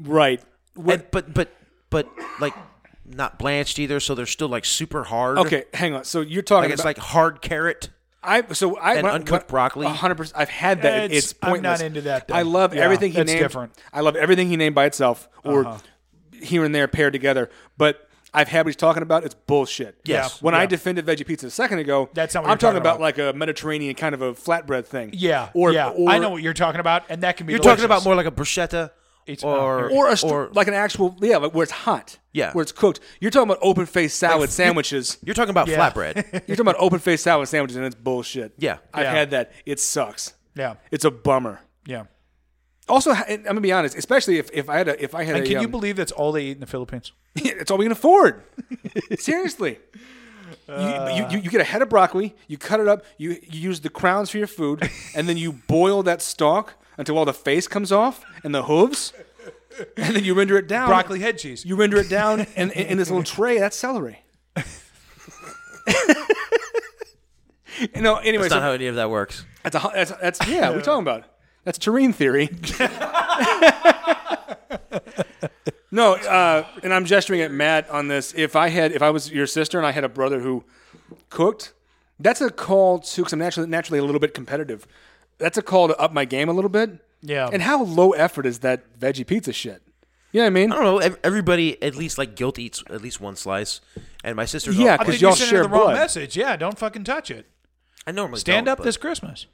S7: Right.
S2: And, but but but like not blanched either, so they're still like super hard.
S7: Okay, hang on. So you're talking
S2: like it's
S7: about
S2: like hard carrot.
S7: I so I
S2: And
S7: when I-
S2: uncooked broccoli?
S7: 100%. I've had that.
S6: It's-
S7: It's,
S6: I'm not
S7: pointless.
S6: into that, though.
S7: I love
S6: Yeah,
S7: everything he
S6: that's
S7: named.
S6: different. Uh-huh.
S7: I love everything he named by itself or here and there paired together. But I've had what he's talking about. It's bullshit.
S2: Yes.
S7: When I
S6: Yeah.
S7: defended veggie pizza a second ago,
S6: That's not what
S7: I'm
S6: you're talking
S7: about,
S6: about.
S7: like a Mediterranean kind of a flatbread thing.
S6: Yeah.
S7: Or
S6: yeah.
S7: or,
S6: I know what you're talking about, and that can be.
S2: You're talking about
S6: delicious.
S2: more like a bruschetta
S6: It's- oh,
S2: or
S7: or, a str-
S2: or-
S7: like an actual yeah, like where it's hot.
S2: Yeah.
S7: Where it's cooked. You're talking about open faced
S2: *laughs*
S7: salad sandwiches.
S2: you're talking about
S6: Yeah.
S7: *laughs*
S2: flatbread.
S7: You're talking about open faced salad sandwiches and it's bullshit.
S2: Yeah.
S7: I've
S6: Yeah.
S7: had that. It sucks.
S6: Yeah.
S7: It's a bummer.
S6: Yeah.
S7: Also, ha- and I'm gonna be honest, especially if, if I had a if I had
S6: And
S7: a
S6: can you
S7: um,
S6: believe that's all they eat in the Philippines?
S7: *laughs* it's all we can afford.
S6: *laughs*
S7: Seriously. You-
S6: Uh.
S7: you, you, you get a head of broccoli, you cut it up, you, you use the crowns for your
S6: *laughs*
S7: food, and then you boil that stalk until all the face comes off and the hooves, and then you render it down.
S6: Broccoli head cheese.
S7: You render it
S6: *laughs*
S7: down in, in, in this little tray. That's celery. *laughs* no, anyway,
S2: That's
S7: so
S2: not how any of that works.
S7: that's, a, hu- that's, that's yeah, we're talking about. That's terrain theory. *laughs* no, uh, and I'm gesturing at Matt on this. If I had, if I was your sister and I had a brother who cooked, that's a call to because I'm naturally naturally a little bit competitive. That's a call to up my game a little bit.
S6: Yeah.
S7: And how low effort is that veggie pizza shit? You know what I mean?
S2: I don't know. ev- Everybody at least like guilt eats at least one slice, and my sister's.
S7: Yeah,
S2: all,
S6: I think
S7: 'cause y'all
S6: you're sending
S7: share
S6: the wrong
S7: blood.
S6: message. Yeah, don't fucking touch it.
S2: I normally
S6: Stand
S2: don't,
S6: up
S2: but,
S6: this Christmas.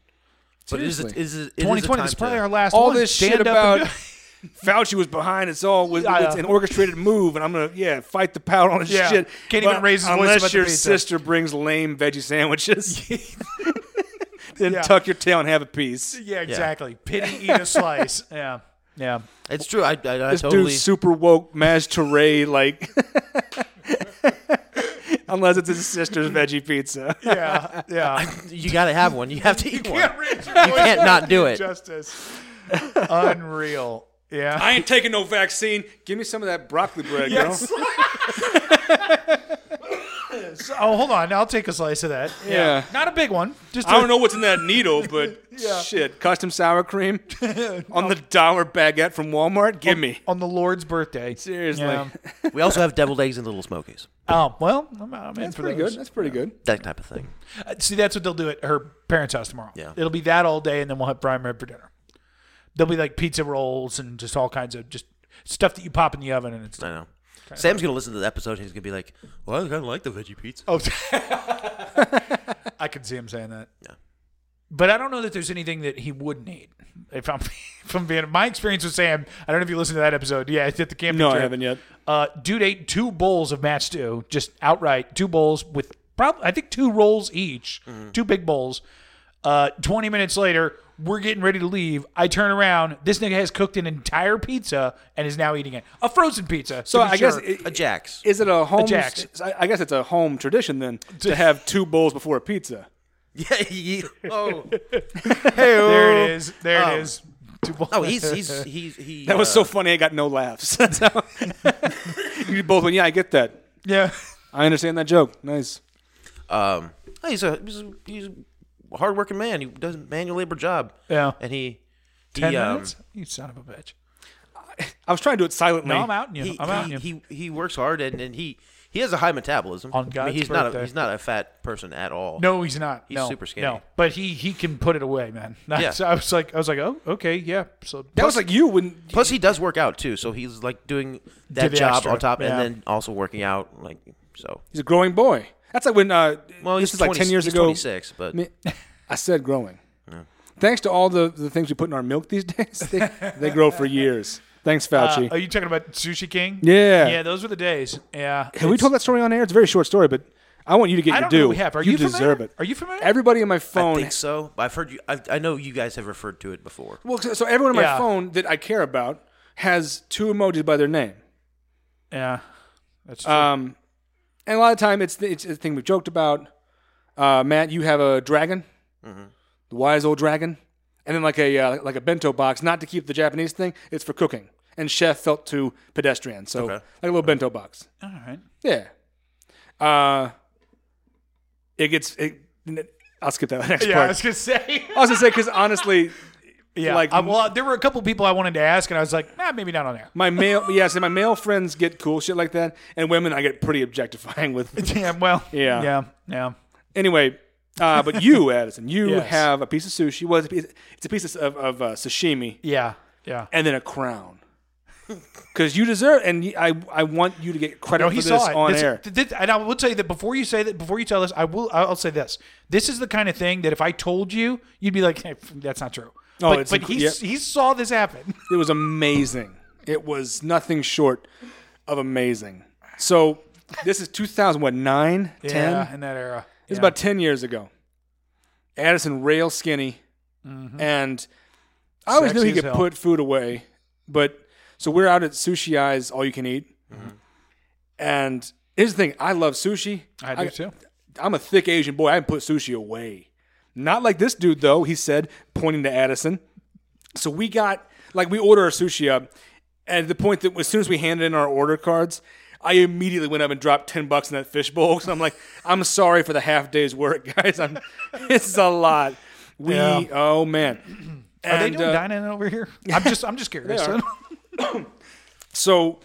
S2: But it is. A, it is a, it is a
S6: 2020
S2: time
S6: is probably
S2: to-
S6: our last
S7: All
S6: one.
S7: this shit
S6: Stand up and
S7: about- *laughs* Fauci was behind us all. With,
S6: Yeah.
S7: It's an orchestrated move, and I'm gonna yeah fight the power on this
S6: Yeah.
S7: shit.
S6: Can't
S7: But
S6: even raise his voice
S7: unless
S6: about the
S7: your
S6: pizza.
S7: sister brings lame veggie sandwiches.
S6: *laughs*
S7: *laughs* then
S6: Yeah.
S7: tuck your tail and have a piece.
S6: do- *laughs* yeah, exactly. Pity eat a slice. *laughs* Yeah.
S7: *laughs*
S6: Yeah.
S2: It's true. I, I, I
S7: This
S2: totally.
S7: dude's super woke, Maz Teray, like. *laughs* Unless it's his sister's veggie pizza.
S6: Yeah. Yeah.
S2: you gotta have one. You have
S7: *laughs*
S2: to eat one.
S6: Raise your
S2: You
S6: voice
S2: can't not do it.
S6: Justice. Unreal. Yeah.
S7: I ain't taking no vaccine. Give me some of that broccoli *laughs* bread, girl.
S6: So- oh, hold on. I'll take a slice of that. Yeah.
S7: Yeah.
S6: Not a big one. Just
S7: I
S6: a-
S7: don't know what's in that needle,
S6: *laughs*
S7: but shit. Custom sour cream on the dollar baguette from Walmart? Give me.
S6: on the Lord's birthday.
S7: Seriously.
S6: Yeah.
S2: We also have deviled eggs and little smokies.
S6: Oh well, I'm, I'm in
S7: That's
S6: for
S7: pretty
S6: those.
S7: good. That's pretty good.
S2: That type of thing.
S6: Uh, See, that's what they'll do at her parents' house tomorrow.
S2: Yeah.
S6: It'll be that all day, and then we'll have prime rib for dinner. There'll be like pizza rolls and just all kinds of just stuff that you pop in the oven, and it's
S2: I know. Sam's gonna listen to the episode. and He's gonna be like, "Well, I kind of like the veggie pizza."
S6: Oh, *laughs* I can see him saying that. Yeah. But I don't know that there's anything that he would need. If I'm, *laughs* if I'm being, my experience with Sam, I don't know if you listened to that episode. Yeah, it's at the camping.
S7: No, I
S6: trip.
S7: haven't yet.
S6: Uh, dude ate two bowls of match stew, just outright two bowls with probably I think two rolls each,
S2: Mm-hmm.
S6: two big bowls. Uh, 20 minutes later, we're getting ready to leave. I turn around. This nigga has cooked an entire pizza and is now eating it. A frozen pizza.
S7: So
S6: to be
S7: I guess
S6: sure.
S7: it-
S2: A Jack's.
S7: Is it a home?
S6: Jack's.
S7: I I guess it's a home tradition
S6: *laughs*
S7: then to have two bowls before a pizza.
S2: *laughs* Yeah. He, oh.
S6: there it is. There
S2: Um,
S6: it is. Two bowls.
S2: Oh, he's
S6: *laughs*
S2: he's he's he. uh,
S7: That was so funny. I got no laughs. *laughs* That's how- you both went. Yeah, I get that.
S6: *laughs* yeah.
S7: I understand that joke. Nice.
S2: Um, hey, he's a he's a, he's a hardworking man. He does a manual labor job.
S6: Yeah.
S2: and he. he,
S6: 10
S2: um,
S6: minutes? You son of a bitch.
S7: I was trying to do it silently.
S6: No, I'm out. You.
S2: He,
S6: I'm out.
S2: he,
S6: You.
S2: he he works hard and, and he he has a high metabolism.
S6: On
S2: I
S6: God's
S2: mean, he's not a,
S6: birthday.
S2: he's not a fat person at all.
S6: no, he's not.
S2: He's
S6: no,
S2: super skinny.
S6: No, but he he can put it away, man. *laughs*
S2: Yeah.
S6: So I was like, I was like, oh, okay, yeah. So
S7: That was like you when.
S2: Plus, he does work out too, so he's like doing that
S6: the
S2: job
S6: extra,
S2: on top,
S6: yeah.
S2: and then also working out. Like so.
S7: He's a growing boy. That's like when. Uh,
S2: Well,
S7: this
S2: he's
S7: is like
S2: 20
S7: ten years
S2: he's
S7: ago.
S2: 26, but
S7: Me- *laughs* I said growing. Thanks to all the, the things we put in our milk these *laughs* days, they, they grow for years. Thanks,
S6: Uh,
S7: Fauci.
S6: are you talking about Sushi King?
S7: Yeah.
S6: Yeah, those were the days. Yeah.
S7: Have we told that story on air? It's a very short story, but I want you to get
S6: I
S7: your
S6: don't
S7: due.
S6: know. We have. Are you,
S7: deserve
S6: familiar?
S7: it.
S6: Are you familiar?
S7: Everybody on my
S2: I
S7: phone.
S2: think so. I've heard you. I've, I know you guys have referred to it before. *laughs*
S7: Well, so so everyone on my
S6: Yeah.
S7: phone that I care about has two emojis by their name.
S6: yeah. That's true.
S7: Um, and a lot of time it's the, it's the thing we've joked about. Uh, Matt, you have a dragon,
S6: Mm-hmm.
S7: the wise old dragon, and then like a uh, like a bento box, not to keep the Japanese thing. It's for cooking. And chef felt too pedestrian, so like a little bento box.
S6: all
S7: *laughs*
S6: right.
S7: Yeah. Uh, it gets. It, I'll skip that *laughs* next
S6: Yeah, I
S7: part.
S6: was gonna say.
S7: I was gonna say because honestly,
S6: *laughs* yeah.
S7: like-
S6: Like, well, there were a couple people I wanted to ask, and I was like, nah, maybe not on there. *laughs*
S7: my male yeah, so my male friends get cool shit like that, and women I get pretty objectifying
S6: *laughs*
S7: with.
S6: Yeah. Well.
S7: Yeah.
S6: Yeah. Yeah.
S7: anyway, uh, but
S6: *laughs*
S7: you, Addison, you
S6: Yes.
S7: have a piece of sushi. Well, it's a piece, it's a piece of, of uh, sashimi,
S6: Yeah. Yeah.
S7: and then a
S6: *laughs*
S7: crown. Because you deserve, and y- I, I want you to get credit
S6: No,
S7: for
S6: he
S7: this
S6: saw it
S7: on
S6: This-
S7: air.
S6: th- th- and I will tell you that before you say that, before you tell us, I will. I'll say this. This is the kind of thing that if I told you, you'd be like, hey, f- "That's not true."
S7: No,
S6: but
S7: Oh, it's
S6: but
S7: inc-
S6: he
S7: yeah.
S6: he saw
S7: *laughs*
S6: this happen.
S7: It was amazing. It was nothing short of amazing. So this is 2000, what, 9, 10?
S6: Yeah, in that era.
S7: It was
S6: Yeah.
S7: about 10 years ago. Addison rail skinny. And Mm-hmm. I always knew
S6: Sexy
S7: he
S6: as
S7: could
S6: hell.
S7: put food away, but so we're out at Sushi Eyes All You Can Eat,
S6: Mm-hmm.
S7: and here's the thing: I love sushi.
S6: I do too.
S7: I'm a thick Asian boy. I can put sushi away. Not like this dude though. He said, pointing to Addison. So we got like we order our sushi up, and at the point that as soon as we handed in our order cards. I immediately went up and dropped ten bucks in that fish bowl *laughs* because I'm like, I'm sorry for the half day's work, *laughs* guys. I'm, it's a lot. We,
S6: Yeah.
S7: oh man,
S6: Are they
S7: And,
S6: doing
S7: uh,
S6: dining over here?
S7: *laughs*
S6: I'm just I'm just curious. *laughs*
S7: are. So,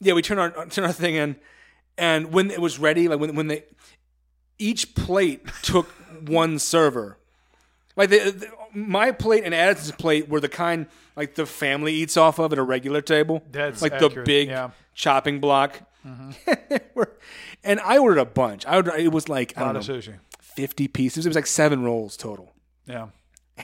S7: yeah, we turn our *laughs* turn our thing in, and when it was ready, like when when they each plate took *laughs* one server. Like the, the, my plate and Addison's plate were the kind like the family eats off of at a regular table.
S6: That's
S7: like the
S6: accurate,
S7: big
S6: yeah.
S7: chopping block. *laughs* We're- and I ordered a bunch. I ordered, it was like I
S6: A lot
S7: don't know,
S6: of sushi.
S7: fifty pieces. It was like seven rolls total,
S6: Yeah.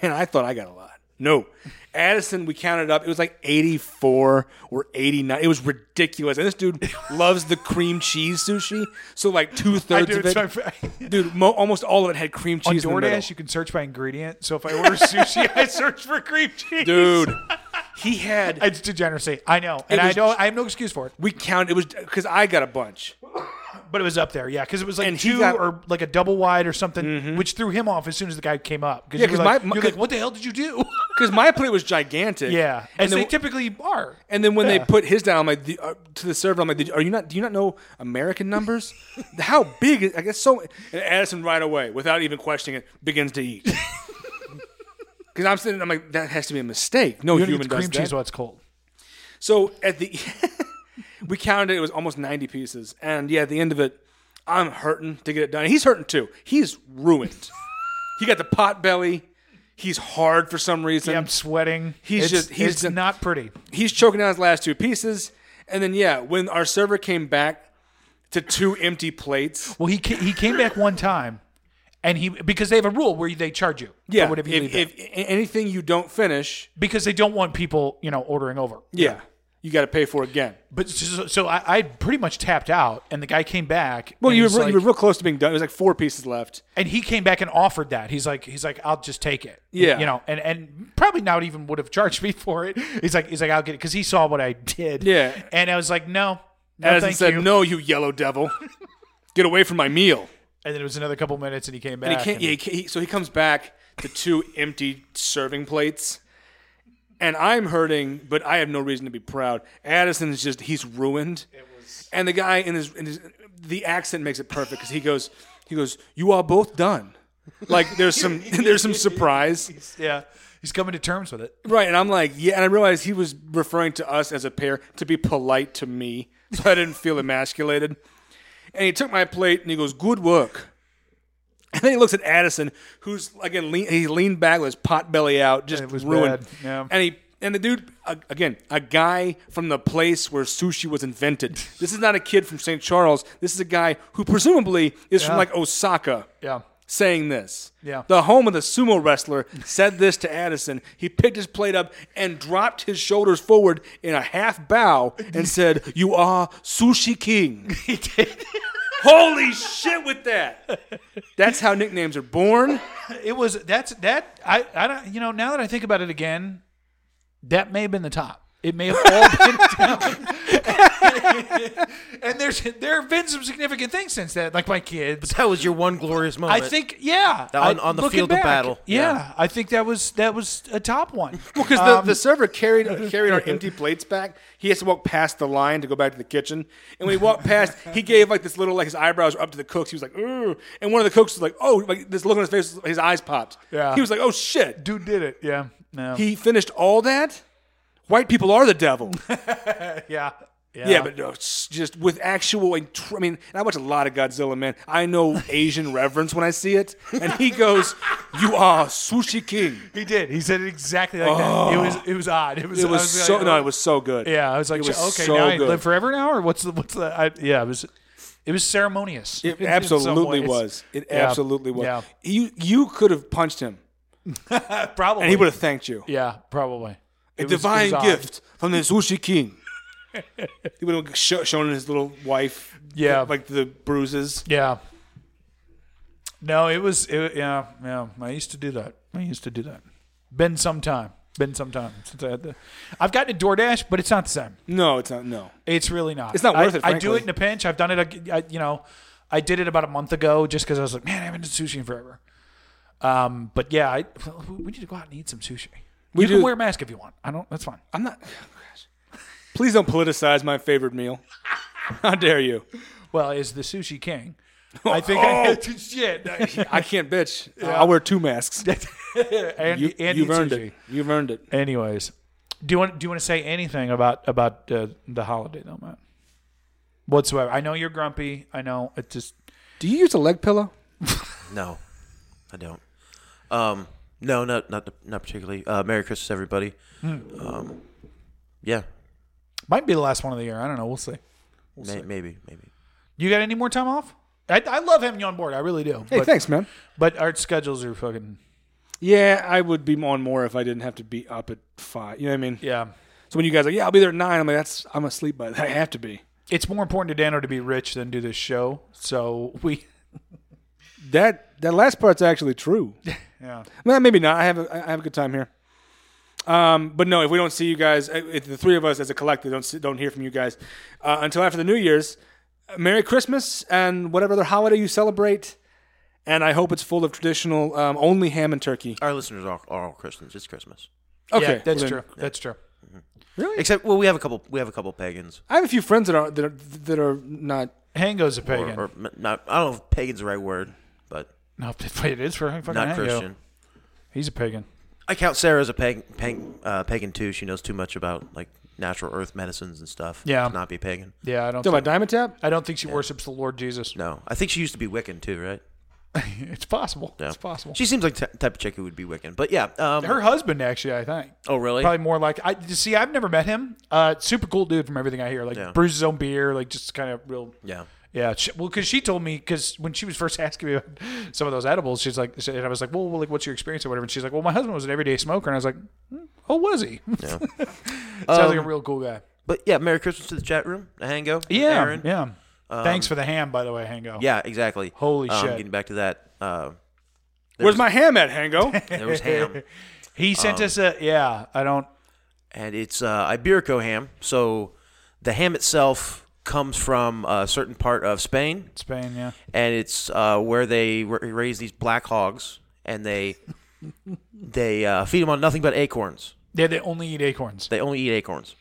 S7: and I thought I got a lot. No, Addison, we counted up. It was like 84 or 89. It was ridiculous. And this dude
S6: *laughs*
S7: loves the cream cheese sushi. So, like two thirds of it.
S6: *laughs*
S7: dude, mo- almost all of it had cream
S6: On
S7: cheese in the middle.
S6: DoorDash, you can search by ingredient. So if I order sushi, *laughs* I search for cream cheese.
S7: dude, he had.
S6: it's degeneracy. *laughs* I know, and I
S7: was-
S6: don't. I have no excuse for it.
S7: we counted. It was because I got a bunch.
S6: But it was up there, yeah, because it was like
S7: And he
S6: two
S7: got- Mm-hmm.
S6: or like a double wide or something, which threw him off as soon as the guy came up.
S7: Yeah,
S6: you were
S7: 'cause
S6: like,
S7: my- my-
S6: you're
S7: *laughs*
S6: like, what the hell did you do?
S7: Because my plate was gigantic.
S6: yeah,
S7: And
S6: as
S7: then,
S6: they typically are.
S7: and then when
S6: yeah.
S7: they put his down, I'm like the, uh, to the server, I'm like, "Did- "Are you not? Do you not know American numbers? *laughs* How big? Is, I guess so." And Addison right away, without even questioning it, begins to eat. *laughs* Because I'm sitting, I'm like, that has to be a mistake. No
S6: you don't
S7: human
S6: eat the
S7: does
S6: cream
S7: that.
S6: cheese while it's cold.
S7: So at the *laughs* we counted it, it was almost 90 pieces. And yeah, at the end of it, I'm hurting to get it done. He's hurting too. He's ruined. he got the pot belly. He's hard for some reason.
S6: Yeah, I'm sweating.
S7: He's
S6: It's-
S7: just- he's
S6: it's
S7: done-
S6: not pretty.
S7: He's choking down his last two pieces. And then yeah, when our server came back to two empty plates.
S6: Well, he ca- he came back one time, and he because they have a rule where they charge you.
S7: Yeah,
S6: for whatever you leave
S7: if,
S6: there.
S7: if a- anything you don't finish,
S6: because they don't want people you know ordering over.
S7: yeah, you got to pay for it again.
S6: But so, so I, I pretty much tapped out, and the guy came back.
S7: Well,
S6: and
S7: you were,
S6: he's
S7: real- you were
S6: like-
S7: real close to being done. There's like four pieces left.
S6: and he came back and offered that. He's like, he's like, I'll just take it.
S7: Yeah.
S6: you know, and and probably not even would have charged me *laughs* for it. He's like, he's like, I'll get it because he saw what I did.
S7: Yeah.
S6: and I was like, no, no,
S7: Addison
S6: thank
S7: said,
S6: you.
S7: "No, you yellow devil, get away from my meal."
S6: And then it was another couple minutes, and he came back.
S7: And he can't.
S6: and-
S7: Yeah, he can't, he, so he comes back to two *laughs* empty serving plates, and I'm hurting, but I have no reason to be proud. Addison's just he's ruined. It was. And the guy in his, in his the accent makes it perfect because he goes he goes you are both done. Like there's some *laughs* there's some surprise,
S6: yeah, he's coming to terms with it.
S7: right? And I'm like yeah, and I realized he was referring to us as a pair to be polite to me, so I didn't feel emasculated. And he took my plate and he goes good work. And then he looks at Addison, who's again lean, he leaned back with his pot belly out, just
S6: It was
S7: ruined.
S6: bad, yeah.
S7: And he and the dude a- again, a guy from the place where sushi was invented. This is not a kid from St. Charles. This is a guy who presumably is from
S6: Yeah.
S7: like Osaka.
S6: Yeah.
S7: Saying this.
S6: Yeah.
S7: The home of the sumo wrestler said this to Addison. He picked his plate up and dropped his shoulders forward in a half bow and said, You are sushi *laughs* king.
S6: He did.
S7: Holy shit with that. That's how nicknames are born.
S6: It was that's that I I don't you know now that I think about it again, that may have been the top. It may have all been down. *laughs* and there's there have been some significant things since that, like my kids.
S2: That was your one glorious
S6: I
S2: moment.
S6: think yeah,
S2: The- on-
S6: I-
S2: on the
S6: looking
S2: field of
S6: back,
S2: battle.
S6: Yeah,
S2: Yeah.
S6: I think that was that was a top one.
S7: Because the, the server carried carried our empty plates back. He has to walk past the line to go back to the kitchen. And when he walked past, he gave like this little like his eyebrows were up to the cooks. He was like, "Ooh," and one of the cooks was like, "Oh," like this look on his face. His eyes popped.
S6: Yeah.
S7: He was like, "Oh shit."
S6: *laughs* Dude did it. Yeah, no,
S7: He finished all that. White people are the
S6: *laughs*
S7: devil.
S6: yeah, yeah,
S7: Yeah, but no, it's just with actual. like, tr- I mean, and I watch a lot of Godzilla, man. I know
S6: *laughs*
S7: Asian reverence when I see it. And he goes, "You are sushi
S6: *laughs*
S7: king."
S6: he did. He said it exactly like that. It was it was odd. It was
S7: Oh. It
S6: I
S7: was,
S6: like,
S7: so no,
S6: oh.
S7: it was so good.
S6: Yeah, I was like,
S7: It was
S6: okay,
S7: so
S6: now I
S7: good.
S6: live forever now, or what's the what's the? I, yeah, it was, it was ceremonious. in-
S7: It
S6: *laughs* in some
S7: absolutely
S6: ways.
S7: was. It
S6: Yeah.
S7: absolutely was.
S6: Yeah,
S7: You you could have punched him,
S6: *laughs* probably.
S7: and he would have thanked you.
S6: Yeah, probably.
S7: A
S6: was- it
S7: divine
S6: was odd.
S7: gift from the sushi
S6: *laughs*
S7: king. he would have sho shown his little wife.
S6: Yeah.
S7: like the bruises.
S6: Yeah. No, it was. It, yeah, yeah. I used to do that. I used to do that. Been some time. Been some time since I had the. I've gotten a DoorDash, but it's not the same.
S7: No, it's not. No.
S6: It's really not.
S7: It's not worth
S6: I,
S7: it,
S6: I do
S7: frankly.
S6: it in a pinch. I've done it. I, you know, I did it about a month ago just because I was like, man, I haven't done sushi in forever. Um, but yeah, I, we need to go out and eat some sushi. you can
S7: do-
S6: wear a mask if you want. I don't. That's fine.
S7: I'm not. Please don't politicize my favorite *laughs* meal. How dare you?
S6: Well, is the
S7: *laughs*
S6: sushi king? I think I
S7: Oh.
S6: had to *laughs* shit.
S7: I can't bitch. I'll wear two masks.
S6: and,
S7: You,
S6: and
S7: you've
S6: eat
S7: earned
S6: sushi.
S7: it. You've earned it.
S6: Anyways, do you want do you want to say anything about about uh, the holiday though, Matt? Whatsoever. I know you're grumpy. I know it just
S7: Do you use a leg pillow?
S2: No, I don't. Um, no, not not not particularly. Uh, Merry Christmas, everybody. Um,
S6: Hmm.
S2: yeah,
S6: might be the last one of the year. I don't know. We'll see.
S2: may, maybe, maybe.
S6: You got any more time off? I, I love having you on board. I really do.
S7: Hey,
S6: but,
S7: thanks, man.
S6: But our schedules are fucking
S7: Yeah, I would be on more if I didn't have to be up at five. You know what I mean?
S6: yeah.
S7: So when you guys are, yeah, I'll be there at nine. I'm like, that's I'm asleep by then. I have to be.
S6: It's more important to Dano to be rich than do this show. So
S2: *laughs*
S6: we
S7: That that last part's actually true.
S6: yeah.
S7: Well, maybe not. I have a, I have a good time here. Um, but no, if we don't see you guys, uh, if the three of us as a collective don't see, don't hear from you guys uh, until after the New Year's, Merry Christmas and whatever other holiday you celebrate. And I hope it's full of traditional um, only ham and turkey.
S2: Our listeners are, are all Christians. It's Christmas,
S7: Okay,
S6: Yeah, that's
S7: well then-
S6: true. That's true.
S2: except well, we have a couple. We have a couple pagans,
S7: I have a few friends that are that are, that are not.
S6: Hango's a pagan.
S2: or m- not. I don't know if pagan's the right word, but
S6: no, *laughs* it is for fucking
S2: not
S6: Hango.
S2: Christian.
S6: He's a pagan.
S2: I count Sarah as a pagan, pagan, uh, pagan too. She knows too much about like natural earth medicines and stuff.
S6: Yeah.
S2: to not be pagan.
S6: Yeah, I
S7: Talking
S6: don't. Think,
S7: about Diamond Tap?
S6: I don't think she worships the Lord Jesus.
S2: No, I think she used to be Wiccan too, right?
S6: *laughs* It's possible.
S2: Yeah.
S6: It's possible.
S2: She seems like the type of chick who would be Wiccan, but yeah. Um,
S6: her husband, actually, I think.
S2: oh, really?
S6: Probably more like I see. I've never met him. Uh, super cool dude from everything I hear. Like
S2: Yeah.
S6: brews his own beer. Like just kind of real.
S2: Yeah.
S6: Yeah. She, well, because she told me because when she was first *laughs* asking me about some of those edibles, she's like, and I was like, well, well, like what's your experience or whatever? And she's like, well, my husband was an everyday smoker, and I was like, hmm, oh, was he? *laughs* Sounds like
S2: Um,
S6: a real cool guy.
S2: But yeah, Merry Christmas to the chat room, the Hango,
S6: Yeah.
S2: Aaron. Um,
S6: Yeah. Thanks for the ham, by the way, Hango.
S2: Yeah, exactly.
S6: Holy
S2: um,
S6: shit.
S2: Getting back to that, uh,
S7: Where's my ham at,
S6: *laughs*
S7: Hango?
S2: *laughs* there was ham, Um,
S6: He sent us a yeah. I don't.
S2: and it's uh, Iberico ham. So the ham itself comes from a certain part of Spain,
S6: Spain. Yeah.
S2: and it's uh, where they r- raise these black hogs, and
S6: *laughs*
S2: they they uh, feed them on nothing but acorns.
S6: Yeah. They only eat acorns,
S2: They only eat acorns.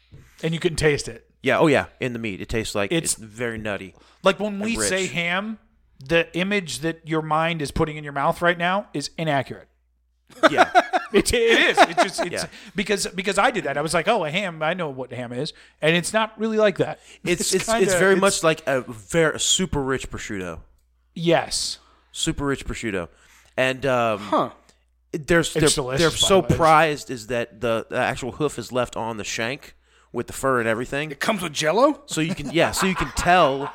S6: and you can taste it.
S2: Yeah. Oh yeah. In the meat, it tastes like
S6: It's-
S2: it's, very
S6: *laughs*
S2: nutty.
S6: Like when we
S2: rich.
S6: say ham, the image that your mind is putting in your mouth right now is inaccurate.
S2: Yeah.
S6: It, it is. It's just it's
S2: *laughs* Yeah.
S6: because because I did that. I was like, oh, a ham. I know what ham is, and it's not really like that.
S2: *laughs* It's it's,
S6: kinda-
S2: it's very much like a very a super rich prosciutto.
S6: yes.
S2: Super rich prosciutto, and um,
S7: Huh.
S2: they're they're,
S6: delicious,
S2: they're
S6: by
S2: so
S6: the way.
S2: prized is that the, the actual hoof is left on the shank with the fur and everything.
S7: Comes with Jello?
S2: So you can yeah, so you can tell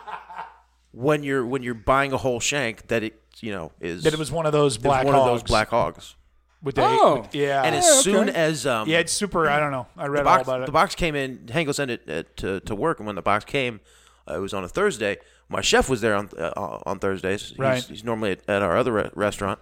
S2: when you're when you're buying a whole shank that it you know is
S6: That it was one of those
S2: it's
S6: black
S2: one
S6: hogs.
S2: of those black hogs.
S6: With the,
S7: Oh.
S6: with- yeah.
S2: And as soon as um
S6: Ah, yeah, it's super. I don't know. I read
S2: the box,
S6: all about
S2: the
S6: it.
S2: box came in. Hango sent it uh, to, to work, and when the box came, uh, it was on a Thursday. My chef was there on uh, on Thursdays. He's,
S6: Right.
S2: he's normally at, at our other re- restaurant,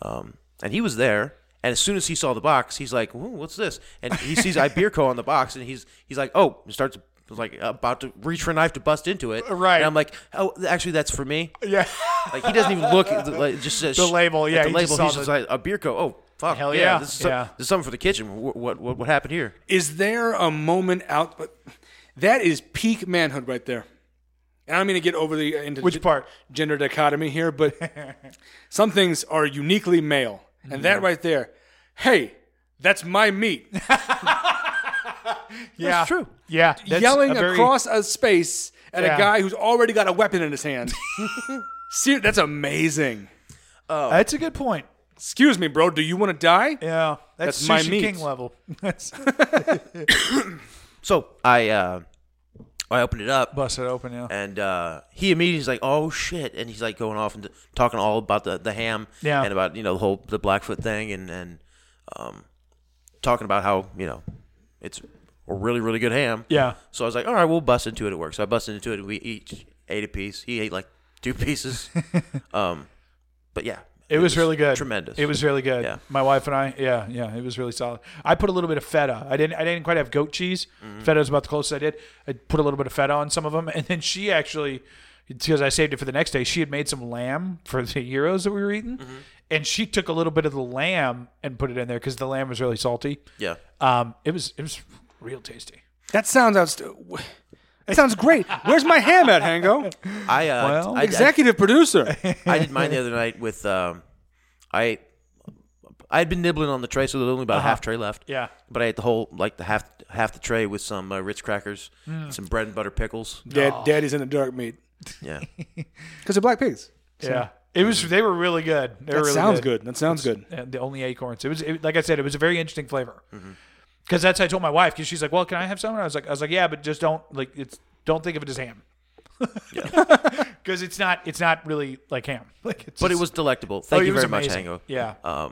S2: um, and he was there. And as soon as he saw the box, he's like, Ooh, "What's this?" And he sees Ibirco on the box, and he's he's like, "Oh!" And starts like about to reach for a knife to bust into it.
S6: Uh, Right.
S2: And I'm like, "Oh, actually, that's for me."
S6: *laughs* yeah.
S2: Like he doesn't even look. At the, like, just says,
S6: *laughs* The label,
S2: at
S6: yeah,
S2: The
S6: he just
S2: label.
S6: saw
S2: He's just
S6: the-
S2: like a beer co. Oh fuck!
S6: Hell yeah,
S2: This is, some-
S6: yeah.
S2: this is something for the kitchen. What what what, what happened here?
S7: Is there a moment out? but That is peak manhood right there. And I'm going to get over the into
S2: *laughs*
S6: Which
S7: the
S6: part?
S7: gender dichotomy here, *laughs* but some things are uniquely male, and that right there. Hey, *laughs* that's my meat.
S6: Yeah.
S7: true.
S6: Yeah. that's
S7: Yelling
S6: a very-
S7: across a space at
S6: Yeah.
S7: a guy who's already got a weapon in his *laughs* hand. Ser- that's amazing.
S2: Oh.
S6: That's a good point.
S7: Excuse me, bro. Do you want to die?
S6: Yeah. That's,
S7: That's my
S6: sushi
S7: meat.
S6: king level. *laughs* That's
S2: So I uh, I opened it up,
S6: bust it open. Yeah.
S2: and uh, he immediately is like, "Oh shit!" And he's like going off and talking all about the, the ham,
S6: Yeah.
S2: and about you know the whole the Blackfoot thing, and and um, talking about how you know it's a really really good ham.
S6: Yeah.
S2: So I was like, "All right, we'll bust into it at work." So I busted into *laughs*
S6: *laughs*
S2: it, and we each ate a piece. He ate like two pieces. um, but yeah,
S6: It, was, really good.
S2: Tremendous.
S6: It was really good.
S2: Yeah.
S6: My wife and I, yeah, yeah, it was really solid. I put a little bit of feta. I didn't I didn't quite have goat cheese. Feta was about the closest I did. I put a little bit of feta on some of them and then she actually because I saved it for the next day, she had made some lamb for the euros that we were eating. And she took a little bit of the lamb and put it in there because the lamb was really salty.
S2: Yeah.
S6: Um, it was it was real tasty.
S7: That sounds outst- That sounds great. Where's my ham at, *laughs* Hango?
S2: I uh,
S6: Well-
S2: I,
S7: Executive producer.
S2: I, I did mine the other night with um, I I had been nibbling on the tray, so there was only about a half tray left.
S6: Yeah.
S2: but I ate the whole like the half half the tray with some uh, Ritz crackers, and some bread and butter pickles.
S7: *laughs* Dad, Daddy's in the dark meat.
S2: Yeah,
S7: Because they're black pigs.
S6: Yeah. It was they were really good. They
S7: That
S6: were really
S7: sounds good. That sounds good.
S6: and uh, the only acorns. It was it, like I said, it was a very interesting flavor.
S2: Mm-hmm.
S6: Because that's I told my wife because she's like, "Well, can I have some?" And I was like, "I was like, yeah, but just don't like it's don't think of it as ham, *laughs* because it's not it's not really like ham. *laughs* Like, it's
S2: but it
S6: just-
S2: was delectable.
S6: oh,
S2: Thank
S6: it
S2: you
S6: was
S2: very much,
S6: amazing.
S2: Hango. Uh,
S6: Yeah,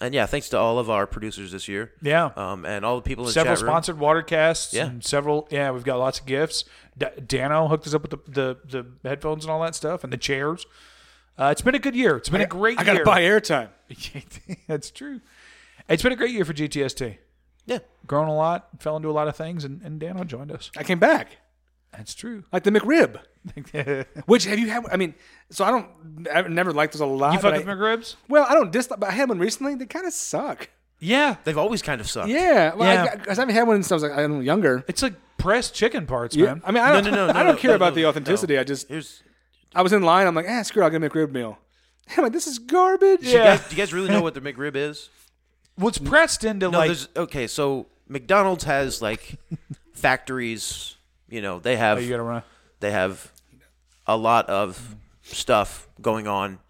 S2: And yeah, thanks to all of our producers this year.
S6: Yeah.
S2: Um, and all the people in
S6: several
S2: the chat room.
S6: sponsored watercasts.
S2: Yeah.
S6: and several. Yeah, we've got lots of gifts. D- Dano hooked us up with the, the the headphones and all that stuff and the chairs. Uh, it's been a good year. It's been a great
S7: I got
S6: year.
S7: to buy airtime.
S6: *laughs* That's true. It's been a great year for GTST.
S2: Yeah.
S6: Grown a lot, fell into a lot of things, and, and Dano joined us.
S7: I came back.
S6: That's *laughs* true.
S7: Like the McRib. Which have you had? I mean, so I don't, I've never liked those a lot.
S6: You fuck
S7: but
S6: with
S7: I-
S6: McRibs?
S7: Well, I don't dislike, but I had one recently. They kind of suck.
S6: Yeah.
S2: They've always kind of sucked.
S7: Yeah. Well,
S6: Yeah.
S7: I, cause I haven't had one since I was like, I don't know, younger.
S6: It's like pressed chicken parts, man.
S7: I mean, I don't,
S2: No, no, no,
S7: *laughs* I
S2: no,
S7: don't care
S2: no,
S7: about
S2: no,
S7: the
S2: no.
S7: authenticity. I just,
S2: Here's.
S7: I was in line. I'm like, ah, screw it, I'll get a McRib meal. *laughs* I'm like, this is garbage.
S2: Do you, guys, do you guys really know what the McRib is?
S6: well, it's pressed into
S2: No,
S6: like.
S2: there's okay. So McDonald's has like factories. You know, they have
S6: Oh, you gotta run.
S2: they have a lot of stuff going on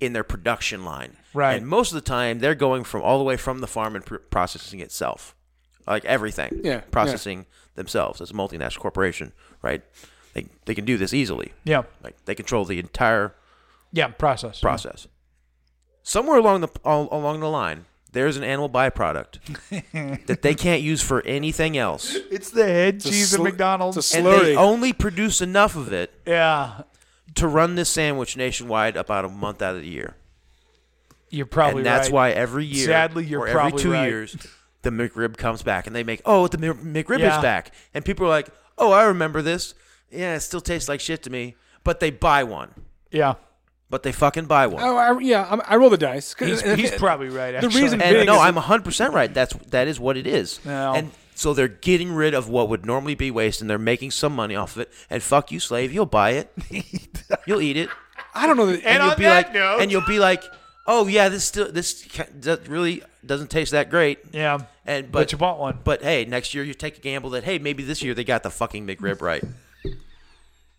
S2: in their production line.
S6: Right.
S2: And most of the time, they're going from all the way from the farm and pr- processing itself, like everything.
S7: Yeah,
S2: Processing themselves as a multinational corporation, right? They they can do this easily.
S6: Yeah.
S2: Like they control the entire
S6: Yeah. Process.
S2: process. Somewhere along the all, along the line, there's an animal byproduct
S7: *laughs*
S2: that they can't use for anything else,
S6: It's the head cheese
S7: sl-
S6: at McDonald's.
S7: it's a
S2: and
S7: Slurry.
S2: they only produce enough of it
S6: yeah.
S2: to run this sandwich nationwide about a month out of the year.
S6: You're probably
S2: and that's
S6: right.
S2: why every year,
S6: Sadly, you're
S2: or
S6: probably
S2: every two
S6: right.
S2: years, the McRib comes back, and they make oh the Mc- McRib
S6: Yeah.
S2: is back, and people are like, oh I remember this, yeah it still tastes like shit to me, but they buy one,
S6: Yeah.
S2: but they fucking buy one.
S7: Oh, I, yeah, I'm, I roll the dice. 'Cause-
S6: He's,
S7: and-
S6: *laughs* he's probably right.
S7: the
S6: Actually.
S7: reason
S2: And
S7: being
S2: no,
S7: is-
S2: I'm 100% right. That's that is what it is.
S6: No.
S2: And so they're getting rid of what would normally be waste and they're making some money off of it. And fuck you, slave, you'll buy
S6: *laughs*
S2: it. you'll eat it.
S7: I don't know. That,
S6: And
S2: you'll
S6: on
S2: be
S6: that
S2: like
S6: note-
S2: and you'll be like, "Oh yeah, this still this ca- that really doesn't taste that great."
S6: Yeah.
S2: And but,
S6: But you bought one.
S2: But hey, next year you take a gamble that hey, maybe this year they got the fucking McRib
S6: *laughs*
S2: right.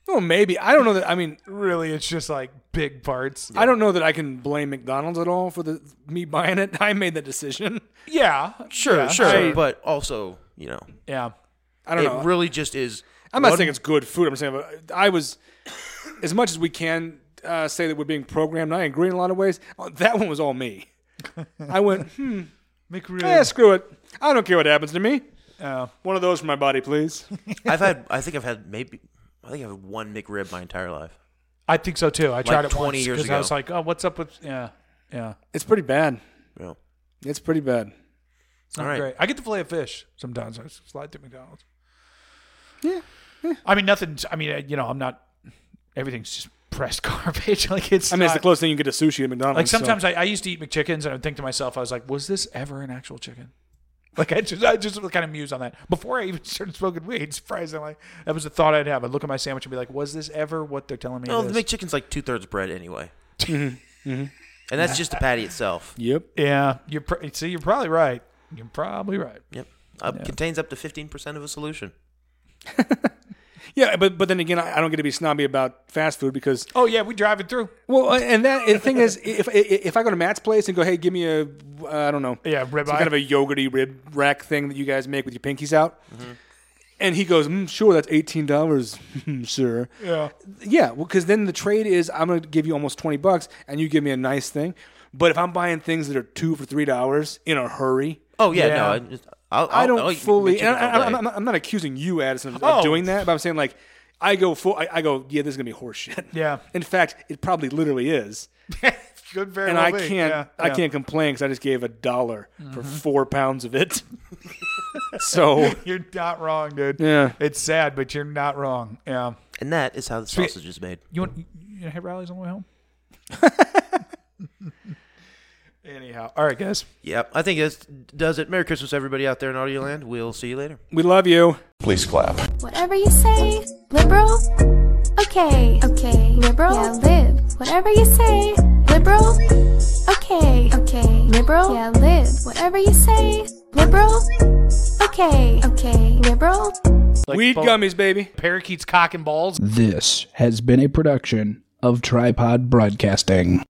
S7: well, maybe I don't know that. I mean,
S6: Really, it's just like big parts.
S7: I don't know that I can blame McDonald's at all for the me buying it. *laughs* I made that decision.
S6: Yeah.
S2: Sure,
S6: yeah,
S2: sure.
S6: I-
S2: but also, you know,
S6: yeah.
S7: I don't
S2: it
S7: know.
S2: really just is
S7: I'm not
S2: one-
S7: saying it's good food. I'm saying but I was, as much as we can uh, say that we're being programmed. and I agree in a lot of ways. oh, That one was all me. I *laughs* went, hmm,
S6: McRib.
S7: eh, screw it. I don't care what happens to me.
S6: Oh.
S7: One of those for my body, please.
S2: I've had I think I've had maybe I think I've had one McRib my entire life.
S6: I think so too. I tried it
S2: 20
S6: once
S2: years
S6: because I
S2: ago.
S6: was like, oh, what's up with yeah, yeah.
S7: *laughs* It's pretty bad.
S2: You know.
S7: It's pretty bad.
S6: It's not
S2: All right.
S6: great. I get the fillet of fish sometimes. I slide through McDonald's. Yeah. I mean, nothing. I mean, uh, you know, I'm not. Everything's just pressed *laughs* garbage. like it's.
S7: I mean, it's the
S6: not-
S7: closest thing you can get to sushi at McDonald's.
S6: Like
S7: so-
S6: sometimes I, I used to eat McChickens and I'd think to myself, I was like, was this ever an actual chicken? Like I just I just kind of mused on that before I even *laughs* started smoking weed. Surprisingly, that was the thought I'd have. I'd look at my sandwich and be like, was this ever what they're telling me?
S7: Oh,
S2: No,
S6: it is? Mm-hmm.
S2: the McChicken's like two thirds bread
S6: *laughs*
S2: anyway. And that's just the patty itself.
S7: Yep.
S6: yeah, you're pr- see, you're probably right. You're probably right.
S2: Yep. Uh, Contains up to 15% of a solution.
S7: Yeah, but but then again, I, I don't get to be snobby about fast food because
S6: Oh yeah, we drive it through.
S7: well, uh, and that and the thing is, if if I go to Matt's place and go, hey, give me a uh, I don't know,
S6: Yeah, ribeye.
S7: some kind of a yogurty rib rack thing that you guys make with your pinkies out,
S6: Mm-hmm.
S7: and he goes, mm, sure, that's eighteen dollars, *laughs* sir.
S6: *laughs* yeah.
S7: Yeah, well, because then the trade is I'm gonna give you almost twenty bucks and you give me a nice thing, but if I'm buying things that are two for three dollars in a hurry.
S2: Oh, yeah,
S6: Yeah.
S2: no. I, just, I'll, I'll, oh,
S7: I don't
S2: I'll eat
S7: fully.
S2: McChickens
S7: And I,
S2: all
S7: I, I'm,
S2: day.
S7: not- I'm not accusing you, Addison, of, of
S6: Oh.
S7: doing that. But I'm saying like, I go full. I, I go, yeah, this is gonna be horseshit.
S6: Yeah.
S7: In fact, it probably literally is.
S6: Could very
S7: and
S6: well
S7: I
S6: be,
S7: can't
S6: yeah,
S7: I
S6: yeah. Mm-hmm.
S7: can't complain because I just gave a dollar for four pounds of
S6: *laughs*
S7: it. so
S6: You're not wrong, dude.
S7: Yeah.
S6: It's sad, but you're not wrong. Yeah.
S2: And that is how the sausage is made.
S6: You want you gonna hit rallies on the way home? *laughs* Anyhow, all right, guys.
S2: Yep. I think that does it. Merry Christmas, everybody out there in Audio Land. We'll see you later.
S7: we love you.
S9: Please clap.
S10: Whatever you say, liberal. Okay, okay, liberal. Yeah, live. Whatever you say, liberal. Okay, okay, liberal. Yeah, live. Whatever you say, liberal. Okay, okay, liberal.
S7: Weed gummies, baby.
S6: Parakeets, cock and balls.
S1: This has been a production of Tripod Broadcasting.